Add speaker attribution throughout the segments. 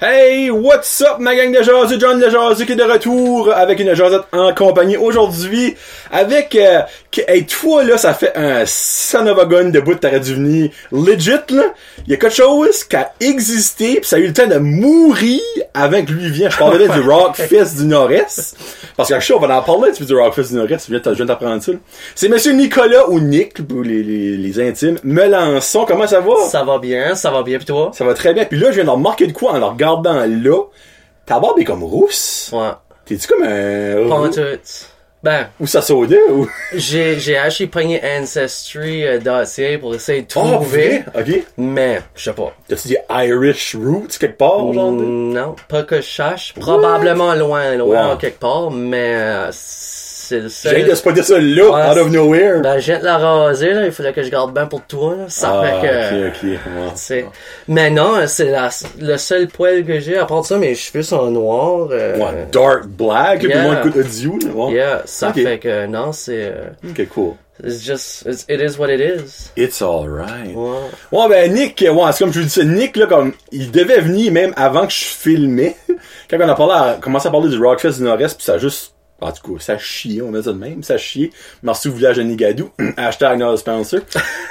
Speaker 1: Hey, what's up ma gang de jaseux, John le jaseux qui est de retour avec une jasette en compagnie aujourd'hui avec... Euh, que- hey, toi là, ça fait un son of a gun de bout, t'aurais dû venir legit là. Il y a quelque chose qui a existé pis ça a eu le temps de mourir avant que lui vienne. Je parlerai du Rockfest du Nord-Est. Parce que je suis sûr, on va en parler un petit peu du Rockfest du Nord-Est, je viens de je viens de t'apprendre ça. là. C'est monsieur Nicolas ou Nick, pour les, les, les intimes, Melançon, comment ça va?
Speaker 2: Ça va bien, ça va bien, pis toi?
Speaker 1: Ça va très bien. Puis là, je viens de remarquer de quoi en le regardant là. Ta barbe est comme rousse.
Speaker 2: Ouais.
Speaker 1: T'es-tu comme un...
Speaker 2: Pas en tout. Ben,
Speaker 1: Ou ça saute, ou...
Speaker 2: j'ai, j'ai acheté pogné Ancestry.ca pour essayer de
Speaker 1: Oh,
Speaker 2: trouver.
Speaker 1: vrai? OK.
Speaker 2: mais, je sais pas. Mm,
Speaker 1: T'as-tu dit Irish Roots quelque part, genre? de-
Speaker 2: Non, pas que je cherche. Probablement loin, loin,
Speaker 1: Wow.
Speaker 2: en quelque part, mais euh, c'est le seul.
Speaker 1: J'ai hâte de spotter ça là,
Speaker 2: Ouais,
Speaker 1: out of
Speaker 2: c'est-
Speaker 1: nowhere.
Speaker 2: Ben, j'ai de la raser, là. Il faudrait que je garde bien pour toi, là. Ça
Speaker 1: ah,
Speaker 2: fait que.
Speaker 1: ok, ok. ouais.
Speaker 2: tu sais. Mais non, c'est la, le seul poil que j'ai. À part ça, mes cheveux sont noirs. euh,
Speaker 1: Ouais, dark black, puis
Speaker 2: yeah.
Speaker 1: moi, écoute audio, là. ouais.
Speaker 2: Yeah, ça
Speaker 1: Ok.
Speaker 2: fait que non, c'est. euh,
Speaker 1: Ok, cool.
Speaker 2: It's just, it's, it is what it is.
Speaker 1: It's alright.
Speaker 2: Ouais.
Speaker 1: Ouais, ben Nick, euh, ouais, c'est comme je vous dis ça, Nick, là, comme, il devait venir même avant que je filmais. Quand on a parlé à- commencé à parler du Rockfest du Nord-Est, pis ça a juste, en tout cas, ça a chié, on va dire ça de même, ça a chié. Merci au village de Nigadou, hashtag not a sponsor.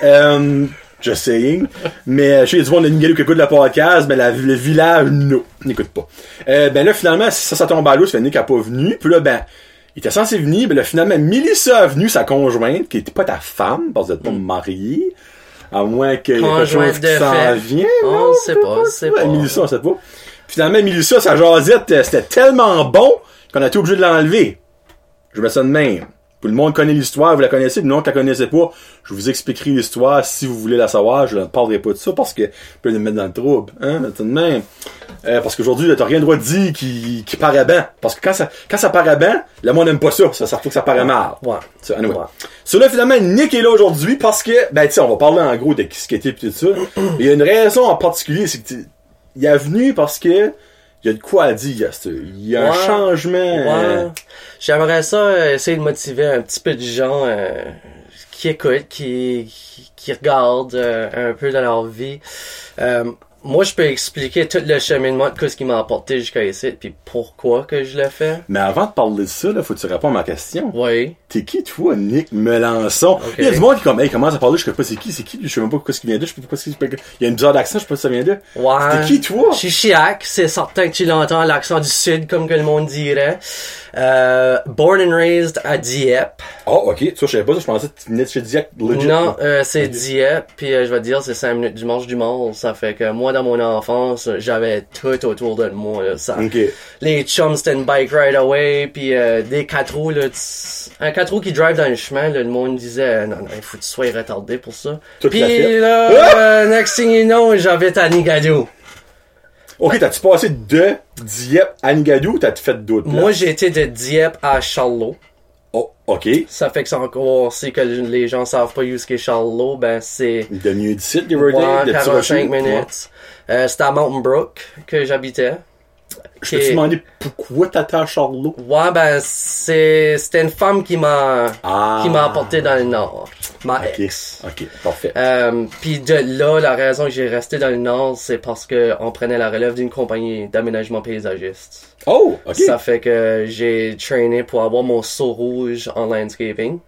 Speaker 1: um, just saying. Mais, euh, je sais, il y a du monde de Nigadou qui écoute le podcast, mais la- le village, non, n'écoute pas. Euh, ben là, finalement, ça, ça tombe à l'eau, ça fait que Nick a pas venu, puis là, ben, il était censé venir, mais là, finalement, Melissa est venue, sa conjointe, qui était pas ta femme, parce que vous êtes pas mariée. À moins que y ait quelque
Speaker 2: Mm. Conjointe
Speaker 1: chose qui
Speaker 2: de
Speaker 1: s'en
Speaker 2: fait.
Speaker 1: vient.
Speaker 2: On
Speaker 1: non,
Speaker 2: sait pas, on sait pas.
Speaker 1: Mélissa, on sait pas. Finalement, Mélissa, sa jasette, euh, c'était tellement bon qu'on a été obligé de l'enlever. Je mets ça de même. Tout le monde connaît l'histoire, vous la connaissez, non, que la connaissez pas, je vous expliquerai l'histoire si vous voulez la savoir, je ne parlerai pas de ça parce que peut nous mettre dans le trouble, hein, mais tout de même. Euh, parce qu'aujourd'hui, là, t'as rien le droit de dire qui, qui paraît bien. Parce que quand ça, quand ça paraît bien, le monde n'aime pas ça, ça, ça trouve que ça paraît mal.
Speaker 2: Ouais.
Speaker 1: Ça, anyway.
Speaker 2: Ouais.
Speaker 1: So, là, finalement, Nick est là aujourd'hui parce que, ben, tu sais, on va parler en gros de qui ce qui était et tout ça. Mais Il y a une raison en particulier, c'est que tu- il est venu parce que il y a de quoi à dire, à ce- il y a un
Speaker 2: Ouais.
Speaker 1: changement. euh,
Speaker 2: Ouais. J'aimerais ça euh, essayer de motiver un petit peu de gens euh, qui écoutent, qui, qui, qui regardent euh, un peu dans leur vie. Euh, moi, je peux expliquer tout le cheminement de ce qui m'a apporté jusqu'à ici, puis pourquoi que je le fais.
Speaker 1: Mais avant de parler de ça, là, faut que tu répondes à ma question.
Speaker 2: Oui.
Speaker 1: T'es qui, toi, Nick Melançon? Il y a du monde qui, est comme, hey, commence à parler, je sais pas c'est qui, c'est qui, je sais même pas pourquoi ce qui vient de, je sais pas pourquoi ce qui, il y a une bizarre d'accent, je sais pas si ça vient de.
Speaker 2: Ouais.
Speaker 1: T'es qui, toi?
Speaker 2: Je suis Chiac, c'est certain que tu l'entends, l'accent du sud, comme que le monde dirait. Euh, born and raised à Dieppe.
Speaker 1: Oh, ok, toi, je savais pas ça, je pensais que tu venais de chez Diac, legit.
Speaker 2: Non, euh, c'est Dieppe, puis euh, je vais te dire, c'est 5 minutes du manche du monde. Ça fait que moi, dans mon enfance, j'avais tout autour de moi. Là, ça.
Speaker 1: Ok.
Speaker 2: Les chums, c'était une bike ride away, puis euh, des 4 roues. Là, tss- un 4 roues qui drive dans le chemin, là, le monde disait, non, non, il faut que tu sois retardé pour ça.
Speaker 1: Toute la
Speaker 2: Puis
Speaker 1: fête.
Speaker 2: là, euh, next thing you know, j'habite à Nigadou.
Speaker 1: Ok, t'as-tu passé de Dieppe à Nigadou ou t'as-tu fait d'autres? places?
Speaker 2: Moi, j'ai été de Dieppe à Charlot.
Speaker 1: Oh, ok.
Speaker 2: Ça fait que c'est encore, si que les gens savent pas où ce qu'est Charlot, ben c'est
Speaker 1: Une demi-heure d'ici, give or
Speaker 2: ouais,
Speaker 1: take, de
Speaker 2: 45
Speaker 1: Tirochou. Ouais.
Speaker 2: minutes. Euh, C'était à Mountain Brook que j'habitais.
Speaker 1: Je peux te
Speaker 2: Et-
Speaker 1: demander pourquoi t'attends Charlot?
Speaker 2: Ouais, ben c'est c'était une femme qui m'a
Speaker 1: Ah.
Speaker 2: qui m'a apporté dans le nord. Ma
Speaker 1: Ok,
Speaker 2: ex.
Speaker 1: ok, parfait.
Speaker 2: Euh, Puis de là, la raison que j'ai resté dans le nord, c'est parce que on prenait la relève d'une compagnie d'aménagement paysagiste.
Speaker 1: Oh, ok.
Speaker 2: Ça fait que j'ai trainé pour avoir mon seau rouge en landscaping.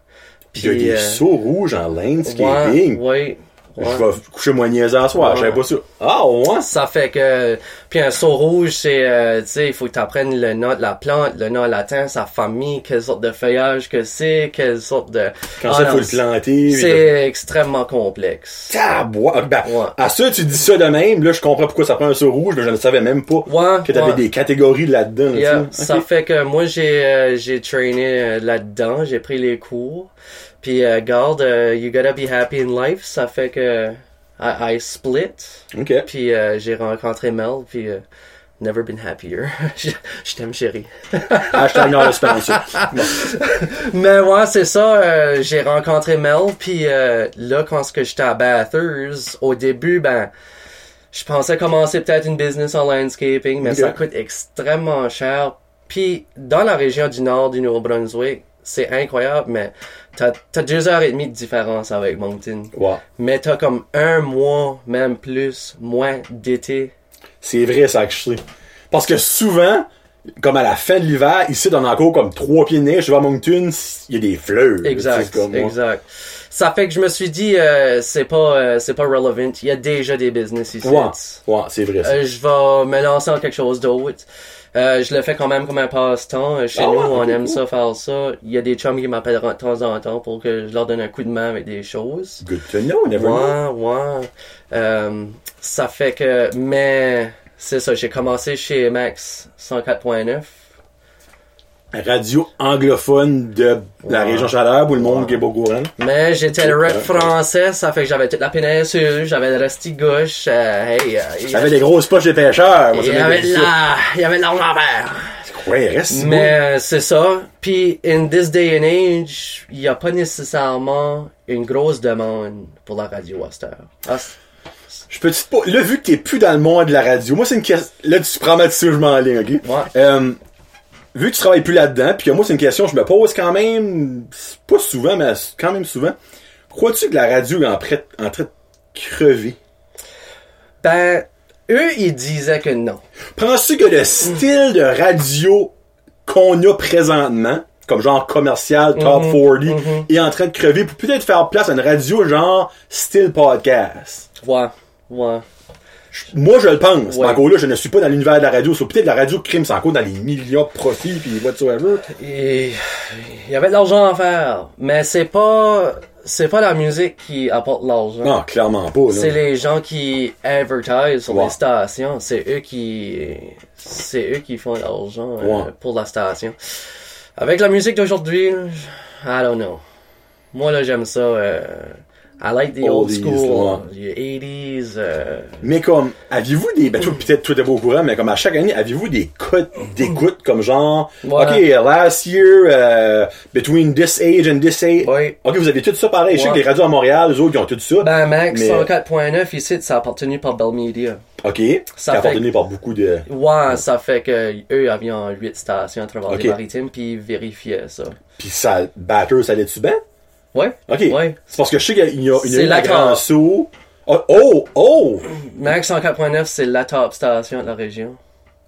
Speaker 1: Puis il y a des
Speaker 2: euh,
Speaker 1: sauts rouges en
Speaker 2: Ouais,
Speaker 1: landscaping.
Speaker 2: ouais, ouais.
Speaker 1: Je vais coucher moi niaiser à soir,
Speaker 2: Ouais.
Speaker 1: je savais pas ça. Ah, ouais.
Speaker 2: Ça fait que puis un saut rouge c'est euh, tu sais il faut que tu apprennes le nom de la plante, le nom latin, sa famille, quelle sorte de feuillage que c'est, quelle sorte de
Speaker 1: Quand
Speaker 2: Ah
Speaker 1: ça,
Speaker 2: non,
Speaker 1: faut le planter. puis
Speaker 2: C'est extrêmement complexe.
Speaker 1: tout. Tabouin. Ah, Ben,
Speaker 2: Ouais.
Speaker 1: À ça, tu dis ça de même, là, je comprends pourquoi ça prend un saut rouge, mais je ne savais même pas
Speaker 2: Ouais,
Speaker 1: que t'avais
Speaker 2: ouais.
Speaker 1: des catégories là-dedans. là,
Speaker 2: Yeah,
Speaker 1: tu sais.
Speaker 2: ça fait que moi j'ai euh, j'ai trainé euh, là-dedans, j'ai pris les cours. Puis euh, garde euh, you gotta be happy in life, ça fait que I, I split.
Speaker 1: Ok. Ok.
Speaker 2: Puis euh, j'ai rencontré Mel puis euh, never been happier. je je t'aime chérie.
Speaker 1: Hashtag non Spencer. Bon.
Speaker 2: Mais ouais, c'est ça. euh, j'ai rencontré Mel, puis euh, là, quand ce que j'étais à Bathurst, au début, ben, je pensais commencer peut-être une business en landscaping, mais ça
Speaker 1: Ok.
Speaker 2: coûte extrêmement cher. Puis dans la région du nord du Nouveau-Brunswick, c'est incroyable, mais t'as t'as deux heures et demie de différence avec Moncton.
Speaker 1: Ouais.
Speaker 2: Mais t'as comme un mois, même plus, moins d'été
Speaker 1: C'est vrai, ça, actually. Parce que souvent, comme à la fin de l'hiver, ici, dans encore comme trois pieds de neige, je vais à Moncton, il y a des fleurs. tu sais,
Speaker 2: Exact,
Speaker 1: c'est comme,
Speaker 2: exact. Ça fait que je me suis dit, euh, c'est pas, euh, c'est pas relevant. Il y a déjà des business ici.
Speaker 1: Ouais, ouais, c'est vrai. ça.
Speaker 2: Euh, je vais me lancer en quelque chose d'autre. Euh, je le fais quand même comme un passe-temps. Euh, Chez
Speaker 1: Ah
Speaker 2: nous,
Speaker 1: ouais,
Speaker 2: on
Speaker 1: ok,
Speaker 2: aime
Speaker 1: cool.
Speaker 2: ça, faire ça. Il y a des chums qui m'appelleront de temps en temps pour que je leur donne un coup de main avec des choses.
Speaker 1: Good to know, never know.
Speaker 2: Ouais, ouais. Euh, ça fait que... Mais c'est ça, j'ai commencé chez Max 104.9.
Speaker 1: Radio anglophone de la
Speaker 2: Ouais.
Speaker 1: région Chaleur où le monde hein. qui est pas au courant.
Speaker 2: Mais j'étais le rep
Speaker 1: Ouais.
Speaker 2: français, ça fait que j'avais toute la péninsule, j'avais le resti gauche. euh, hey, euh, il y
Speaker 1: J'avais
Speaker 2: avait-
Speaker 1: des grosses poches de pêcheurs. Moi,
Speaker 2: il
Speaker 1: ça
Speaker 2: y avait de
Speaker 1: m'intéresse ça.
Speaker 2: la... Il y avait de l'envers.
Speaker 1: Ouais, reste.
Speaker 2: Mais euh, c'est ça. Puis, in this day and age, il n'y a pas nécessairement une grosse demande pour la radio à cette heure. Ah, c-
Speaker 1: Je peux te pas. Là, vu que t'es plus dans le monde de la radio, moi, c'est une question. Là, tu prends ma décision en ligne, ok?
Speaker 2: Ouais.
Speaker 1: Euh, vu que tu travailles plus là-dedans, puis que moi, c'est une question que je me pose quand même. c'est Pas souvent, mais quand même souvent. Crois-tu que la radio est en, prête- en train de crever?
Speaker 2: ben, eux, ils disaient que non.
Speaker 1: Penses-tu que le style de radio qu'on a présentement, comme genre
Speaker 2: Mhm,
Speaker 1: commercial, top 40, est en train de crever pour peut-être faire place à une radio genre style podcast?
Speaker 2: Ouais, ouais.
Speaker 1: Moi, je le pense.
Speaker 2: Ouais.
Speaker 1: Mais Encore là, je ne suis pas dans l'univers de la radio. C'est peut-être la radio crime sans cause dans les millions de profits puis whatsoever.
Speaker 2: Et- Il y avait de l'argent à faire. Mais c'est pas, c'est pas la musique qui apporte l'argent.
Speaker 1: Non, clairement pas.
Speaker 2: C'est
Speaker 1: Là.
Speaker 2: les gens qui advertisent sur
Speaker 1: Ouais.
Speaker 2: les stations. C'est eux qui, c'est eux qui font l'argent euh,
Speaker 1: Ouais.
Speaker 2: pour la station. Avec la musique d'aujourd'hui, là, je- I don't know. Moi là, j'aime ça. euh, I like the old
Speaker 1: Oldies,
Speaker 2: school, the 80s. euh,
Speaker 1: Mais comme, aviez-vous des... Ben,
Speaker 2: Mm.
Speaker 1: toi, peut-être toi, t'es pas au courant, mais comme à chaque année, aviez-vous des codes d'écoute comme genre...
Speaker 2: Mm-hmm. Ouais.
Speaker 1: OK, last year, euh, between this age and this age...
Speaker 2: Ouais.
Speaker 1: OK, vous avez tout ça pareil. Je sais
Speaker 2: Ouais.
Speaker 1: que les radios à Montréal, les autres, ils ont tout ça.
Speaker 2: Ben Max
Speaker 1: Mais-
Speaker 2: 104.9 ici, ça a appartenu par Bell Media.
Speaker 1: OK.
Speaker 2: Ça
Speaker 1: Ça
Speaker 2: fait-
Speaker 1: a appartenu par beaucoup de...
Speaker 2: Ouais, ça fait que eux avaient en huit stations à travers
Speaker 1: Ok.
Speaker 2: les maritimes puis ils vérifiaient ça.
Speaker 1: Puis ça, batter, ça allait-tu bien?
Speaker 2: Ouais.
Speaker 1: OK.
Speaker 2: Ouais.
Speaker 1: C'est parce que je sais qu'il y a, il y a une...
Speaker 2: C'est
Speaker 1: une
Speaker 2: la
Speaker 1: grand
Speaker 2: grande.
Speaker 1: saut. Oh, oh! oh!
Speaker 2: Max 104.9, c'est la top station de la région.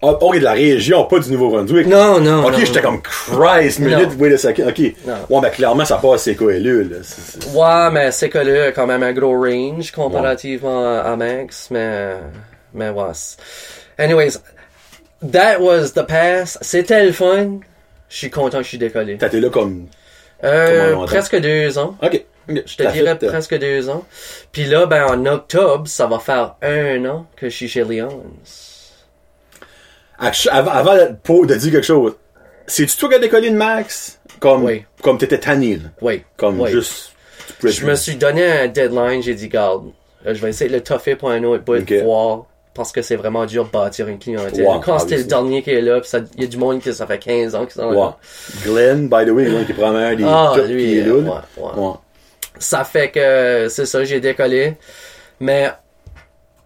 Speaker 1: Ah, oh, il est de la région, pas du Nouveau-Brunswick.
Speaker 2: Non, non.
Speaker 1: Ok,
Speaker 2: non,
Speaker 1: j'étais
Speaker 2: non.
Speaker 1: comme Christ,
Speaker 2: Non.
Speaker 1: minute, wait a second. Ok.
Speaker 2: Non.
Speaker 1: Ouais, ben clairement, ça passe, c'est quoi, là. C'est- c'est-
Speaker 2: Ouais, mais c'est que là, quand même un gros range comparativement à- à Max, mais. Mais ouais. c'est- Anyways, that was the past. C'était le fun. Je suis content que je suis décollé.
Speaker 1: T'as été là comme.
Speaker 2: Euh,
Speaker 1: Comment longtemps?
Speaker 2: presque deux ans.
Speaker 1: Ok. ok,
Speaker 2: Je te
Speaker 1: t'as
Speaker 2: dirais
Speaker 1: fait, euh,
Speaker 2: presque deux ans. Puis là, ben, en octobre, ça va faire un an que je suis chez Leon's.
Speaker 1: actu- Avant, avant de- pour- de dire quelque chose, c'est-tu toi qui as décollé de Max Comme,
Speaker 2: Oui.
Speaker 1: comme t'étais tanné, là.
Speaker 2: Oui.
Speaker 1: Comme
Speaker 2: oui.
Speaker 1: juste. Tu pouvais
Speaker 2: Je
Speaker 1: plus.
Speaker 2: me suis donné un deadline, j'ai dit, garde, euh, je vais essayer de le toffer pour un autre bout,
Speaker 1: Ok.
Speaker 2: voir, parce que c'est vraiment dur de bâtir une clientèle.
Speaker 1: Ouais,
Speaker 2: Quand c'était le
Speaker 1: obviously.
Speaker 2: dernier qui est là, pis ça- il y a du monde qui ça fait 15 ans qu'ils sont
Speaker 1: Ouais.
Speaker 2: là.
Speaker 1: Glenn, by the way, là, qui prend un des
Speaker 2: Ah,
Speaker 1: tops
Speaker 2: lui,
Speaker 1: qui est là.
Speaker 2: euh,
Speaker 1: là.
Speaker 2: ouais, ouais.
Speaker 1: Ouais.
Speaker 2: Ça fait que, euh, c'est ça, j'ai décollé. Mais,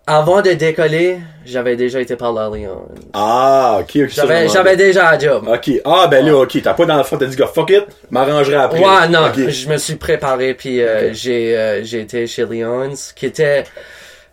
Speaker 2: avant de décoller, j'avais déjà été par l'Orléans.
Speaker 1: Ah, ok, ok. ça,
Speaker 2: J'avais,
Speaker 1: je
Speaker 2: j'avais déjà un job.
Speaker 1: m'en- Ok. Ah, ben là, ok. T'as pas dans le fond, t'as dit, gars, fuck it, m'arrangerai après.
Speaker 2: Ouais, non,
Speaker 1: Ok.
Speaker 2: je me suis préparé, puis euh, j'ai euh, j'ai été chez Leon's, qui était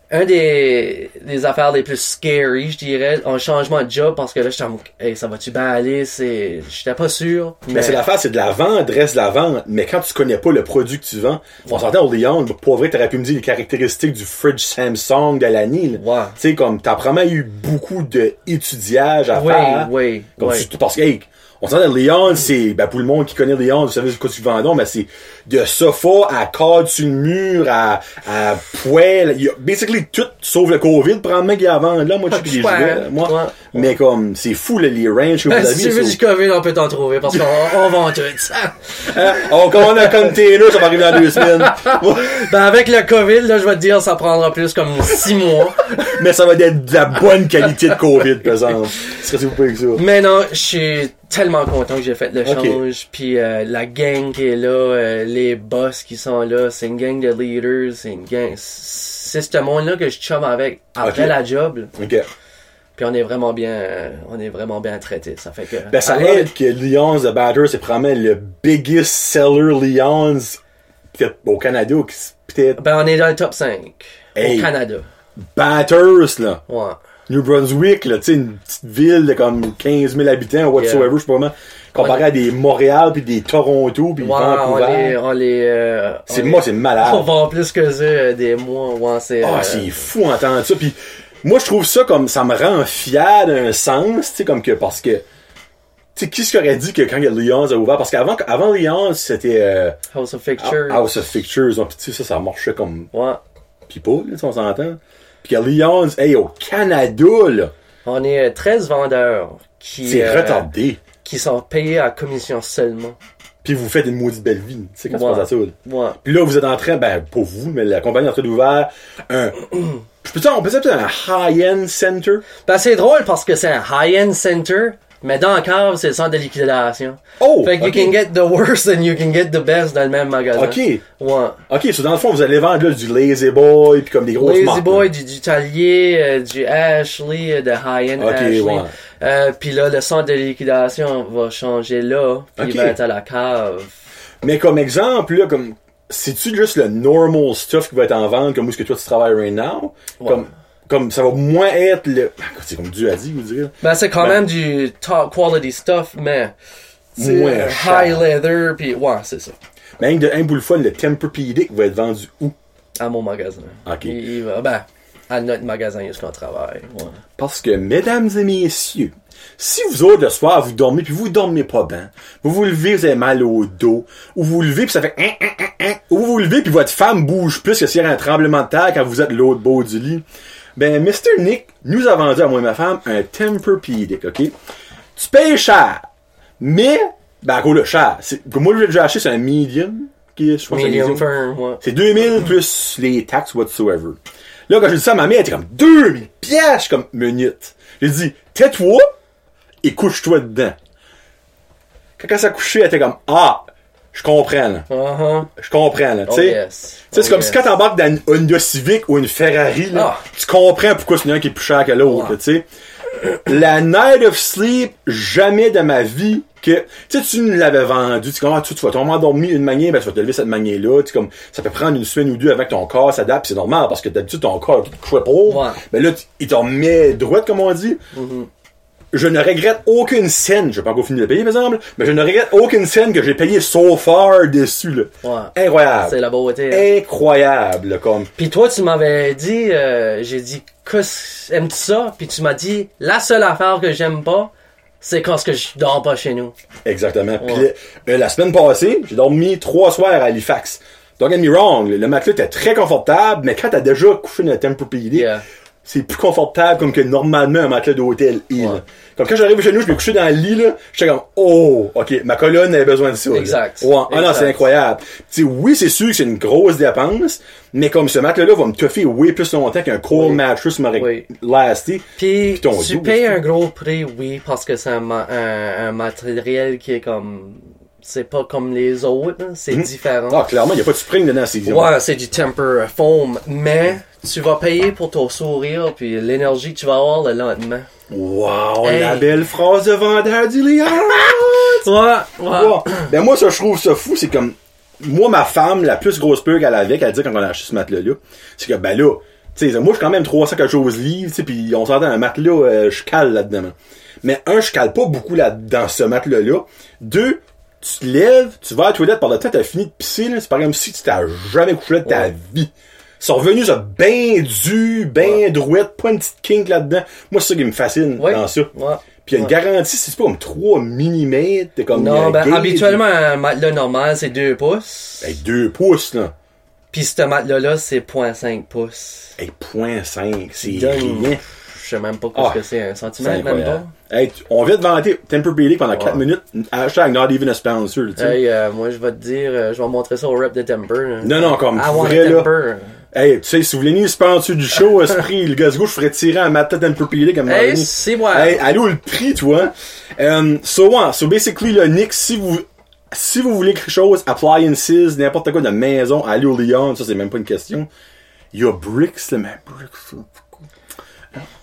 Speaker 2: un des, des affaires les plus scary, je dirais, en changement de job, parce que là, j'étais en mode, hey, ça va-tu bien aller, c'est... J'étais pas sûr, mais...
Speaker 1: Mais c'est l'affaire, c'est de la vente, reste de la vente. Mais quand tu connais pas le produit que tu vends, on s'entend au Lyon, pour vrai, t'aurais pu me dire les caractéristiques du fridge Samsung de l'année. là.
Speaker 2: Ouais.
Speaker 1: Tu sais, comme, t'as vraiment eu beaucoup d'étudiage à
Speaker 2: Oui,
Speaker 1: faire.
Speaker 2: oui,
Speaker 1: Comme
Speaker 2: oui.
Speaker 1: hein? tu- parce que, hey, on s'entend, Lyon, c'est, ben, pour le monde qui connaît Lyon, vous savez de quoi tu vendons, mais c'est de sofa à cadre sur le mur, à, à poêle. Il y a basically tout, sauf le COVID, probablement qu'il y a avant, là, moi, je suis
Speaker 2: Ouais,
Speaker 1: moi.
Speaker 2: ouais. Ben,
Speaker 1: Mais comme, c'est fou, là, les ranges que vous avez.
Speaker 2: si tu veux
Speaker 1: c'est-
Speaker 2: du COVID, on peut t'en trouver, parce qu'on on vend tout.
Speaker 1: Hein? On commande un container, ça va arriver dans deux semaines.
Speaker 2: ben, avec le COVID, là, je vais te dire, ça prendra plus comme six mois.
Speaker 1: Mais ça va être de la bonne qualité de COVID, par exemple. Serait-ce vous pouvez que ça?
Speaker 2: Mais non, je suis tellement content que j'ai fait le
Speaker 1: Ok.
Speaker 2: change. Puis euh, la gang qui est là, euh, les boss qui sont là, c'est une gang de leaders, c'est une gang. C'est ce monde-là que je chum avec après
Speaker 1: Ok.
Speaker 2: la job. là.
Speaker 1: OK.
Speaker 2: Puis on est vraiment bien, euh, on est vraiment bien traité. Ça fait que. Ah,
Speaker 1: Ben, ça
Speaker 2: Allez,
Speaker 1: aide que Lyons The Batter, c'est probablement le biggest seller Lyons, peut-être au Canada, ou qui- peut-être
Speaker 2: Ben on est dans le top 5
Speaker 1: Hey.
Speaker 2: au Canada.
Speaker 1: Batters, là.
Speaker 2: Ouais.
Speaker 1: New Brunswick, là, tu sais, une petite ville de comme 15 000 habitants, whatsoever,
Speaker 2: Yeah.
Speaker 1: je sais pas vraiment, comparé
Speaker 2: Ouais.
Speaker 1: à des Montréal, puis des Toronto, puis
Speaker 2: Ouais, on les.
Speaker 1: Vancouver.
Speaker 2: On les euh,
Speaker 1: C'est
Speaker 2: on
Speaker 1: moi,
Speaker 2: les-
Speaker 1: c'est malade.
Speaker 2: On vend plus que ça euh, des mois. Ouais, c'est.
Speaker 1: Ah,
Speaker 2: euh,
Speaker 1: c'est fou entendre ça. Puis moi, je trouve ça comme ça me rend fier d'un sens, tu sais, comme que parce que. Tu sais, qui ce aurait dit que quand Lyons a ouvert? Parce qu'avant avant Lyons, c'était euh,
Speaker 2: House of Pictures.
Speaker 1: House of Pictures. Donc, tu sais, ça, ça marchait comme
Speaker 2: Ouais.
Speaker 1: people, là, tu sais, on s'entend. Puis que Lyons, hey, au Canada, là,
Speaker 2: On est euh, 13 vendeurs qui.
Speaker 1: c'est
Speaker 2: euh,
Speaker 1: retardé.
Speaker 2: Qui sont payés à commission seulement.
Speaker 1: Puis vous faites une maudite belle vie, tu sais, quand
Speaker 2: Ouais.
Speaker 1: tu penses à ça. là.
Speaker 2: Ouais.
Speaker 1: Puis là, vous êtes en train, ben, pour vous, mais la compagnie est en train d'ouvrir un. Je peux dire, on peut dire peut-être un high-end center.
Speaker 2: Ben, c'est drôle parce que c'est un high-end center, mais dans le cave, c'est le centre de liquidation.
Speaker 1: Oh!
Speaker 2: Fait que
Speaker 1: ok.
Speaker 2: you can get the worst and you can get the best dans le même magasin.
Speaker 1: Ok.
Speaker 2: Ouais.
Speaker 1: Ok, so dans le fond, vous allez vendre là, du Lazy Boy puis comme des grosses
Speaker 2: Lazy
Speaker 1: marques.
Speaker 2: Boy,
Speaker 1: là.
Speaker 2: du, du Talier, euh, du Ashley, euh, de High-End
Speaker 1: Ok,
Speaker 2: Ashley.
Speaker 1: ouais.
Speaker 2: Euh, puis là, le centre de liquidation va changer là, puis
Speaker 1: Ok.
Speaker 2: il va être à la cave.
Speaker 1: Mais comme exemple, là, comme c'est-tu juste le normal stuff qui va être en vente, comme où est-ce que toi tu travailles right now?
Speaker 2: Ouais.
Speaker 1: Comme, comme ça va moins être le. Ah, C'est comme Dieu a dit, vous direz.
Speaker 2: Ben, c'est quand
Speaker 1: Ben-
Speaker 2: même du top quality stuff, mais... c'est
Speaker 1: Moins
Speaker 2: euh,
Speaker 1: cher.
Speaker 2: High leather, puis ouais, c'est ça.
Speaker 1: Mais un de un bout le fun, le Tempur-Pedic va être vendu où?
Speaker 2: À mon magasin.
Speaker 1: Ok.
Speaker 2: Il, il va, ben, à notre magasin, il qu'on travaille. Ouais.
Speaker 1: Parce que, mesdames et messieurs, si vous autres le soir vous dormez puis vous dormez pas bien, vous vous levez, vous avez mal au dos, ou vous vous levez puis ça fait hein, hein, hein, hein, ou vous vous levez puis votre femme bouge plus que s'il y a un tremblement de terre quand vous êtes l'autre beau du lit, ben Mr. Nick nous a vendu à moi et ma femme un Tempur-Pedic, ok? Tu payes cher, mais, ben à cause de cher, c'est, que moi j'ai déjà acheté, c'est un medium, qui est, je pense que c'est un
Speaker 2: Medium firm, ouais.
Speaker 1: c'est 2000 plus les taxes whatsoever. Là, quand j'ai dit ça à ma mère, elle était comme 2000 piastres. Je suis comme minute. J'ai dit, tais-toi et couche-toi dedans. Quand elle s'est couchée, elle était comme, ah, je comprends, là.
Speaker 2: Uh-huh.
Speaker 1: Je comprends, là. Tu
Speaker 2: Oh,
Speaker 1: sais,
Speaker 2: yes.
Speaker 1: Tu sais,
Speaker 2: Oh,
Speaker 1: c'est comme
Speaker 2: yes.
Speaker 1: si quand t'embarques dans une Honda Civic ou une Ferrari, là,
Speaker 2: Ah.
Speaker 1: tu comprends pourquoi c'est un qui est plus cher que l'autre,
Speaker 2: Ouais.
Speaker 1: tu sais. La Night of Sleep, jamais de ma vie que, tu sais, tu nous l'avais vendu, tu sais, comme, ah, tu, tu vas tomber endormi une manière, ben, tu vas te lever cette manière-là, tu sais, comme, ça peut prendre une semaine ou deux avant que ton corps s'adapte, c'est normal, parce que d'habitude, ton corps, il te couche
Speaker 2: Ouais.
Speaker 1: pas, mais là, tu- il t'en met droite, comme on dit. Je ne regrette aucune scène, je vais pas encore fini de payer, par exemple, mais je ne regrette aucune scène que j'ai payé so far dessus, là.
Speaker 2: Ouais.
Speaker 1: Incroyable
Speaker 2: C'est la beauté. hein.
Speaker 1: Eh. incroyable là, comme
Speaker 2: Puis toi, tu m'avais dit, euh, j'ai dit, Qu'est-ce- aimes-tu ça? Puis tu m'as dit, la seule affaire que j'aime pas, c'est quand ce que je dors pas chez nous.
Speaker 1: exactement puis
Speaker 2: Ouais.
Speaker 1: le- euh, la semaine passée j'ai dormi trois soirs à Halifax don't get me wrong le matelas était très confortable mais quand t'as déjà couché dans le Tempur Pedic
Speaker 2: Yeah.
Speaker 1: c'est plus confortable comme que normalement un matelas d'hôtel est, là.
Speaker 2: Ouais.
Speaker 1: comme quand j'arrive chez nous je me couchais dans le lit là j'étais comme oh ok ma colonne avait besoin de ça là.
Speaker 2: Exact.
Speaker 1: ouais ah non
Speaker 2: Exact.
Speaker 1: c'est incroyable tu sais oui c'est sûr que c'est une grosse dépense mais comme ce matelas là va me toffer way plus longtemps qu'un cold
Speaker 2: Oui.
Speaker 1: mattress m'aurait
Speaker 2: Oui.
Speaker 1: lasté
Speaker 2: Puis
Speaker 1: Puis ton
Speaker 2: tu
Speaker 1: dos
Speaker 2: payes
Speaker 1: aussi.
Speaker 2: un gros prix, oui, parce que c'est un, ma- un- un matériel qui est comme, c'est pas comme les autres, là, c'est différent.
Speaker 1: ah clairement il y a pas de spring dedans c'est
Speaker 2: Ouais, c'est du temper foam, mais tu vas payer pour ton sourire puis l'énergie que tu vas avoir le lendemain.
Speaker 1: Wow,
Speaker 2: Hey.
Speaker 1: la belle phrase de vendeur du Léon!
Speaker 2: Ouais,
Speaker 1: Wow. Ben moi, ça, je trouve ça fou, c'est comme... Moi, ma femme, la plus grosse peur qu'elle avait, qu'elle dit quand on a acheté ce matelas-là, c'est que, ben là, tu sais, moi, je suis quand même 300 quelque chose livres, tu sais, puis on s'entend, un matelas, euh, je cale là-dedans. Mais un, je cale pas beaucoup là dans ce matelas-là. Deux, tu te lèves, tu vas à la toilette, par le temps, t'as fini de pisser, là, c'est pas comme si tu t'as jamais couché de ta
Speaker 2: Ouais.
Speaker 1: vie. Ils sont revenus, ça, ben dû, ben
Speaker 2: Ouais.
Speaker 1: droite, pas une petite kink là-dedans. Moi, c'est ça qui me fascine
Speaker 2: Ouais.
Speaker 1: dans ça.
Speaker 2: Ouais.
Speaker 1: Puis il y a une garantie, c'est pas comme 3 mm, t'es comme.
Speaker 2: Non,
Speaker 1: euh,
Speaker 2: ben,
Speaker 1: gauge.
Speaker 2: habituellement, un matelas normal, c'est 2 pouces.
Speaker 1: Hey, 2 pouces, là.
Speaker 2: Puis ce matelas-là, c'est 0.5 pouces.
Speaker 1: Hey, 0.5, c'est
Speaker 2: Donne-
Speaker 1: rien.
Speaker 2: Je sais même pas
Speaker 1: Ah,
Speaker 2: ce que c'est, un
Speaker 1: C'est
Speaker 2: centimètre, même
Speaker 1: incroyable.
Speaker 2: pas.
Speaker 1: Hey, tu- on vient de vanter Temper Bailey pendant 4
Speaker 2: Ouais.
Speaker 1: minutes. Hashtag not even a sponsor, tu sais.
Speaker 2: Hey, euh, moi, je vais te dire, euh, je vais montrer ça au rep de Temper. là.
Speaker 1: Non, non, comme
Speaker 2: I want a
Speaker 1: vrai, là.
Speaker 2: Temper.
Speaker 1: Hey, tu sais, si vous voulez ni le sponsor du show, à ce prix, le gars, ce gars, je ferais tirer un matin Temper Bailey comme
Speaker 2: Hey,
Speaker 1: Marlene.
Speaker 2: c'est moi.
Speaker 1: Hey, allô le prix, toi. Um, so, ouais, so basically, le Nick, si vous, si vous voulez quelque chose, appliances, n'importe quoi de maison, allez au Lyon, ça c'est même pas une question. Il y a Bricks, là, mais Bricks.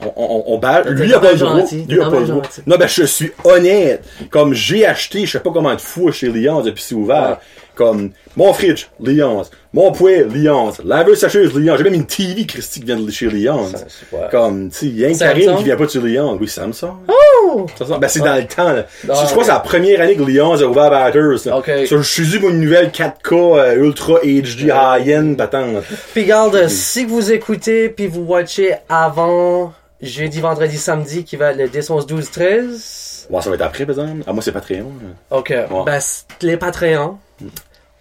Speaker 1: on, on, on bat. Lui
Speaker 2: t'es
Speaker 1: a pas le
Speaker 2: donc
Speaker 1: droit.
Speaker 2: gentil, t'es
Speaker 1: Lui a
Speaker 2: donc
Speaker 1: pas le
Speaker 2: bien
Speaker 1: droit.
Speaker 2: gentil.
Speaker 1: Non, ben, je suis honnête. Comme j'ai acheté, je sais pas comment de fois chez Lyons depuis c'est ouvert.
Speaker 2: Ouais.
Speaker 1: Comme mon fridge, Lyons. Mon poêle, Lyons. Laveuse sacheuse, Lyons. J'ai même une TV, Christy, qui vient de chez Lyons.
Speaker 2: Ça, c'est pas-
Speaker 1: Comme, tu sais, il y a une
Speaker 2: Samsung?
Speaker 1: Karine qui vient pas de chez Lyons. Oui, Samsung.
Speaker 2: Oh!
Speaker 1: Ça sent- Ben, c'est dans le temps, là.
Speaker 2: Ah,
Speaker 1: je crois que c'est
Speaker 2: ok.
Speaker 1: la première année que Lyons a ouvert Batters.
Speaker 2: Ok.
Speaker 1: Sur, je suis dû pour une nouvelle 4K euh, Ultra HD High-End patente.
Speaker 2: Puis garde, si vous écoutez puis vous watchez avant jeudi, vendredi, samedi qui va être le 10, 11, 12, 13.
Speaker 1: Ouais, ça va être après, par exemple. Ah, moi, c'est Patreon. là.
Speaker 2: OK. Ben, c'est les Patreons.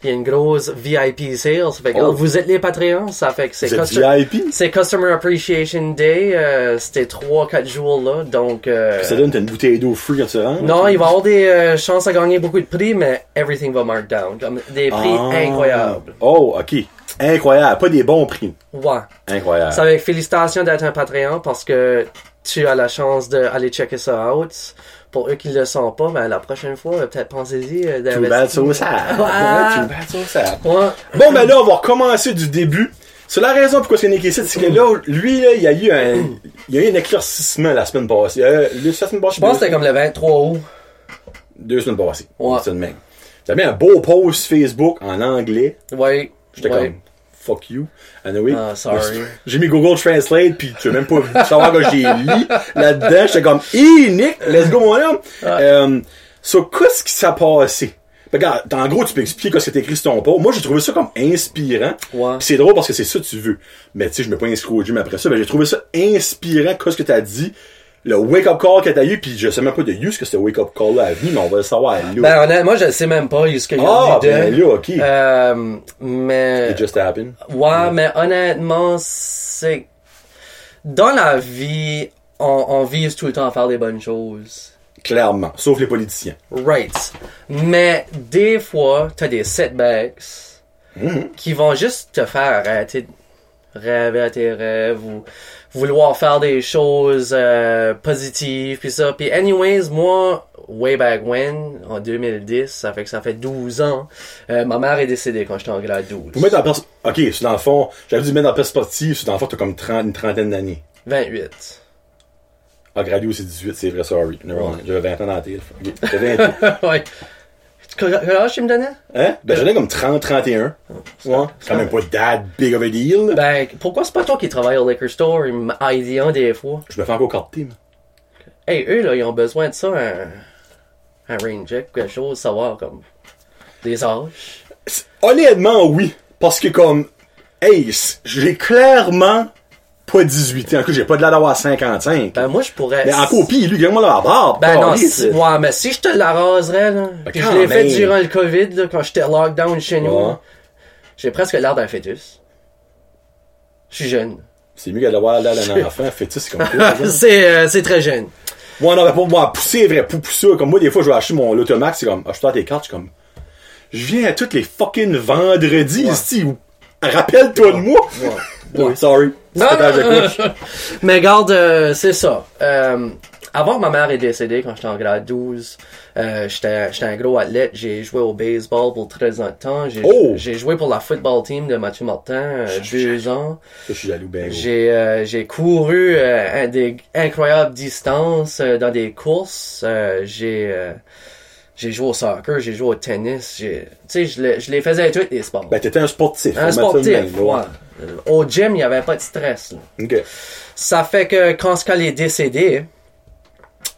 Speaker 2: Il y a une grosse VIP sale. Ça fait que,
Speaker 1: Oh.
Speaker 2: ah, vous êtes les Patreons. Ça fait que c'est
Speaker 1: Vous êtes
Speaker 2: custom-
Speaker 1: VIP?
Speaker 2: c'est Customer Appreciation Day. euh, C'était 3-4 jours là. Donc, euh,
Speaker 1: Ça donne t'as une bouteille d'eau free quand tu rentres.
Speaker 2: non, il va y avoir des euh, chances à gagner beaucoup de prix, mais everything va mark down. Comme des prix
Speaker 1: Ah.
Speaker 2: incroyables.
Speaker 1: Oh, ok. Incroyable. Pas des bons prix.
Speaker 2: Ouais.
Speaker 1: Incroyable.
Speaker 2: Ça fait que félicitations d'être un Patreon parce que tu as la chance d'aller checker ça out. Pour eux qui ne le sont pas, ben, la prochaine fois, euh, peut-être pensez-y euh,
Speaker 1: Too bad
Speaker 2: d'investir.
Speaker 1: so sad.
Speaker 2: Ah.
Speaker 1: Too bad so sad.
Speaker 2: Ouais.
Speaker 1: Bon, ben là, on va recommencer du début. C'est la raison pourquoi c'est Nick ici, c'est que là, lui, là, il y a eu un, il y a eu un éclaircissement la semaine passée. Euh, le- la semaine passée,
Speaker 2: Je pense que c'était comme le 23 août.
Speaker 1: deux semaines passées.
Speaker 2: Ouais.
Speaker 1: C'est de même. J'avais mis un beau post Facebook en anglais.
Speaker 2: Ouais.
Speaker 1: J'étais
Speaker 2: ouais.
Speaker 1: comme, fuck you. Anyway.
Speaker 2: Ah, sorry.
Speaker 1: J'ai mis Google Translate puis tu veux même pas savoir que j'ai lu là-dedans. J'étais comme, hé, Nick, let's go, mon homme. Euh, so, qu'est-ce qui s'est passé? Ben, Regarde, en gros, tu peux expliquer qu'est-ce que t'as écrit sur ton post. Moi, j'ai trouvé ça comme inspirant.
Speaker 2: Ouais.
Speaker 1: Puis C'est drôle parce que c'est ça que tu veux. Mais tu sais, je me suis pas inscrit au gym après ça. Ben, j'ai trouvé ça inspirant, qu'est-ce que t'as dit. Le wake-up call que t'as eu, puis je sais même pas de use que ce wake-up call-là a venu, mais on va le savoir là.
Speaker 2: Ben, honnêtement, je ne sais même pas ce qu'il y a
Speaker 1: ah,
Speaker 2: eu
Speaker 1: ben
Speaker 2: de-
Speaker 1: là, ok.
Speaker 2: Euh, mais.
Speaker 1: It just happened.
Speaker 2: Ouais, mais honnêtement, c'est. Dans la vie, on, on vise tout le temps à faire des bonnes choses.
Speaker 1: Clairement. Sauf les politiciens.
Speaker 2: Right. Mais des fois, t'as des setbacks
Speaker 1: Mm-hmm.
Speaker 2: qui vont juste te faire arrêter de rêver à tes rêves ou vouloir faire des choses euh, positives puis ça. Puis anyways, moi, way back when, en 2010, ça fait que ça fait 12 ans, euh, ma mère est décédée quand j'étais en grade 12.
Speaker 1: Pour mettre en perspective. Ok, c'est dans le fond, j'avais dit mettre en perspective, c'est dans le fond, t'as comme 30, une trentaine d'années.
Speaker 2: 28.
Speaker 1: Ah, gradué, c'est 18, c'est vrai, sorry. Never mind. J'avais 20 ans dans la tête. Ok, j'avais 20 ans.
Speaker 2: ouais. Quel quel âge tu me donnais?
Speaker 1: Hein? Ben, j'en ai comme 30, 31. Ouais. C'est quand même pas that big of a deal.
Speaker 2: Ben, pourquoi c'est pas toi qui travaille au liquor store et m'aide un des fois?
Speaker 1: Je me fais encore carter, moi.
Speaker 2: Hey, eux, là, ils ont besoin de ça, un, un rain check, quelque chose, savoir, comme, des âges.
Speaker 1: C'est- Honnêtement, oui. Parce que comme, hey, c- j'ai clairement pas 18 ans. En tout cas, j'ai pas de l'air d'avoir 55.
Speaker 2: Ben, moi, je pourrais...
Speaker 1: Mais en copie, lui, regarde-moi la barbe.
Speaker 2: Ben non,
Speaker 1: Caliste.
Speaker 2: si, ouais, mais si je te la raserais, là, puis
Speaker 1: Ben,
Speaker 2: je
Speaker 1: quand
Speaker 2: l'ai fait
Speaker 1: même.
Speaker 2: durant le COVID, là, quand j'étais lockdown chez nous,
Speaker 1: Ouais.
Speaker 2: là, j'ai presque l'air d'un fœtus. Je suis jeune.
Speaker 1: C'est mieux qu'à l'avoir l'air d'un enfant. Fœtus, c'est comme quoi. ça.
Speaker 2: c'est, euh, c'est très jeune.
Speaker 1: Ouais, non, mais pour moi, pousser, vrai, pour pousser, comme moi, des fois, je vais acheter mon Lotomax, c'est comme, ah, je suis tes cartes, je suis comme, je viens à toutes les fucking vendredis, ici, ou- rappelle-toi de moi!
Speaker 2: Ouais.
Speaker 1: Ouais, sorry.
Speaker 2: Non,
Speaker 1: C'est pas
Speaker 2: non,
Speaker 1: de couche.
Speaker 2: Mais garde, euh, c'est ça. Euh, avant que ma mère est décédée, quand j'étais en grade 12, euh, j'étais j'étais un gros athlète. J'ai joué au baseball pour 13 ans de temps. J'ai
Speaker 1: Oh!
Speaker 2: j'ai joué pour la football team de Mathieu Martin, euh, deux ans.
Speaker 1: Je suis jaloux, ben gros.
Speaker 2: J'ai euh, j'ai couru euh, un- des incroyables distances euh, dans des courses. Euh, j'ai euh, j'ai joué au soccer, j'ai joué au tennis. j'ai- Tu sais, je les- je les faisais tous les sports.
Speaker 1: Ben, t'étais un sportif.
Speaker 2: un
Speaker 1: on met ça de
Speaker 2: sportif,
Speaker 1: même,
Speaker 2: ouais. Au gym, il n'y avait pas de stress. là.
Speaker 1: Ok.
Speaker 2: Ça fait que quand Skull est décédé,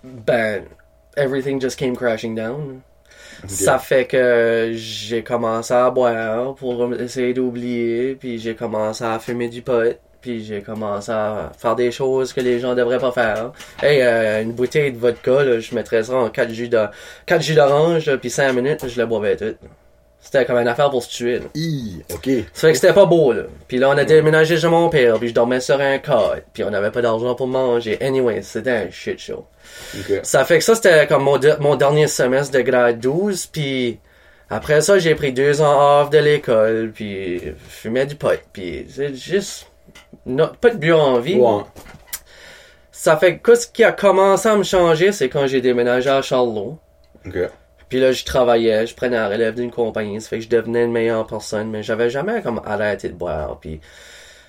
Speaker 2: ben, everything just came crashing down. Ça fait que j'ai commencé à boire pour essayer d'oublier, puis j'ai commencé à fumer du pot, puis j'ai commencé à faire des choses que les gens devraient pas faire. Hey, euh, une bouteille de vodka, là, je mettrais ça en 4 jus de- quatre jus d'orange, là, puis 5 minutes, je la boivais toute. C'était comme une affaire pour se tuer. là.
Speaker 1: Hi, ok.
Speaker 2: Ça fait que c'était pas beau, là. Puis là, on a déménagé chez mon père, puis je dormais sur un cot, puis on n'avait pas d'argent pour manger. Anyway, c'était un shit show.
Speaker 1: Ok.
Speaker 2: Ça fait que ça, c'était comme mon, de- mon dernier semestre de grade 12, puis après ça, j'ai pris deux ans off de l'école, puis fumais du pot, puis c'est juste... no- pas de but en vie.
Speaker 1: Ouais.
Speaker 2: Ça fait que ce qui a commencé à me changer, c'est quand j'ai déménagé à Charlot.
Speaker 1: Ok.
Speaker 2: Puis là, je travaillais, je prenais la relève d'une compagnie, ça fait que je devenais une meilleure personne, mais j'avais jamais comme arrêté de boire. Puis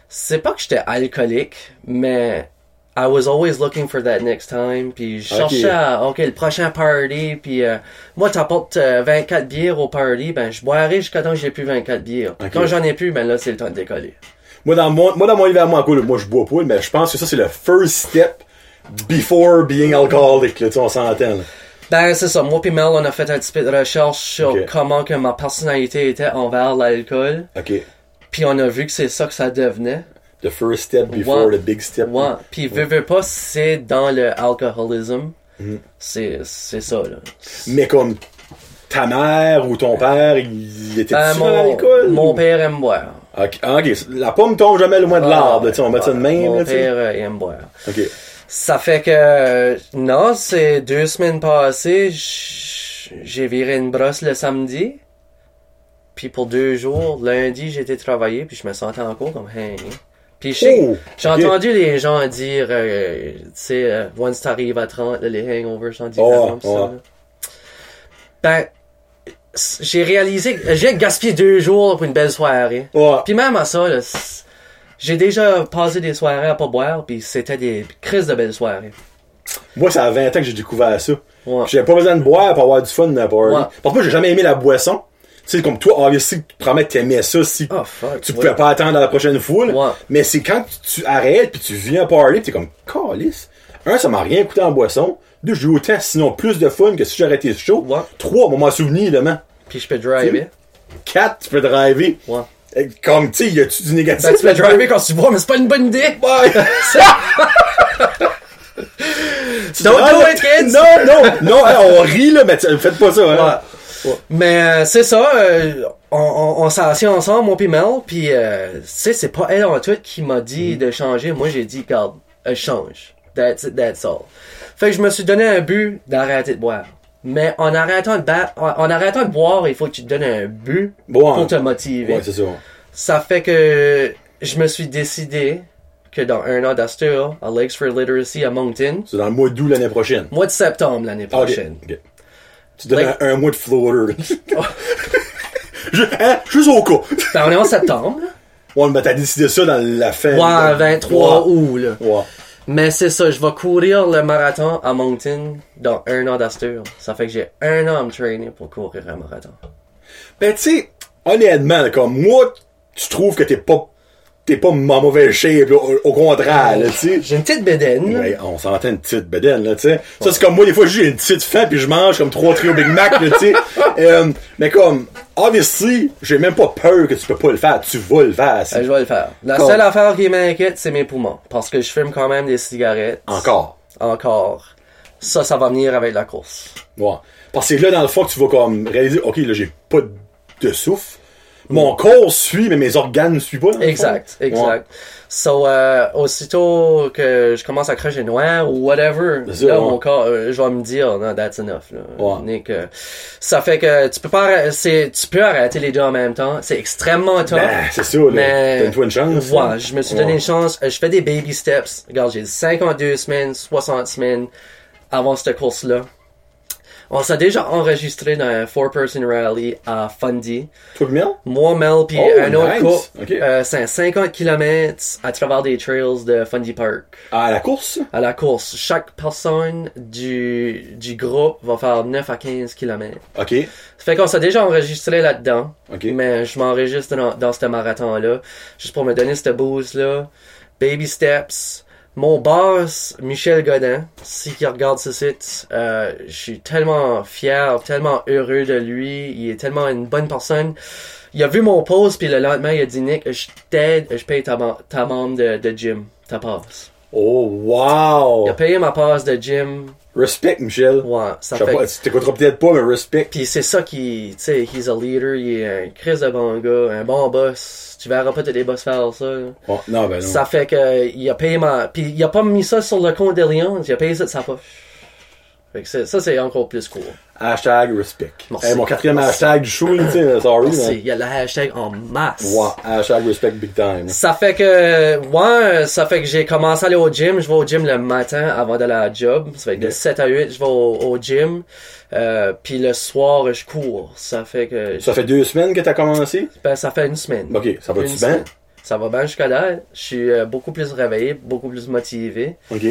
Speaker 2: c'est pas que j'étais alcoolique, mais I was always looking for that next time. Puis je
Speaker 1: Ok.
Speaker 2: cherchais à, OK, le prochain party. Puis euh, moi, t'apportes euh, 24 bières au party. Ben, je boirai jusqu'à temps que j'ai plus 24 bières. Puis
Speaker 1: Ok.
Speaker 2: Quand j'en ai plus, ben là, c'est le temps de décoller.
Speaker 1: Moi, dans mon, moi, dans mon hiver, moi, en gros, là, moi, je bois pas, mais je pense que ça, c'est le first step before being alcoholic, là, tu sais, on s'entend, là.
Speaker 2: Ben, c'est ça. Moi puis Mel, on a fait un petit peu de recherche sur
Speaker 1: Ok.
Speaker 2: comment que ma personnalité était envers l'alcool.
Speaker 1: OK.
Speaker 2: Puis on a vu que c'est ça que ça devenait.
Speaker 1: The first step before
Speaker 2: Ouais.
Speaker 1: the big step.
Speaker 2: Ouais. Puis veux, veux pas, c'est dans le alcoholism.
Speaker 1: Mhm.
Speaker 2: C'est c'est ça, là.
Speaker 1: Mais comme ta mère ou ton père, ils étaient
Speaker 2: Ben,
Speaker 1: tu à
Speaker 2: mon,
Speaker 1: l'école?
Speaker 2: mon
Speaker 1: ou-
Speaker 2: père aime boire. Ah,
Speaker 1: Ok, ah, ok, la pomme tombe jamais loin de l'arbre, là, ben, tu sais, on met ça de même,
Speaker 2: Mon
Speaker 1: là, tu sais.
Speaker 2: père euh, aime boire.
Speaker 1: Ok.
Speaker 2: Ça fait que, euh, non, c'est deux semaines passées, j- j'ai viré une brosse le samedi. Puis pour deux jours, lundi, j'étais travaillé, puis je me sentais encore comme hein. hein. Puis je sais-
Speaker 1: Oh,
Speaker 2: j'ai
Speaker 1: ok.
Speaker 2: entendu les gens dire, euh, tu sais, euh, once t'arrives à 30, là, les hangovers sont
Speaker 1: Oh,
Speaker 2: différents. pis ça,
Speaker 1: ouais.
Speaker 2: là. Ben, c- j'ai réalisé, que j'ai gaspillé deux jours pour une belle soirée.
Speaker 1: Ouais.
Speaker 2: Puis même à ça, là, c- j'ai déjà passé des soirées à pas boire, puis c'était des crises de belles soirées.
Speaker 1: Moi, ça a 20 ans que j'ai découvert ça.
Speaker 2: Ouais.
Speaker 1: J'avais pas besoin de boire pour avoir du fun dans la party.
Speaker 2: Ouais.
Speaker 1: Parce que moi, j'ai jamais aimé la boisson. Tu sais, comme toi, obviously, tu promets que t'aimais ça si
Speaker 2: Oh fuck.
Speaker 1: tu
Speaker 2: ouais.
Speaker 1: pouvais pas attendre à la prochaine fois. là.
Speaker 2: Ouais.
Speaker 1: Mais c'est quand tu, tu arrêtes puis tu viens à parler, t'es comme, calice. Un, ça m'a rien coûté en boisson. Deux, j'ai eu autant, sinon plus de fun que si j'arrêtais ce show.
Speaker 2: Ouais.
Speaker 1: Trois, moment souvenir, évidemment.
Speaker 2: Puis je peux driver.
Speaker 1: Quatre, tu peux driver.
Speaker 2: Ouais.
Speaker 1: Euh, Comme, tu sais, y a-tu du négatif?
Speaker 2: Ben, tu peux driver quand tu bois, mais c'est pas une bonne idée.
Speaker 1: Ouais.
Speaker 2: Don't
Speaker 1: Ah,
Speaker 2: do
Speaker 1: non,
Speaker 2: it, kids.
Speaker 1: Non, non, non, hein, on rit, là, mais tu- faites pas ça, hein.
Speaker 2: Mais euh, c'est ça, euh, on, on, on s'est assis ensemble, mon pis Mel, puis euh, tu sais, c'est pas elle en tout qui m'a dit
Speaker 1: Mm-hmm.
Speaker 2: de changer. Moi, j'ai dit, garde, euh, change. That's it, that's all. Fait que je me suis donné un but d'arrêter de boire. Mais en arrêtant de, ba- en, en arrêtant de boire, il faut que tu te donnes un but
Speaker 1: Bon,
Speaker 2: pour te
Speaker 1: hein.
Speaker 2: motiver.
Speaker 1: Ouais, c'est ça.
Speaker 2: Ça fait que je me suis décidé que dans un an d'Astura, à Lakes for Literacy à Moncton,
Speaker 1: C'est dans le mois d'août l'année prochaine.
Speaker 2: mois de septembre l'année
Speaker 1: Ah, ok,
Speaker 2: prochaine.
Speaker 1: ok. Tu donnes
Speaker 2: Like-
Speaker 1: un, un mois de floater. Je, hein, juste au cas.
Speaker 2: Ben, on est en septembre.
Speaker 1: Ouais, mais t'as décidé ça dans la fin.
Speaker 2: Ouais, 23
Speaker 1: Ouais.
Speaker 2: août, là.
Speaker 1: Ouais.
Speaker 2: Mais c'est ça, je vais courir le marathon à Moncton dans un an d'Astur. Ça fait que j'ai un an à me trainer pour courir un marathon.
Speaker 1: Ben, tu sais, honnêtement, là, comme moi, tu trouves que t'es pas, t'es pas en mauvais shape, là, au, au contraire, là, tu sais.
Speaker 2: J'ai une petite bédaine. là.
Speaker 1: Oh. Ben, on s'entend une petite bedaine, là, tu sais. Ça, c'est comme moi, des fois, j'ai une petite faim puis je mange comme trois trios Big Mac, là, tu sais. Euh, mais comme, obviously, j'ai même pas peur que tu peux pas le faire. Tu vas le faire,
Speaker 2: Ben,
Speaker 1: c'est-
Speaker 2: je vais le faire. La
Speaker 1: Cool.
Speaker 2: seule affaire qui m'inquiète, c'est mes poumons. Parce que je fume quand même des cigarettes.
Speaker 1: Encore.
Speaker 2: Encore. Ça, ça va venir avec la course.
Speaker 1: Ouais. Parce que là, dans le fond, tu vas comme réaliser, OK, là, j'ai pas de souffle. Mon corps suit, mais mes organes ne suivent pas. dans le fond.
Speaker 2: Exact,
Speaker 1: Ouais.
Speaker 2: exact. So, euh, aussitôt que je commence à cracher noir ou whatever,
Speaker 1: C'est ça, ouais.
Speaker 2: là, mon corps, euh, je vais me dire, non, that's enough, là.
Speaker 1: Ouais.
Speaker 2: Nick, euh, ça fait que tu peux pas, arrêter- c'est, tu peux arrêter les deux en même temps. C'est extrêmement tough.
Speaker 1: Ben, c'est ça, là.
Speaker 2: Mais-
Speaker 1: Donne-toi une chance.
Speaker 2: Ouais,
Speaker 1: là.
Speaker 2: je me suis donné
Speaker 1: Ouais.
Speaker 2: une chance. Euh, Je fais des baby steps. Regarde, j'ai 52 semaines, 60 semaines avant cette course-là. On s'est déjà enregistré dans un four-person rally à Fundy.
Speaker 1: Toi, Mel?
Speaker 2: Moi, Mel, puis
Speaker 1: Oh,
Speaker 2: un autre
Speaker 1: nice.
Speaker 2: couple.
Speaker 1: Ok.
Speaker 2: Euh, c'est un 50 km à travers des trails de Fundy Park.
Speaker 1: À la course?
Speaker 2: À la course, chaque personne du, du groupe va faire 9 à 15 km.
Speaker 1: OK.
Speaker 2: Ça fait qu'on s'est déjà enregistré là-dedans.
Speaker 1: OK.
Speaker 2: Mais je m'enregistre dans, dans ce marathon-là, juste pour me donner ce boost-là. Baby Steps. Mon boss, Michel Godin, si qui regarde ce site, euh, je suis tellement fier, tellement heureux de lui. Il est tellement une bonne personne. Il a vu mon post, puis le lendemain, il a dit « Nick, je t'aide, je paye ta, ban- ta membre de, de gym, ta passe. »
Speaker 1: Oh, wow!
Speaker 2: Il a payé ma passe de gym.
Speaker 1: Respect, Michel.
Speaker 2: Ouais, ça
Speaker 1: Je sais
Speaker 2: fait...
Speaker 1: pas, tu t'écouteras peut-être pas, mais respect.
Speaker 2: Puis c'est ça qui, tu sais, he's a leader, il est un Chris de bon gars, un bon boss. Tu verras pas tous les boss faire ça. là.
Speaker 1: Bon, non, ben non.
Speaker 2: Ça fait que il a payé ma, puis il a pas mis ça sur le compte des Lions, il a payé ça de sa poche. Fait que c'est- ça c'est encore plus cool.
Speaker 1: Hashtag respect.
Speaker 2: Merci.
Speaker 1: Hey, mon quatrième
Speaker 2: Merci.
Speaker 1: hashtag du show, là, tu sais, sorry.
Speaker 2: C'est-
Speaker 1: mais-
Speaker 2: Il y a le hashtag en masse.
Speaker 1: Ouais, hashtag respect big time.
Speaker 2: Ça fait que, ouais, ça fait que j'ai commencé à aller au gym. Je vais au gym le matin avant d'aller à la job. Ça fait que de
Speaker 1: Ok.
Speaker 2: 7 à 8, je vais au, au gym. Euh, puis le soir, je cours. Ça fait que,
Speaker 1: Ça fait deux semaines que t'as commencé?
Speaker 2: ben, ça fait une semaine.
Speaker 1: Ok, ça
Speaker 2: Une
Speaker 1: va-tu bien?
Speaker 2: semaine. Ça va bien jusqu'à là. Je suis euh, beaucoup plus réveillé, beaucoup plus motivé.
Speaker 1: OK.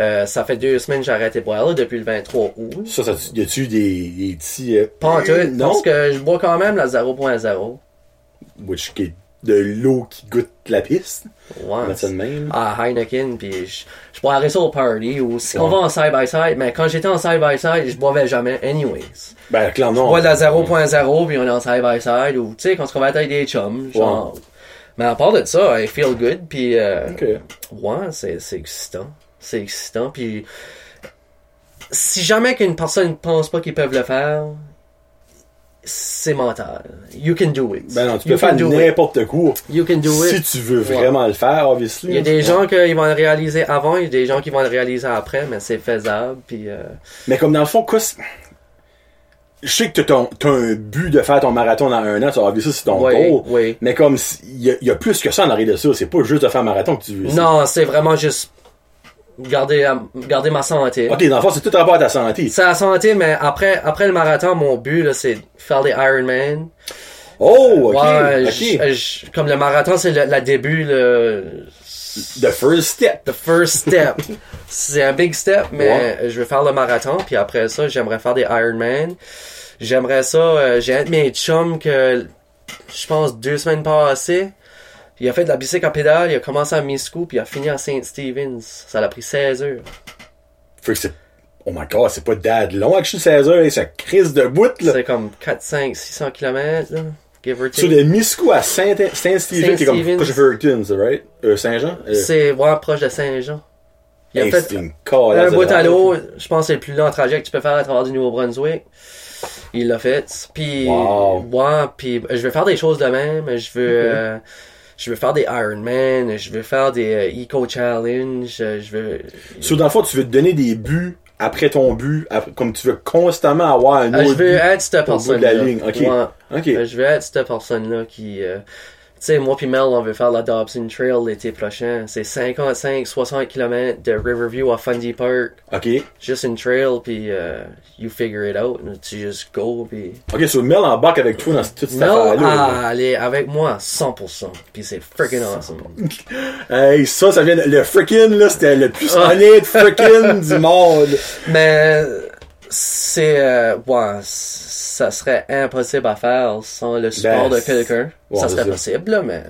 Speaker 2: Euh, ça fait deux semaines que j'ai arrêté de boire là, depuis le 23 août.
Speaker 1: Ça, ça y a-tu des, des petits. euh,
Speaker 2: Pas en tout,
Speaker 1: Non.
Speaker 2: parce que je bois quand même la 0.0.
Speaker 1: Which qui est de l'eau qui goûte la piste. On
Speaker 2: Ouais.
Speaker 1: met ça de même.
Speaker 2: à Heineken, puis je, je boirais ça au party, ou si on
Speaker 1: Ouais.
Speaker 2: va en side-by-side, mais quand j'étais en side-by-side, je boivais jamais anyways.
Speaker 1: Ben, clairement.
Speaker 2: On boit de la 0.0, puis on est en side-by-side, ou tu sais, quand on se réveille avec des chums, genre. Mais à part de ça, I feel good, puis euh,
Speaker 1: OK.
Speaker 2: ouais, c'est c'est excitant. C'est excitant, puis si jamais qu'une personne ne pense pas qu'ils peuvent le faire, c'est mental. You can do it.
Speaker 1: Ben non, tu
Speaker 2: You
Speaker 1: peux faire
Speaker 2: can do it.
Speaker 1: n'importe quoi.
Speaker 2: You can do
Speaker 1: Si
Speaker 2: it.
Speaker 1: tu veux
Speaker 2: Ouais.
Speaker 1: vraiment le faire, obviously.
Speaker 2: Il y a des gens qui vont le réaliser avant, il y a des gens qui vont le réaliser après, mais c'est faisable. Puis, euh,
Speaker 1: Mais comme dans le fond, quoi, c'est- je sais que t'as ton- t'as un but de faire ton marathon dans un an, ça, obviously, c'est ton
Speaker 2: Ouais,
Speaker 1: goal.
Speaker 2: ouais.
Speaker 1: Mais comme, si- il y, a- il y a plus que ça en arrière de ça. C'est pas juste de faire un marathon que tu veux.
Speaker 2: Non, c'est vraiment juste garder, la- garder ma santé.
Speaker 1: Ok, dans le fond, c'est tout rapport à ta santé.
Speaker 2: C'est la santé, mais après, après le marathon, mon but, là, c'est de faire des Ironman.
Speaker 1: Oh, ok.
Speaker 2: Ouais,
Speaker 1: ok.
Speaker 2: je- je- comme le marathon, c'est le, la début, le
Speaker 1: The first step.
Speaker 2: the first step. c'est un big step, mais
Speaker 1: Ouais.
Speaker 2: euh, je veux faire le marathon, puis après ça, j'aimerais faire des Ironman. J'aimerais ça, euh, j'ai un de mes chums que, je pense, deux semaines passées, il a fait de la bicycle à pédale, il a commencé à Miscou, puis il a fini à St. Stevens. Ça l'a pris 16 heures.
Speaker 1: Fait que c'est. Oh my god, c'est pas dad long, actually, 16 heures, c'est une crise de bout, là.
Speaker 2: C'est comme 4, 5, 600 km, là, give or
Speaker 1: Sur
Speaker 2: take.
Speaker 1: de Miscou à Saint- Saint-Stephen, qui est comme
Speaker 2: Saint-Stevens.
Speaker 1: Cushverton, c'est right? Euh, Saint-Jean? Euh,
Speaker 2: C'est vraiment proche de Saint-Jean. Il a
Speaker 1: hey,
Speaker 2: fait
Speaker 1: c'est une calasse
Speaker 2: un
Speaker 1: de
Speaker 2: bout à
Speaker 1: ride.
Speaker 2: l'eau, je pense que c'est le plus long trajet que tu peux faire à travers du Nouveau-Brunswick. Il l'a fait. Puis,
Speaker 1: Wow.
Speaker 2: ouais, puis je vais faire des choses de même. Je veux, euh, je veux faire des Ironman, je veux faire des euh, Eco Challenge, euh, je veux.
Speaker 1: So, dans le fond, tu veux te donner des buts après ton but, après- comme tu veux constamment avoir un
Speaker 2: Euh,
Speaker 1: autre
Speaker 2: je veux
Speaker 1: but.
Speaker 2: être cette
Speaker 1: au bout
Speaker 2: personne.
Speaker 1: de la ligne, ok. Ok.
Speaker 2: Je veux être cette personne-là qui. euh, tu sais, moi puis Mel, on veut faire la Dobson Trail l'été prochain. C'est 55-60 km de Riverview à Fundy Park.
Speaker 1: Ok.
Speaker 2: Juste une trail, puis euh, you figure it out. Tu just go, puis...
Speaker 1: Ok, so Mel embarque avec toi dans toute cette
Speaker 2: Non,
Speaker 1: affaire-là.
Speaker 2: ah, elle est avec moi 100%. Puis c'est freaking awesome.
Speaker 1: Hey, ça, ça vient de... Le frickin', là, c'était le plus
Speaker 2: Ah.
Speaker 1: honnête frickin' du monde.
Speaker 2: Mais c'est... euh, ouais, ça serait impossible à faire sans le support
Speaker 1: Ben,
Speaker 2: de quelqu'un.
Speaker 1: ouais,
Speaker 2: ça
Speaker 1: c'est
Speaker 2: serait
Speaker 1: ça.
Speaker 2: possible, là, mais...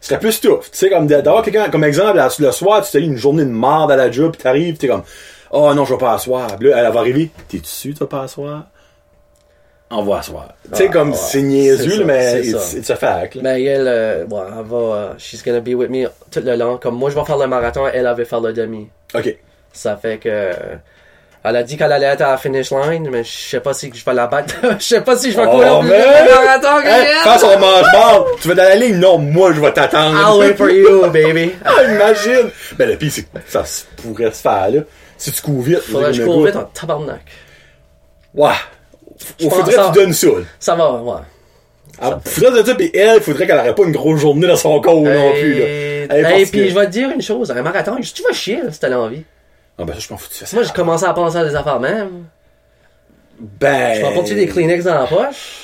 Speaker 1: Ce serait plus tough. Tu sais, comme de- d'avoir quelqu'un, comme exemple, la- le soir, tu t'as eu une journée de merde à la job, pis t'arrives, t'es comme, oh non, je vais pas asseoir. Puis Là, elle va arriver, t'es-tu sûr, t'as pas asseoir? On va asseoir. Tu sais,
Speaker 2: Ah,
Speaker 1: comme,
Speaker 2: ouais.
Speaker 1: c'est niaiseux,
Speaker 2: C'est
Speaker 1: là,
Speaker 2: ça,
Speaker 1: mais
Speaker 2: c'est
Speaker 1: it's,
Speaker 2: ça.
Speaker 1: it's a fact, là.
Speaker 2: Mais elle, euh, ouais, elle va... euh, she's gonna be with me tout le long. Comme moi, je vais faire le marathon, elle, elle va faire le demi.
Speaker 1: Ok.
Speaker 2: Ça fait que... euh, Elle a dit qu'elle allait être à la finish line, mais je sais pas si je vais la battre. Je sais pas si je vais
Speaker 1: Oh,
Speaker 2: courir plus vite
Speaker 1: man!
Speaker 2: le marathon que
Speaker 1: Hey,
Speaker 2: elle.
Speaker 1: face au mange-mort, tu veux dans la ligne? Non, moi, je vais t'attendre. Ah,
Speaker 2: I'll wait for you, baby.
Speaker 1: Imagine! Ben, le pire, c'est que ça se pourrait se faire, là. Si tu cours vite,
Speaker 2: Faudrait que je
Speaker 1: le
Speaker 2: cours
Speaker 1: gars-
Speaker 2: vite en tabarnak.
Speaker 1: Ouais. Faut-
Speaker 2: pense
Speaker 1: Faudrait que
Speaker 2: ça-
Speaker 1: tu donnes ça, là.
Speaker 2: Ça va, ouais.
Speaker 1: Ah, faudrait de ça, pis elle, faudrait qu'elle aurait pas une grosse journée dans son corps non plus, là.
Speaker 2: Et,
Speaker 1: Elle est
Speaker 2: et
Speaker 1: parce
Speaker 2: puis
Speaker 1: que-
Speaker 2: je vais te dire une chose, un marathon, je- tu vas chier là, si t'as l'envie.
Speaker 1: Ah, ben, ça, je m'en fous de ça.
Speaker 2: Moi j'ai commencé à penser à des affaires même.
Speaker 1: Ben.
Speaker 2: Je vais porter des Kleenex dans la poche.